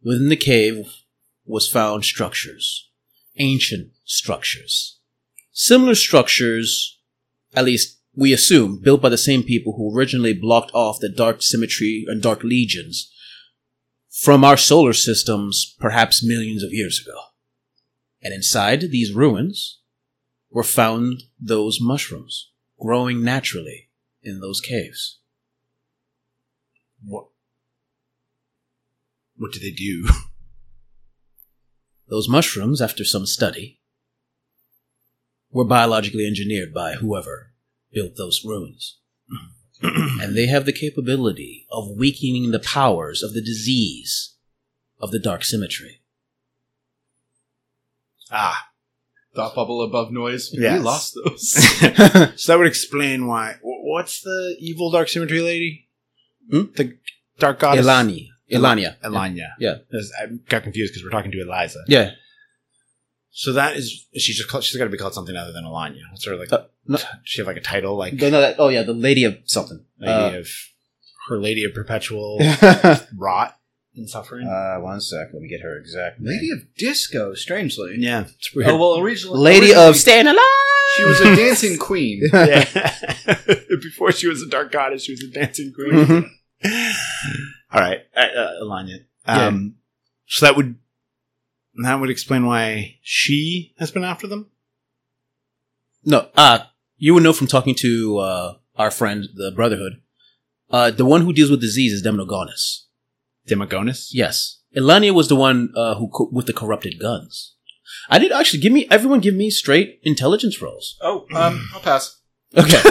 Within the cave was found structures, ancient structures. Similar structures, at least we assume, built by the same people who originally blocked off the Dark Symmetry and Dark Legions from our solar systems perhaps millions of years ago. And inside these ruins were found those mushrooms growing naturally in those caves.
What? What do they do?
Those mushrooms, after some study, were biologically engineered by whoever built those ruins. and they have the capability of weakening the powers of the disease of the dark symmetry.
Ah,
Thought bubble above noise.
Yes.
We lost those.
so that would explain why. wh- What's the evil dark symmetry lady?
Hmm?
The dark goddess.
Elani. Elania.
Elania.
Yeah.
That's- I got confused because we're talking to Eliza.
Yeah.
So that is she's just called, she's got to be called something other than Elania. What's her like?
Uh, no.
does She have like a title like
No, no, that, oh yeah, the lady of something. Uh,
lady of her lady of perpetual rot and suffering.
Uh, one sec, let me get her exact
Lady of Disco, strangely.
yeah, it's weird.
Oh, well, originally.
Lady
originally
of Staying Alive!
She was a dancing queen.
yeah. Before she was a dark goddess, she was a dancing queen. All right, uh, uh, Alanya. Um, So that would that would explain why she has been after them.
No, uh, you would know from talking to uh, our friend, the Brotherhood. Uh, the one who deals with disease is Demnogonus.
Demogonus.
Yes, Elania was the one uh, who co- with the corrupted guns. I did actually give me everyone give me straight intelligence rolls.
Oh, um, I'll pass.
Okay,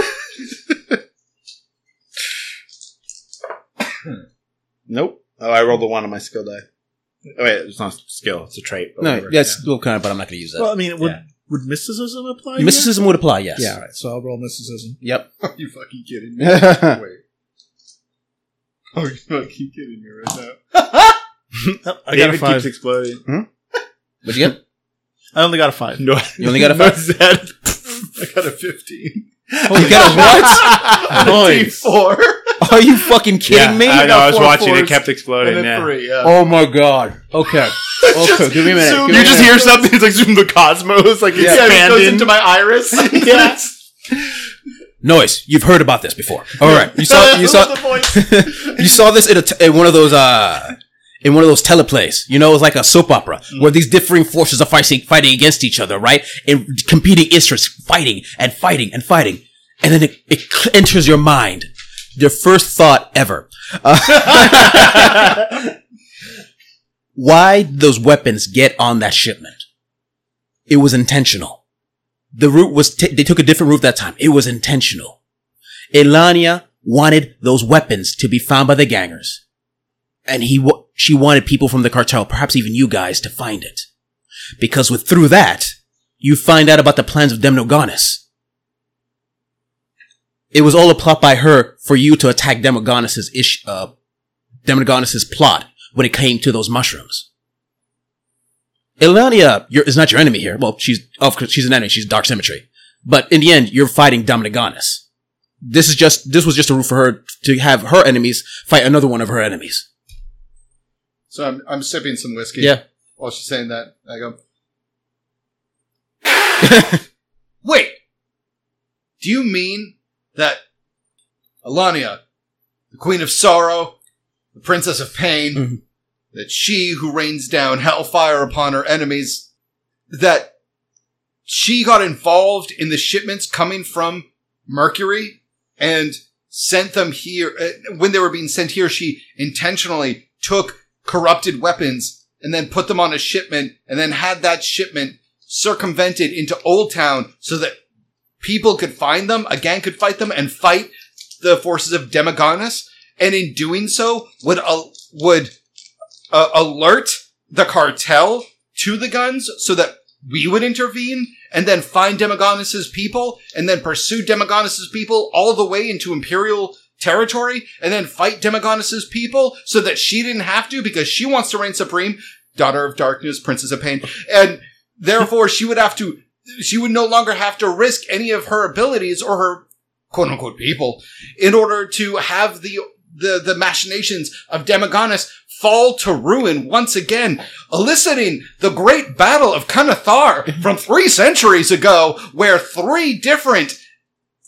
Nope. Oh, I rolled a one on my skill die. Oh, wait, it's not skill; it's a trait. but
no,
whatever.
that's well, kind of, but I'm not going to use that.
Well, I mean, would
Yeah.
would mysticism apply? here?
Mysticism would apply. Yes.
Yeah. All right. So I'll roll mysticism.
Yep.
Are you fucking kidding me? Wait. Are you fucking kidding me right now?
I got a
David
five.
keeps exploding.
But you get?
I only got a five.
No,
You only got a five.
I got a 15.
you got a what?
Nice.
Four.
Are you fucking kidding
Yeah,
me?
I know. I was
four
watching. It
fours
kept
And
exploding.
then
Yeah.
three, yeah.
Oh my god. Okay. Okay. give me a minute.
You just hear something. It's like zoom the cosmos. Like
Yeah.
expanding.
It goes into my iris.
yeah.
noise. You've heard about this before. All right. You saw. You saw. you saw this in, a t- in one of those. uh in one of those teleplays, you know, it was like a soap opera where these differing forces are fighting, fighting against each other, right? And competing interests fighting and fighting and fighting. And then it, it cl- enters your mind. Your first thought ever. Uh, why did those weapons get on that shipment? It was intentional. The route was, t- they took a different route that time. It was intentional. Elania wanted those weapons to be found by the gangers. And he, wa- she wanted people from the cartel, perhaps even you guys, to find it. Because with, through that, you find out about the plans of Demnogonus. It was all a plot by her for you to attack Demogonus's ish, uh, Demogonus's plot when it came to those mushrooms. Elania you're, is not your enemy here. Well, she's, of course, she's an enemy. She's dark symmetry. But in the end, you're fighting Dominicanus. This is just, this was just a roof for her to have her enemies fight another one of her enemies.
So I'm, I'm sipping some whiskey.
Yeah.
While she's saying that, I go, Wait! Do you mean that Alania, the Queen of Sorrow, the Princess of Pain,
Mhm.
that she who rains down hellfire upon her enemies, that she got involved in the shipments coming from Mercury and sent them here. uh, When they were being sent here, she intentionally took corrupted weapons and then put them on a shipment and then had that shipment circumvented into Old Town so that people could find them, a gang could fight them, and fight the forces of Demogonus. And in doing so, would al- would uh, alert the cartel to the guns so that we would intervene and then find Demogonus's people and then pursue Demogonus's people all the way into Imperial territory and then fight Demogonus's people so that she didn't have to because she wants to reign supreme, daughter of darkness, princess of pain, and therefore she would have to she would no longer have to risk any of her abilities or her quote unquote people in order to have the the, the machinations of Demogonus fall to ruin once again, eliciting the great battle of Kanathar from three centuries ago, where three different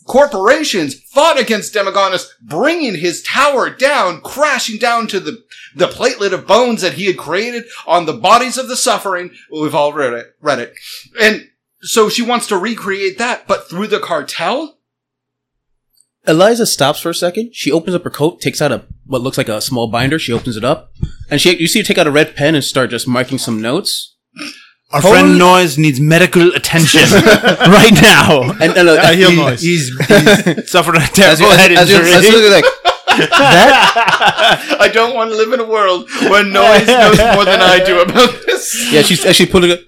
corporations fought against Demogonus, bringing his tower down, crashing down to the, the platelet of bones that he had created on the bodies of the suffering. We've all read it, read it. And so she wants to recreate that, but through the cartel?
Eliza stops for a second. She opens up her coat, takes out a what looks like a small binder. She opens it up, and she you see her take out a red pen and start just marking some notes.
Our
Holy-
friend Noise needs medical attention right now.
And, and, uh,
I heal
he-
noise.
He's, he's suffered a
As you,
terrible
as,
head
you- as, you-
injury.
as you- like, that,
I don't want to live in a world where noise knows more than I do about this.
yeah, she's as she put it.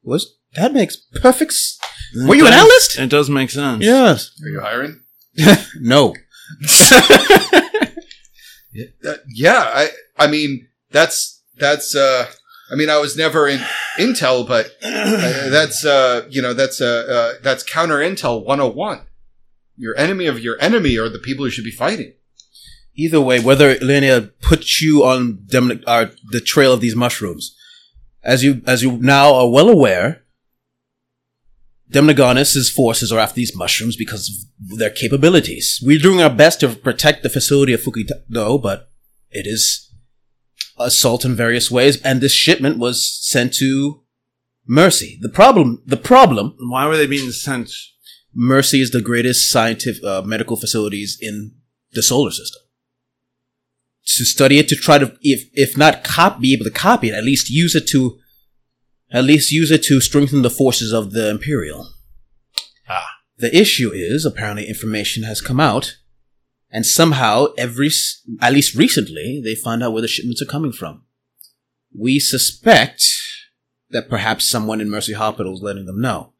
What? That makes perfect. S- Were you an analyst?
It does make sense.
Yes.
Are you hiring?
No.
Uh, yeah, I I mean that's that's uh I mean I was never in Intel, but uh, that's uh you know that's uh, uh that's counter Intel 101. Your enemy of your enemy are the people you should be fighting.
Either way, whether Elenia puts you on Demonic, uh, the trail of these mushrooms, as you as you now are well aware, Demnogonus' forces are after these mushrooms because of their capabilities. We're doing our best to protect the facility of Fukito, but it is assault in various ways, and this shipment was sent to Mercy. The problem, the problem,
Why were they being sent?
Mercy is the greatest scientific uh, medical facilities in the solar system. To study it, to try to, if if not cop, be able to copy it, at least use it to, at least use it to strengthen the forces of the Imperial.
Ah.
The issue is apparently information has come out, and somehow every, s- at least recently, they find out where the shipments are coming from. We suspect that perhaps someone in Mercy Hospital is letting them know.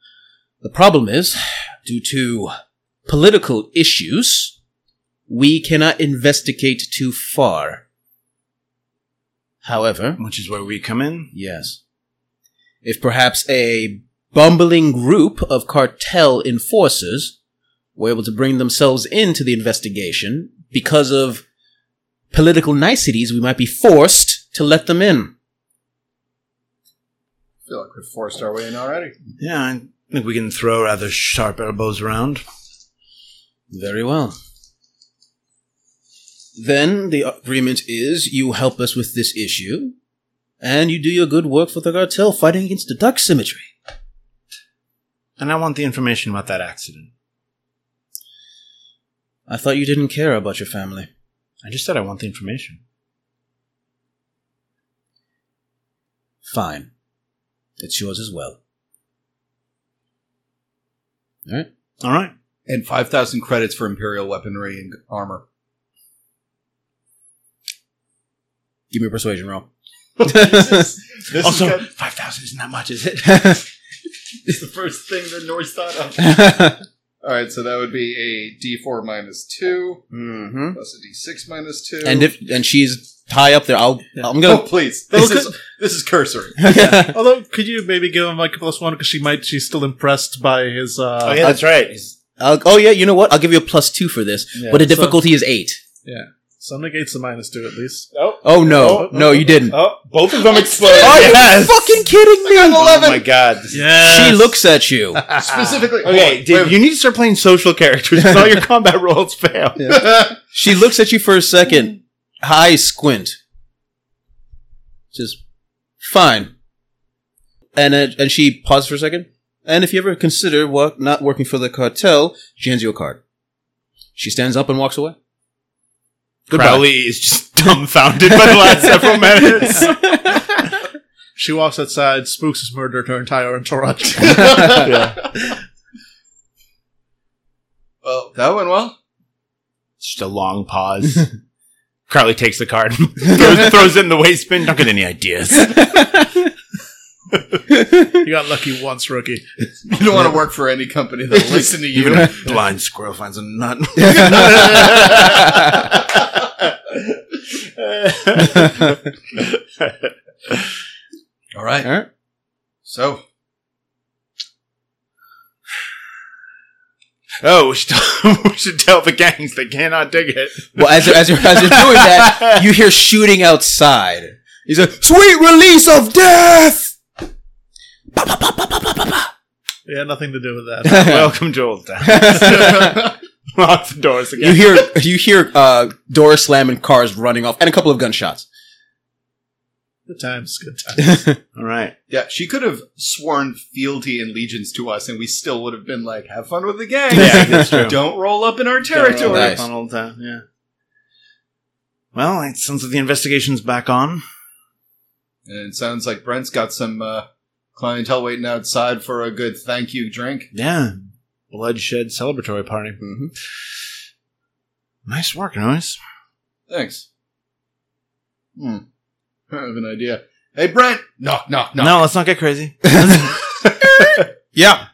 The problem is, due to political issues, we cannot investigate too far. However,
Which is where we come in.
yes. If perhaps a bumbling group of cartel enforcers were able to bring themselves into the investigation because of political niceties, we might be forced to let them in.
I feel like we forced our way in already.
Yeah, I think we can throw rather sharp elbows around.
Very well. Then the agreement is you help us with this issue, and you do your good work for the cartel fighting against the dark symmetry.
And I want the information about that accident.
I thought you didn't care about your family.
I just said I want the information.
Fine. It's yours as well. Alright.
All right.
And 5,000 credits for Imperial weaponry and armor.
Give me a persuasion roll.
also, 5,000 isn't that much, is it?
It's the first thing that Norse thought of. All right, so that would be a D4 minus 2,
mm-hmm.
plus a D6 minus 2.
And if and she's high up there, I'll I'm
Oh,
gonna
please. This
Well,
is, this is cursory.
Oh,
Although, could you maybe give him like a plus one because she might she's still impressed by his. Uh,
oh, yeah, that's right.
I'll, oh yeah, you know what? I'll give you a plus two for this,
Yeah,
but the
so-
difficulty is eight.
So negates the minus two at least.
Oh no,
Oh,
no, you didn't.
Oh, both of them explode.
Are
Oh, Yes.
Oh, you fucking kidding me?
Oh my god. this is- Ah.
Yeah.
She looks at you.
Specifically. hold
Okay,
on,
dude,
wait,
you need to start playing social characters. 'cause All your combat rolls fail.
She looks at you for a second. High squint. Just fine. And uh, and she pauses for a second. And if you ever consider work, not working for the cartel, she hands you a card. She stands up and walks away. Goodbye.
Crowley is just dumbfounded by the last several minutes.
She walks outside. Spooks has murdered her entire entourage.
Well, that went well.
Just a long pause. Crowley takes the card, throws, throws it in the waste bin. Don't get any ideas.
you got lucky once, rookie.
You don't want to work for any company that'll listen to you.
Even a blind squirrel finds a nut.
All right.
All right.
So,
oh, we should, tell, we should tell the gangs they cannot dig it.
Well, as you're, as, you're, as you're doing that, you hear shooting outside. He's like, "Sweet release of death!" Ba, ba, ba, ba, ba, ba, ba, ba.
It had nothing to do with that.
Welcome to Old Town. Lock the doors
You
again.
hear you hear uh, doors slam and cars running off, and a couple of gunshots.
Good times, good times.
All right.
Yeah, she could have sworn fealty and allegiance to us, and we still would have been like, "Have fun with the gang.
Yeah, that's true.
Don't roll up in our
Don't
territory."
roll up
Nice.
on Old Town, Yeah. Well, it sounds like the investigation's back on.
And it sounds like Brent's got some uh, clientele waiting outside for a good thank you drink.
Yeah. Bloodshed celebratory party. Nice work, Noise.
Thanks. Hmm. I have an idea. Hey, Brent! Knock, knock,
No.
knock.
let's not get crazy.
Yeah,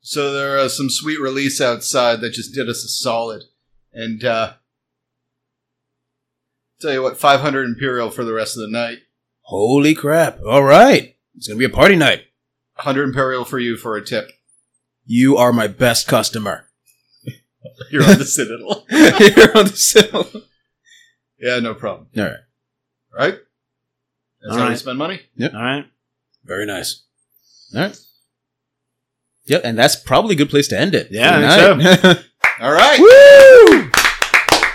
So there are some sweet release outside that just did us a solid. And, uh, tell you what, 500 Imperial for the rest of the night.
holy crap! All right, it's gonna be a party night.
100 Imperial for you for a tip.
You are my best customer.
You're on the Citadel.
You're on the sill.
Yeah, no problem.
All right,
All right? That's
All
how we
right.
spend money?
All right.
very nice. All right. Yep, and that's probably a good place to end it.
Yeah,
For the
I think
night.
All right.
Woo!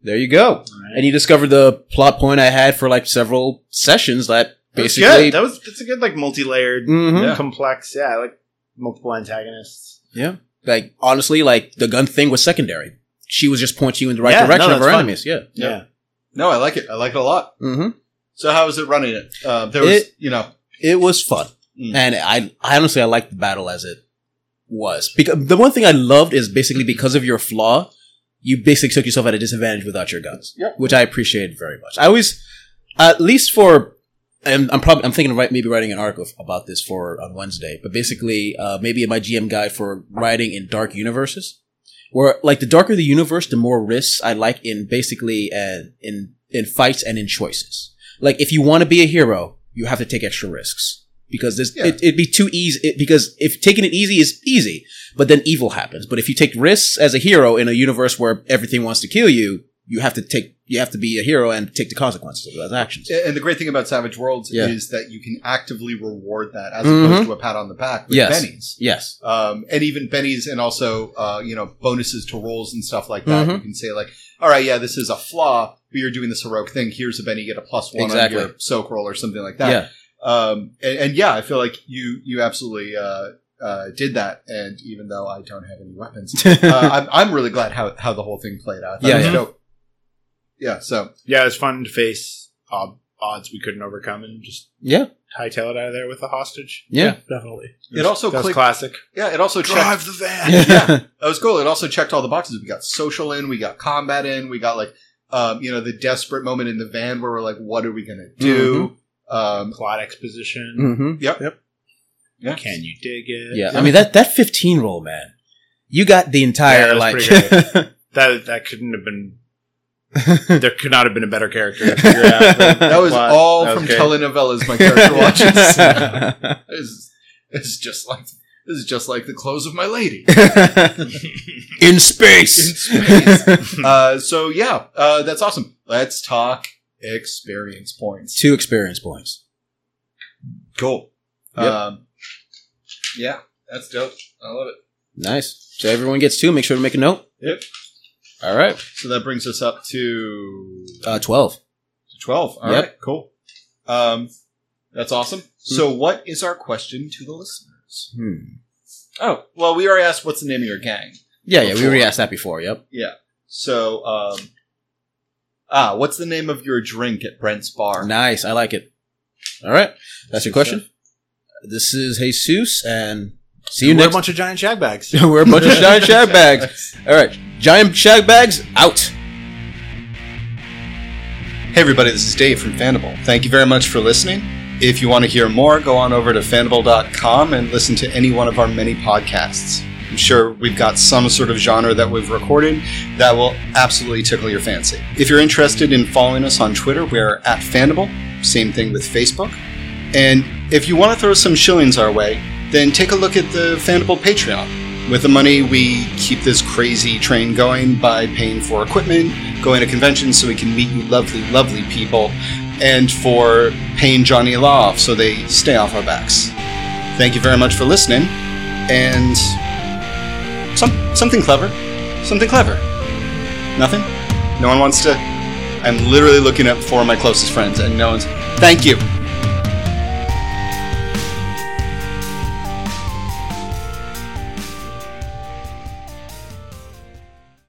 There you go. And you discover the plot point I had for like several sessions that basically.
That's good. That was it's a good like multi-layered,
Mhm.
complex. Mm-hmm. Yeah, like multiple antagonists.
Like, honestly, like the gun thing was secondary. She was just pointing you in the right
Yeah, no,
direction of
that's
her
fun.
enemies. Yeah.
Yeah. No, I like it. I like it a lot.
Mm-hmm.
So how is it running it? Uh, there was,
It-
you know,
It was fun.
Mm.
And I, I honestly, I liked the battle as it was. Because the one thing I loved is basically because of your flaw, you basically took yourself at a disadvantage without your guns,
Yep.
which I appreciated very much. I always, at least for, and I'm probably I'm thinking of write, maybe writing an article about this for on Wednesday, but basically uh, maybe my GM guide for writing in dark universes, where like the darker the universe, the more risks I like in basically uh, in in fights and in choices. Like if you want to be a hero, you have to take extra risks because this
Yeah.
it, it'd be too easy. It, because if taking it easy is easy, but then evil happens. But if you take risks as a hero in a universe where everything wants to kill you, you have to take you have to be a hero and take the consequences of those actions.
and the great thing about Savage Worlds
Yeah.
is that you can actively reward that as
Mhm.
opposed to a pat on the back with
Yes.
bennies.
Yes.
Um, and even bennies and also, uh, you know, bonuses to rolls and stuff like that.
Mhm.
You can say like, all right, yeah, this is a flaw, but you're doing this heroic thing. Here's a benny, get a plus one
Exactly.
on your soak roll or something like that. Um, and, and yeah, I feel like you, you absolutely, uh, uh, did that, and even though I don't have any weapons, uh, I'm, I'm really glad how, how the whole thing played out. That
Yeah,
was
yeah.
dope. yeah. So
Yeah, it was fun to face uh, odds we couldn't overcome and just
Yeah.
hightail it out of there with a hostage.
Yeah.
Definitely.
it also
That's
clicked.
classic.
yeah, it also checked.
the van.
Yeah.
That was cool. It also checked all the boxes. We got social in, we got combat in, we got like, um, you know, the desperate moment in the van where we're like, what are we gonna do?
Mm-hmm.
Um,
Plot exposition.
Mm-hmm.
yeah.
Can you dig it?
Yeah. I mean that that 15 roll, man. You got the entire
Yeah,
like
that's That that couldn't have been. there could not have been a better character. To figure out the
That was
plot.
all
That was
from
great.
telenovelas my character watches. it's, it's just like this is just like the clothes of my lady.
in space.
uh, so yeah, uh, that's awesome. Let's talk experience points.
Two experience points.
Cool.
Yep.
Um, yeah, that's dope. I love it.
Nice. So everyone gets two. Make sure to make a note.
Yep.
All right.
So that brings us up to
Uh, 12.
12. All right,
Yep.
cool. Um, that's awesome. So, what is our question to the listeners?
Hmm.
Oh, well, we already asked what's the name of your gang.
Yeah, yeah. We already
Before.
asked that before. Yep.
So, um, ah, what's the name of your drink at Brent's bar?
Nice. I like it. All right. That's your question. This is Jesus, and see you
We're a
next.
bunch of giant shag bags.
We're a bunch of giant shag bags. All right. Giant shag bags out.
Hey everybody, this is Dave from Fandible. Thank you very much for listening. If you want to hear more, go on over to fandible.com and listen to any one of our many podcasts. I'm sure we've got some sort of genre that we've recorded that will absolutely tickle your fancy. If you're interested in following us on Twitter, we're at Fandible, same thing with Facebook. And if you want to throw some shillings our way, then take a look at the Fandible Patreon. With the money, we keep this crazy train going by paying for equipment, going to conventions so we can meet you lovely, lovely people, and for paying Johnny Law off so they stay off our backs. Thank you very much for listening. And some something clever, something clever. Nothing. No one wants to. I'm literally looking up for my closest friends, and no one's. Thank you.